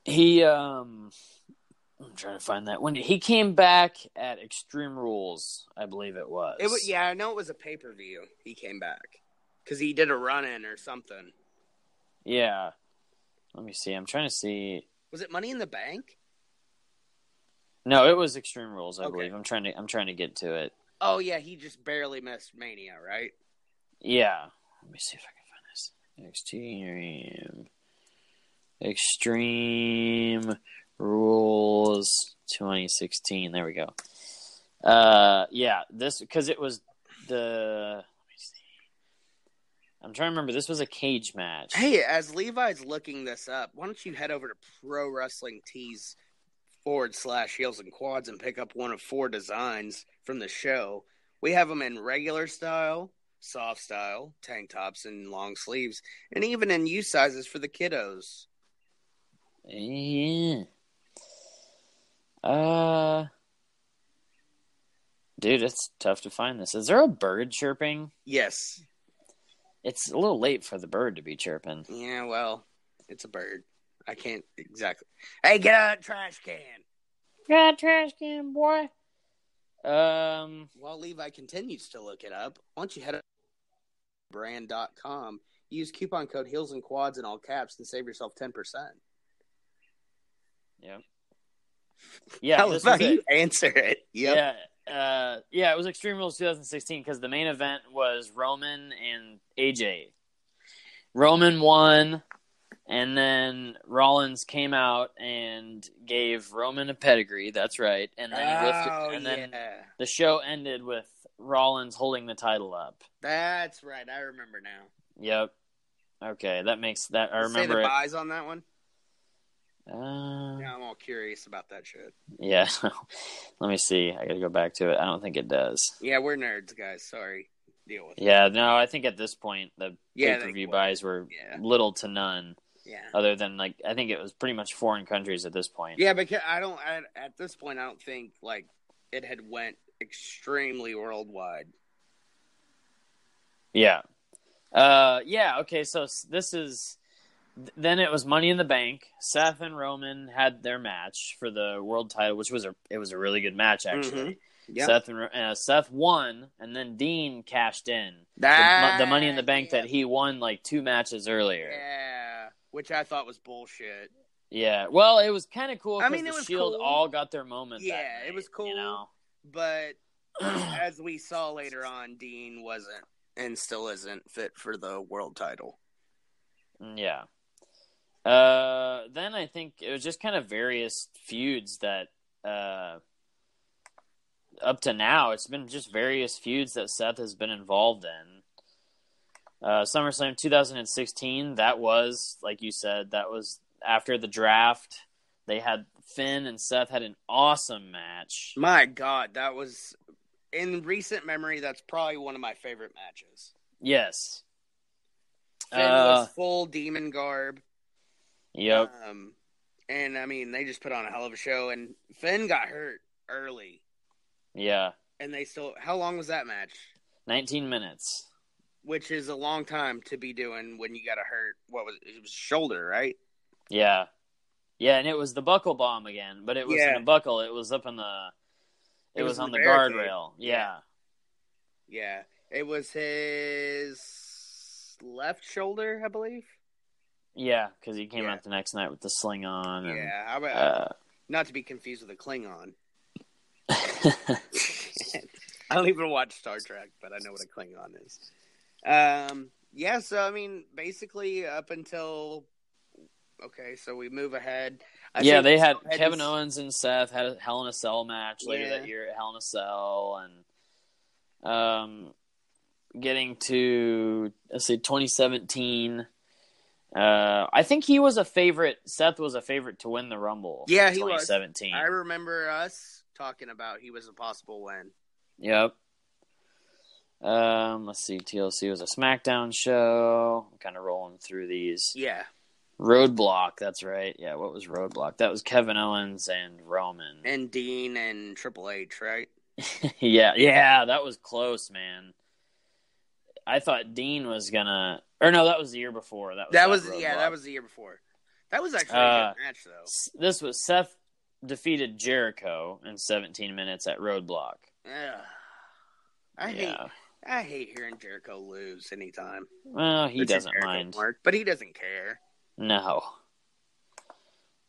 [SPEAKER 1] He um I'm trying to find that when he came back at Extreme Rules, I believe it was.
[SPEAKER 2] It was yeah, I know it was a pay per view. He came back because he did a run in or something.
[SPEAKER 1] Yeah. Let me see. I'm trying to see.
[SPEAKER 2] Was it Money in the Bank?
[SPEAKER 1] No, it was Extreme Rules, I
[SPEAKER 2] Okay.
[SPEAKER 1] believe. I'm trying to I'm trying to get to it.
[SPEAKER 2] Oh yeah, he just barely missed Mania, right?
[SPEAKER 1] Yeah. Let me see if I can find this. Extreme. Extreme Rules 2016. There we go. Uh, yeah. This because it was the. Let me see. I'm trying to remember. This was a cage match.
[SPEAKER 2] Hey, as Levi's looking this up, why don't you head over to Pro Wrestling Tees forward slash heels and quads and pick up one of four designs from the show? We have them in regular style, soft style, tank tops, and long sleeves, and even in U sizes for the kiddos.
[SPEAKER 1] Yeah. Uh. Dude, it's tough to find this. Is there a bird chirping?
[SPEAKER 2] Yes.
[SPEAKER 1] It's a little late for the bird to be chirping.
[SPEAKER 2] Yeah, well, it's a bird. I can't exactly. Hey, get out of that trash can.
[SPEAKER 1] God, trash can boy. Um,
[SPEAKER 2] While Levi continues to look it up, why don't you head up to brand.com, use coupon code heels and quads in all caps and save yourself 10%.
[SPEAKER 1] yeah, yeah, this was it.
[SPEAKER 2] answer it. Yep.
[SPEAKER 1] yeah, uh, yeah. It was Extreme Rules 2016 because the main event was Roman and AJ. Roman won, and then Rollins came out and gave Roman a pedigree. That's right, and then he lifted-
[SPEAKER 2] Oh,
[SPEAKER 1] and then
[SPEAKER 2] yeah.
[SPEAKER 1] the show ended with Rollins holding the title up.
[SPEAKER 2] That's right. I remember now.
[SPEAKER 1] Yep. Okay, that makes that I
[SPEAKER 2] Did it say the
[SPEAKER 1] remember it.
[SPEAKER 2] buys on that one?
[SPEAKER 1] Uh,
[SPEAKER 2] Yeah, I'm all curious about that shit.
[SPEAKER 1] Yeah. Let me see. I got to go back to it. I don't think it does.
[SPEAKER 2] Yeah, we're nerds, guys. Sorry. Deal with it.
[SPEAKER 1] Yeah, no, I think at this point the
[SPEAKER 2] Yeah, they
[SPEAKER 1] pay-per-view
[SPEAKER 2] were.
[SPEAKER 1] buys were
[SPEAKER 2] Yeah.
[SPEAKER 1] little to none
[SPEAKER 2] Yeah.
[SPEAKER 1] other than like I think it was pretty much foreign countries at this point.
[SPEAKER 2] Yeah, because I don't I, at this point I don't think like it had went extremely worldwide.
[SPEAKER 1] Yeah. Uh yeah, okay, so s- this is th- then it was Money in the Bank. Seth and Roman had their match for the world title, which was a it was a really good match actually.
[SPEAKER 2] Mm-hmm. Yep.
[SPEAKER 1] Seth and Ro- uh, Seth won, and then Dean cashed in the,
[SPEAKER 2] That-
[SPEAKER 1] mo- the Money in the Bank that
[SPEAKER 2] yeah.
[SPEAKER 1] he won like two matches earlier.
[SPEAKER 2] Ah, Yeah, which I thought was bullshit.
[SPEAKER 1] Yeah, well, it was kind of cool.
[SPEAKER 2] I
[SPEAKER 1] 'cause
[SPEAKER 2] mean,
[SPEAKER 1] the
[SPEAKER 2] it was
[SPEAKER 1] Shield
[SPEAKER 2] cool.
[SPEAKER 1] all got their moment. that
[SPEAKER 2] Yeah, it
[SPEAKER 1] night,
[SPEAKER 2] was cool.
[SPEAKER 1] You know,
[SPEAKER 2] But as we saw later on, Dean wasn't and still isn't fit for the world title.
[SPEAKER 1] Mm, yeah. Uh, then I think it was just kind of various feuds that uh, up to now it's been just various feuds that Seth has been involved in. Uh, SummerSlam 2016. That was like you said. That was after the draft. They had Finn and Seth had an awesome match.
[SPEAKER 2] My God, that was in recent memory. That's probably one of my favorite matches.
[SPEAKER 1] Yes.
[SPEAKER 2] Finn
[SPEAKER 1] Uh,
[SPEAKER 2] was full demon garb.
[SPEAKER 1] Yep.
[SPEAKER 2] Um, and I mean, they just put on a hell of a show. And Finn got hurt early,
[SPEAKER 1] Yeah.
[SPEAKER 2] and they still. How long was that match?
[SPEAKER 1] 19 minutes.
[SPEAKER 2] Which is a long time to be doing when you got a hurt. What was it? Was shoulder, right?
[SPEAKER 1] Yeah. Yeah, and it was the buckle bomb again, but it wasn't
[SPEAKER 2] Yeah.
[SPEAKER 1] a buckle. It was up in the. It,
[SPEAKER 2] It
[SPEAKER 1] was,
[SPEAKER 2] was in
[SPEAKER 1] on the
[SPEAKER 2] the barricade.
[SPEAKER 1] guardrail. Yeah.
[SPEAKER 2] Yeah, it was his left shoulder, I believe.
[SPEAKER 1] Yeah, because he came
[SPEAKER 2] Yeah.
[SPEAKER 1] out the next night with the sling on. And,
[SPEAKER 2] Yeah, I, would- not to be confused with a Klingon.
[SPEAKER 1] Uh,
[SPEAKER 2] I don't even watch Star Trek, but I know what a Klingon is. Um, yeah, so I mean, basically up until okay, so we move ahead. I
[SPEAKER 1] yeah,
[SPEAKER 2] think
[SPEAKER 1] they
[SPEAKER 2] we
[SPEAKER 1] had
[SPEAKER 2] go ahead
[SPEAKER 1] Kevin
[SPEAKER 2] and-
[SPEAKER 1] Owens and Seth had a Hell in a Cell match later
[SPEAKER 2] Yeah.
[SPEAKER 1] that year at Hell in a Cell, and um, getting to let's say 2017, Uh, I think he was a favorite. Seth was a favorite to win the Rumble.
[SPEAKER 2] Yeah,
[SPEAKER 1] in
[SPEAKER 2] he was.
[SPEAKER 1] 2017.
[SPEAKER 2] I remember us talking about he was a possible win.
[SPEAKER 1] Yep. Um, let's see. TLC was a SmackDown show. I'm kind of rolling through these.
[SPEAKER 2] Yeah,
[SPEAKER 1] Roadblock. That's right. Yeah. What was Roadblock? That was Kevin Owens and Roman.
[SPEAKER 2] and Dean and Triple H, right?
[SPEAKER 1] yeah. Yeah. That was close, man. I thought Dean was gonna. Or no, that was the year before. That was
[SPEAKER 2] That
[SPEAKER 1] not
[SPEAKER 2] was yeah,
[SPEAKER 1] Roadblock.
[SPEAKER 2] that was the year before. That was actually
[SPEAKER 1] Uh,
[SPEAKER 2] a good match though.
[SPEAKER 1] S- This was Seth defeated Jericho in 17 minutes at Roadblock.
[SPEAKER 2] Ugh. I hate
[SPEAKER 1] yeah.
[SPEAKER 2] I hate hearing Jericho lose anytime.
[SPEAKER 1] Well, he
[SPEAKER 2] It's a
[SPEAKER 1] doesn't
[SPEAKER 2] Jericho
[SPEAKER 1] mind.
[SPEAKER 2] mark, but he doesn't care.
[SPEAKER 1] No.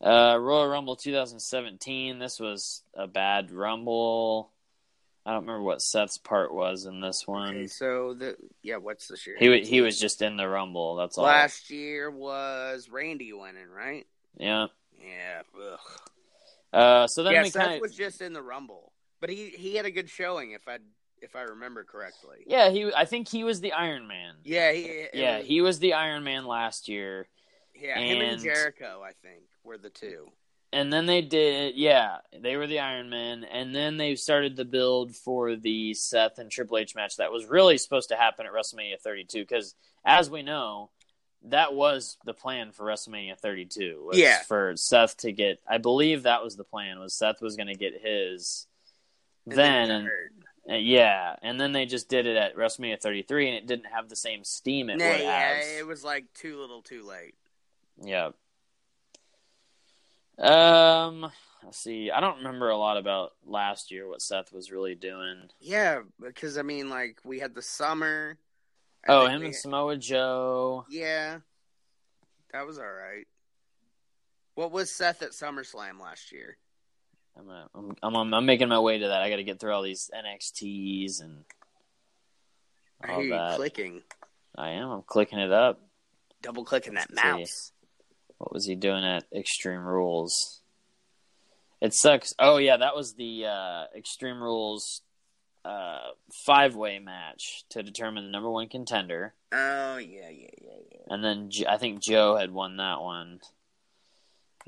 [SPEAKER 1] Uh, Royal Rumble 2017. This was a bad Rumble. I don't remember what Seth's part was in this
[SPEAKER 2] Okay,
[SPEAKER 1] one.
[SPEAKER 2] so the yeah, what's this year?
[SPEAKER 1] He wa- he was just in the Rumble. That's all.
[SPEAKER 2] Last year was Randy winning, right?
[SPEAKER 1] Yeah.
[SPEAKER 2] Yeah. Ugh.
[SPEAKER 1] Uh, so then
[SPEAKER 2] yeah,
[SPEAKER 1] we
[SPEAKER 2] Seth
[SPEAKER 1] kind of
[SPEAKER 2] was just in the Rumble, but he he had a good showing if I if I remember correctly.
[SPEAKER 1] yeah he I think he was the Iron Man.
[SPEAKER 2] Yeah, he, it
[SPEAKER 1] Yeah,
[SPEAKER 2] was-
[SPEAKER 1] he was the Iron Man last year,
[SPEAKER 2] yeah, him and
[SPEAKER 1] and-
[SPEAKER 2] Jericho, I think, were the two.
[SPEAKER 1] and then they did yeah they were the Iron Man, and then they started the build for the Seth and Triple H match that was really supposed to happen at WrestleMania 32 because as we know that was the plan for WrestleMania 32 was
[SPEAKER 2] Yeah.
[SPEAKER 1] for Seth to get I believe that was the plan was Seth was going to get his
[SPEAKER 2] And
[SPEAKER 1] then
[SPEAKER 2] they
[SPEAKER 1] and,
[SPEAKER 2] were-
[SPEAKER 1] and- yeah and then they just did it at WrestleMania 33 and it didn't have the same steam it
[SPEAKER 2] Nah,
[SPEAKER 1] would
[SPEAKER 2] yeah,
[SPEAKER 1] have
[SPEAKER 2] it was like too little, too late.
[SPEAKER 1] yeah. Um, let's see. I don't remember a lot about last year what Seth was really doing.
[SPEAKER 2] Yeah, because I mean, like we had the summer. I
[SPEAKER 1] Oh,
[SPEAKER 2] think
[SPEAKER 1] him
[SPEAKER 2] we-
[SPEAKER 1] and Samoa Joe.
[SPEAKER 2] yeah, that was all right. What was Seth at SummerSlam last year?
[SPEAKER 1] I'm gonna, I'm, I'm I'm I'm making my way to that. I got to get through all these NXTs and
[SPEAKER 2] I
[SPEAKER 1] all
[SPEAKER 2] hear you
[SPEAKER 1] Oh, that.
[SPEAKER 2] clicking,
[SPEAKER 1] I am. I'm clicking it up.
[SPEAKER 2] double clicking that
[SPEAKER 1] Let's see.
[SPEAKER 2] mouse.
[SPEAKER 1] What was he doing at Extreme Rules? It sucks. Oh yeah, that was the uh, Extreme Rules uh, five way match to determine the number one contender.
[SPEAKER 2] Oh yeah, yeah, yeah, yeah.
[SPEAKER 1] And then J- I think Joe had won that one.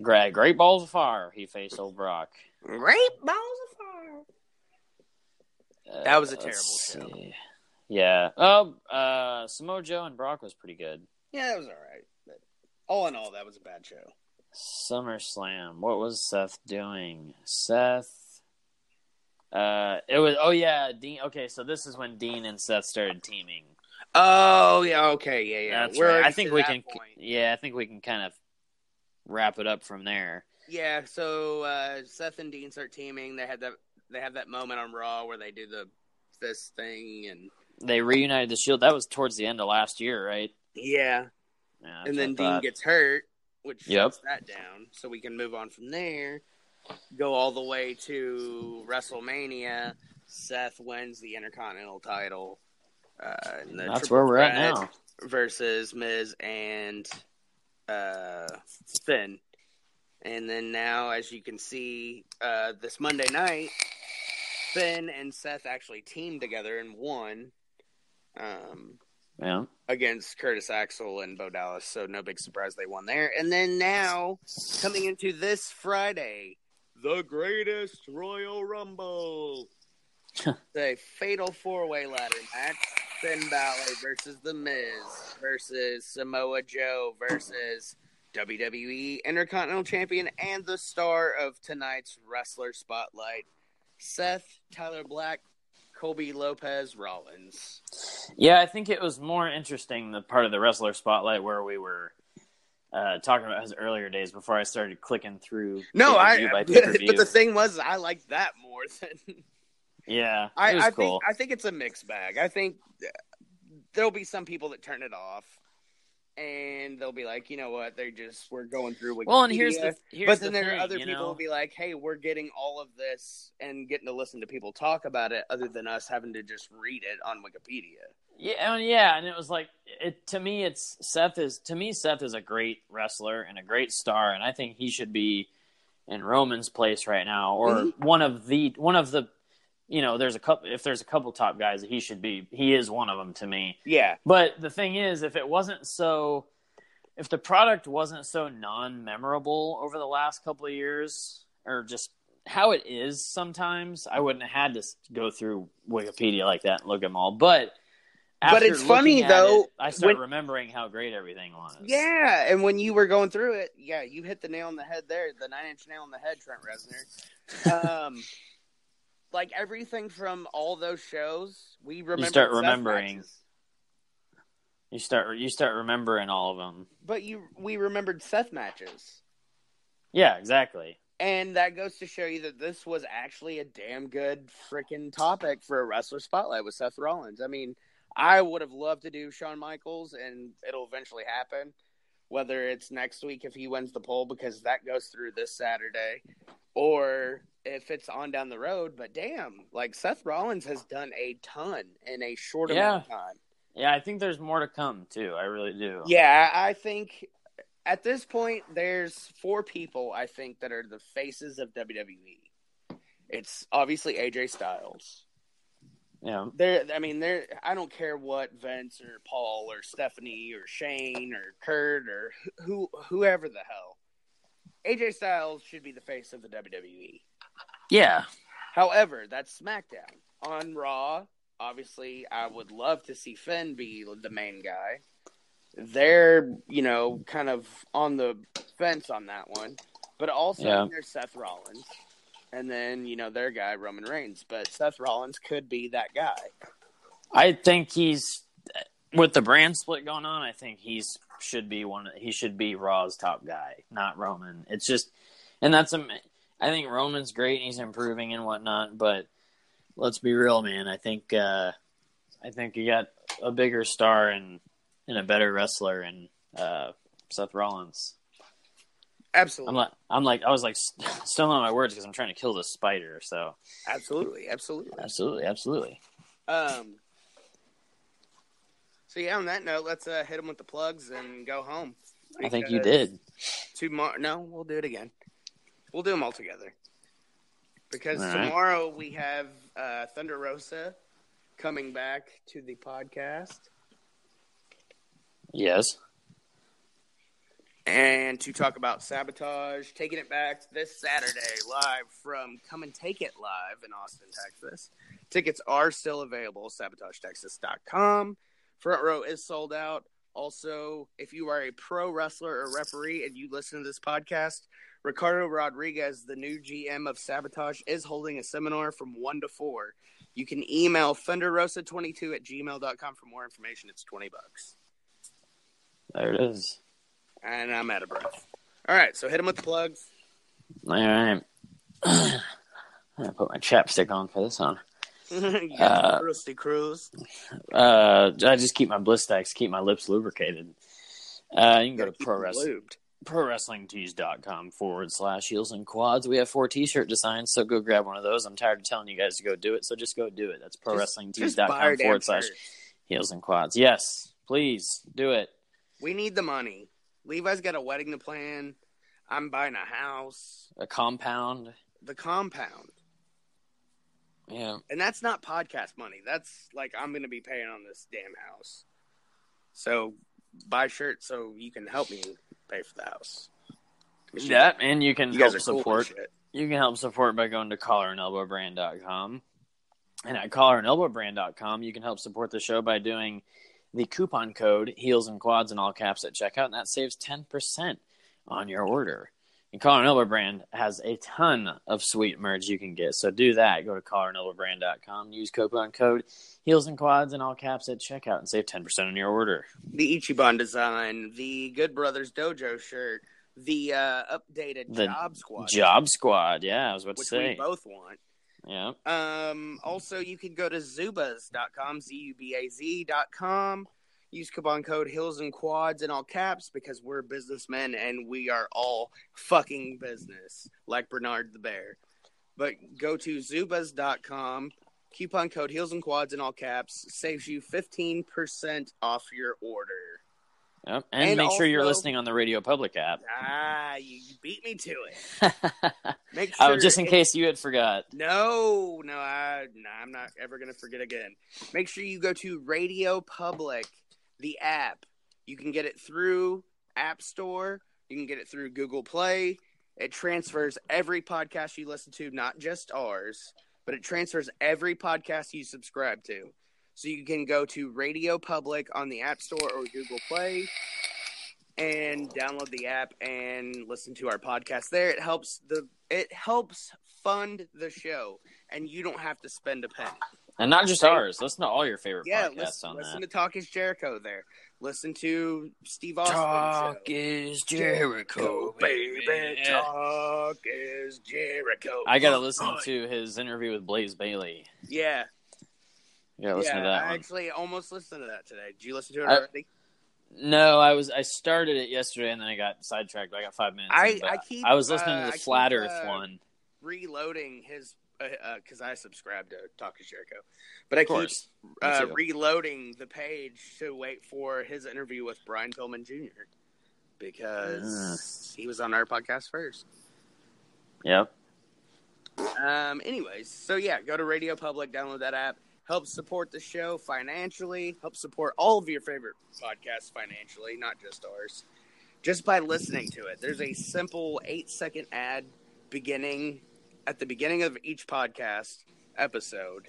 [SPEAKER 1] Greg, great balls of fire. He faced old Brock.
[SPEAKER 2] Great balls of fire.
[SPEAKER 1] Uh,
[SPEAKER 2] That was a
[SPEAKER 1] let's
[SPEAKER 2] terrible show.
[SPEAKER 1] see. Yeah. Oh, uh, Samoa Joe and Brock was pretty good.
[SPEAKER 2] Yeah, that was all right. But all in all, that was a bad show.
[SPEAKER 1] SummerSlam. What was Seth doing? Seth. Uh, it was. Oh yeah, Dean. Okay, so this is when Dean and Seth started teaming.
[SPEAKER 2] Oh yeah, okay, yeah,
[SPEAKER 1] That's right. I think we can. Yeah, I think we can kind of wrap it up from there.
[SPEAKER 2] Yeah, so uh, Seth and Dean start teaming. They had that. They have that moment on Raw where they do the this thing and
[SPEAKER 1] They reunited the Shield. That was towards the end of last year, right?
[SPEAKER 2] yeah,
[SPEAKER 1] Yeah, that's
[SPEAKER 2] and
[SPEAKER 1] what I
[SPEAKER 2] then Dean
[SPEAKER 1] thought.
[SPEAKER 2] gets hurt, which
[SPEAKER 1] Yep.
[SPEAKER 2] shuts that down. So we can move on from there. Go all the way to WrestleMania. Seth wins the Intercontinental title. Uh, and the
[SPEAKER 1] That's
[SPEAKER 2] triple
[SPEAKER 1] where we're at
[SPEAKER 2] threat.
[SPEAKER 1] now.
[SPEAKER 2] versus Miz and uh, Finn. And then now, as you can see, uh, this Monday night, Finn and Seth actually teamed together and won um,
[SPEAKER 1] Yeah.
[SPEAKER 2] against Curtis Axel and Bo Dallas. So no big surprise they won there. And then now, coming into this Friday, the greatest Royal Rumble. the fatal four way ladder match. Finn Balor versus The Miz versus Samoa Joe versus WWE Intercontinental Champion and the star of tonight's Wrestler Spotlight, Seth, Tyler Black, Colby Lopez Rollins.
[SPEAKER 1] Yeah, I think it was more interesting the part of the wrestler spotlight where we were uh, talking about his earlier days before I started clicking through.
[SPEAKER 2] No, I.
[SPEAKER 1] pay-per-view by pay-per-view.
[SPEAKER 2] but the thing was, I liked that more than
[SPEAKER 1] yeah,
[SPEAKER 2] I.
[SPEAKER 1] it was
[SPEAKER 2] I
[SPEAKER 1] cool.
[SPEAKER 2] think I think it's a mixed bag. I think uh, there'll be some people that turn it off, and they'll be like, you know what, they just we're going through. Wikipedia.
[SPEAKER 1] well, and here's the here's
[SPEAKER 2] but then
[SPEAKER 1] the
[SPEAKER 2] there
[SPEAKER 1] thing,
[SPEAKER 2] are other
[SPEAKER 1] you
[SPEAKER 2] people
[SPEAKER 1] know?
[SPEAKER 2] who'll be like, hey, we're getting all of this and getting to listen to people talk about it, other than us having to just read it on Wikipedia.
[SPEAKER 1] Yeah, and yeah, and it was like it to me. It's Seth is to me. Seth is a great wrestler and a great star, and I think he should be in Roman's place right now, or one of the one of the. You know, there's a couple. If there's a couple top guys, that he should be. He is one of them to me.
[SPEAKER 2] Yeah,
[SPEAKER 1] But the thing is, if it wasn't so if the product wasn't so non-memorable over the last couple of years or just how it is sometimes i wouldn't have had to s- go through wikipedia like that and look them all but
[SPEAKER 2] But
[SPEAKER 1] after
[SPEAKER 2] it's funny,
[SPEAKER 1] looking at
[SPEAKER 2] though,
[SPEAKER 1] it, i start
[SPEAKER 2] when-
[SPEAKER 1] remembering how great everything was
[SPEAKER 2] Yeah, and when you were going through it, yeah, you hit the nail on the head there, the nine inch nail on the head, Trent Reznor. Um, like everything from all those shows, we remember.
[SPEAKER 1] start
[SPEAKER 2] death
[SPEAKER 1] remembering.
[SPEAKER 2] matches.
[SPEAKER 1] you start you start remembering all of them
[SPEAKER 2] but you we remembered Seth matches,
[SPEAKER 1] yeah exactly
[SPEAKER 2] and that goes to show you that this was actually a damn good freaking topic for a wrestler spotlight with Seth Rollins. I mean, I would have loved to do Shawn Michaels, and it'll eventually happen. Whether it's next week if he wins the poll because that goes through this Saturday, or if it's on down the road. But damn, like Seth Rollins has done a ton in a short amount of time.
[SPEAKER 1] yeah i think there's more to come too i really do
[SPEAKER 2] Yeah, I I think at this point there's four people I think that are the faces of WWE. It's obviously AJ Styles.
[SPEAKER 1] yeah
[SPEAKER 2] There, I mean, there. I don't care what Vince or Paul or Stephanie or Shane or Kurt or who, whoever the hell. AJ Styles should be the face of the E. WWE.
[SPEAKER 1] yeah
[SPEAKER 2] However, that's SmackDown. On Raw, obviously, I would love to see Finn be the main guy. They're, you know, kind of on the fence on that one. But also,
[SPEAKER 1] Yeah.
[SPEAKER 2] there's Seth Rollins. And then, you know, their guy, Roman Reigns. But Seth Rollins could be that guy.
[SPEAKER 1] I think he's with the brand split going on. I think he's should be one. He should be Raw's top guy, not Roman. It's just, and that's a. I think Roman's great and he's improving and whatnot, but let's be real, man. I think uh, I think you got a bigger star and and a better wrestler and uh, Seth Rollins. I'm
[SPEAKER 2] Absolutely.
[SPEAKER 1] like I'm like I was like st- stumbling on my words because I'm trying to kill this spider. So
[SPEAKER 2] absolutely. Absolutely.
[SPEAKER 1] absolutely, absolutely.
[SPEAKER 2] Um, so, yeah, on that note, let's uh, hit him with the plugs and go home.
[SPEAKER 1] I think you
[SPEAKER 2] Because-
[SPEAKER 1] did.
[SPEAKER 2] Tomorrow, no, we'll do it again. We'll do them all together because
[SPEAKER 1] All right.
[SPEAKER 2] tomorrow we have uh, Thunder Rosa coming back to the podcast,
[SPEAKER 1] Yes.
[SPEAKER 2] and to talk about sabotage, taking it back this Saturday live from Come and Take It Live in Austin, Texas. Tickets are still available, sabotagetexas.com. Front row is sold out. Also, if you are a pro wrestler or referee and you listen to this podcast, Ricardo Rodriguez, the new GM of Sabotage, is holding a seminar from 1 to 4. You can email fenderrosa22 at gmail.com for more information. It's 20 bucks.
[SPEAKER 1] There it is.
[SPEAKER 2] And I'm out of breath. All right, so hit him with the plugs.
[SPEAKER 1] All right. I'm gonna put my chapstick on for this one.
[SPEAKER 2] yeah, Rusty Cruz.
[SPEAKER 1] Uh, I just keep my Blistex, keep my lips lubricated. Uh, you can go to pro wrestling
[SPEAKER 2] Lubed.
[SPEAKER 1] prowrestlingtees.com forward slash heels and quads. We have four t-shirt designs, so go grab one of those. I'm tired of telling you guys to go do it, so just go do it. That's
[SPEAKER 2] Just buy our
[SPEAKER 1] prowrestlingtees.com
[SPEAKER 2] damn
[SPEAKER 1] forward slash
[SPEAKER 2] shirts.
[SPEAKER 1] heels and quads. Yes, please do it.
[SPEAKER 2] We need the money. Levi's got a wedding to plan. I'm buying a house.
[SPEAKER 1] A compound.
[SPEAKER 2] The compound.
[SPEAKER 1] Yeah.
[SPEAKER 2] and that's not podcast money. That's like I'm going to be paying on this damn house. So buy shirts so you can help me pay for the house. 'Cause you-
[SPEAKER 1] That and you can
[SPEAKER 2] you
[SPEAKER 1] help
[SPEAKER 2] guys are cool and
[SPEAKER 1] support
[SPEAKER 2] shit.
[SPEAKER 1] You can help support by going to collarandelbowbrand.com. And at collarandelbowbrand.com, you can help support the show by doing the coupon code heels and quads in all caps at checkout, and that saves 10% on your order. And Collar and Elbow Brand has a ton of sweet merch you can get. So do that. Go to collarandelbowbrand.com, use coupon code heels and quads in all caps at checkout, and save 10% on your order.
[SPEAKER 2] The Ichiban design, the Good Brothers Dojo shirt, the uh, updated
[SPEAKER 1] The
[SPEAKER 2] Job Squad,
[SPEAKER 1] Job Squad. Yeah, I was about to
[SPEAKER 2] which we
[SPEAKER 1] say.
[SPEAKER 2] both want.
[SPEAKER 1] Yeah.
[SPEAKER 2] Um, also, you can go to zubaz.com, Z U B A Z.com. Use coupon code Hills and Quads in all caps because we're businessmen and we are all fucking business, like Bernard the Bear. But go to zubaz.com, coupon code Hills and Quads in all caps saves you 15% off your order.
[SPEAKER 1] Yep. And,
[SPEAKER 2] And
[SPEAKER 1] make sure you're
[SPEAKER 2] also-
[SPEAKER 1] listening on the Radio Public app.
[SPEAKER 2] Ah, you beat me to it. Make
[SPEAKER 1] Oh,
[SPEAKER 2] sure
[SPEAKER 1] just in
[SPEAKER 2] it-
[SPEAKER 1] case you had forgot.
[SPEAKER 2] No, no, I, no, I'm not ever going to forget again. Make sure you go to Radio Public, the app. You can get it through App Store. You can get it through Google Play. It transfers every podcast you listen to, not just ours, but it transfers every podcast you subscribe to. So you can go to Radio Public on the App Store or Google Play and download the app and listen to our podcast there. It helps the it helps fund the show and you don't have to spend a penny.
[SPEAKER 1] And not just ours. Listen to all your favorite
[SPEAKER 2] Yeah,
[SPEAKER 1] podcasts
[SPEAKER 2] listen,
[SPEAKER 1] on
[SPEAKER 2] listen
[SPEAKER 1] that.
[SPEAKER 2] to Talk is Jericho there. Listen to Steve Austin.
[SPEAKER 1] is
[SPEAKER 2] Jericho, baby. Talk is Jericho.
[SPEAKER 1] I gotta listen to his interview with Blaze Bailey.
[SPEAKER 2] Yeah,
[SPEAKER 1] You gotta listen
[SPEAKER 2] yeah.
[SPEAKER 1] to that
[SPEAKER 2] I
[SPEAKER 1] one.
[SPEAKER 2] actually almost listened to that today. Did you listen to it
[SPEAKER 1] I-
[SPEAKER 2] already?
[SPEAKER 1] No, I was I started it yesterday and then I got sidetracked. I got five minutes.
[SPEAKER 2] I-
[SPEAKER 1] in, but
[SPEAKER 2] I keep,
[SPEAKER 1] I was listening
[SPEAKER 2] uh,
[SPEAKER 1] to
[SPEAKER 2] I
[SPEAKER 1] the
[SPEAKER 2] keep,
[SPEAKER 1] Flat Earth
[SPEAKER 2] uh,
[SPEAKER 1] one.
[SPEAKER 2] Reloading his because I subscribe to Talk is Jericho, but I
[SPEAKER 1] Of
[SPEAKER 2] keep
[SPEAKER 1] course. Me
[SPEAKER 2] uh,
[SPEAKER 1] too.
[SPEAKER 2] reloading the page to wait for his interview with Brian Pillman Jr. because he was on our podcast first.
[SPEAKER 1] Yep.
[SPEAKER 2] Um, anyways, so yeah, go to Radio Public, download that app, help support the show financially, help support all of your favorite podcasts financially, not just ours, just by listening to it. There's a simple eight second ad beginning at the beginning of each podcast episode,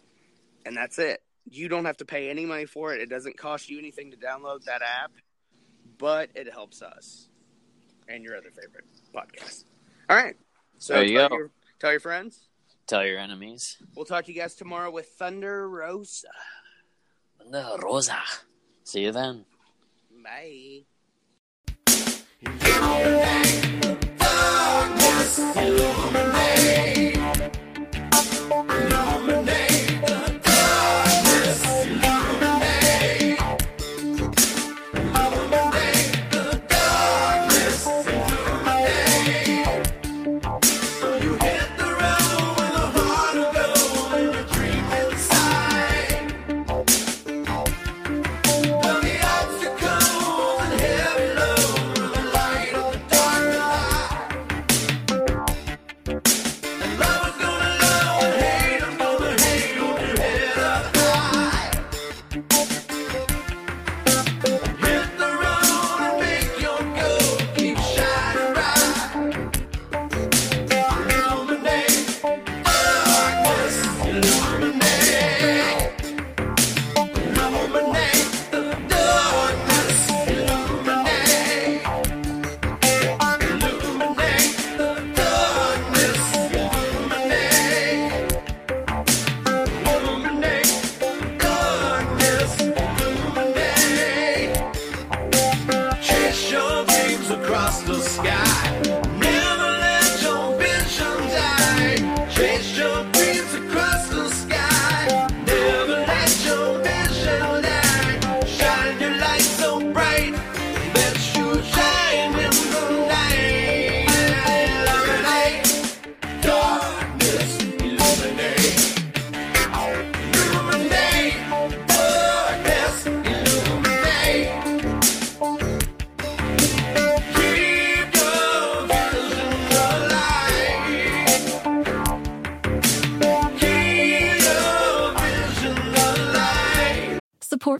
[SPEAKER 2] and that's it. You don't have to pay any money for it, it doesn't cost you anything to download that app, but it helps us and your other favorite podcasts. All right. So
[SPEAKER 1] There you
[SPEAKER 2] tell
[SPEAKER 1] go.
[SPEAKER 2] your- tell your friends.
[SPEAKER 1] Tell your enemies.
[SPEAKER 2] We'll talk to you guys tomorrow with Thunder Rosa.
[SPEAKER 1] La Rosa. See you then.
[SPEAKER 2] Bye.
[SPEAKER 6] Chase your dreams across the sky. Never let your vision die. Chase your dreams across the sky. Never let your vision die. Shine your light so bright that you shine in the night. Illuminate. Darkness illuminate. Illuminate. Darkness illuminate. Keep your vision alive. Keep your vision alive.
[SPEAKER 7] Support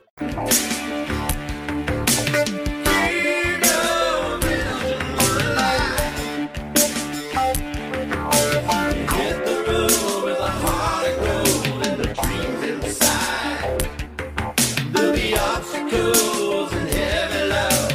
[SPEAKER 6] There'll be obstacles and heavy love.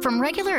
[SPEAKER 8] From regular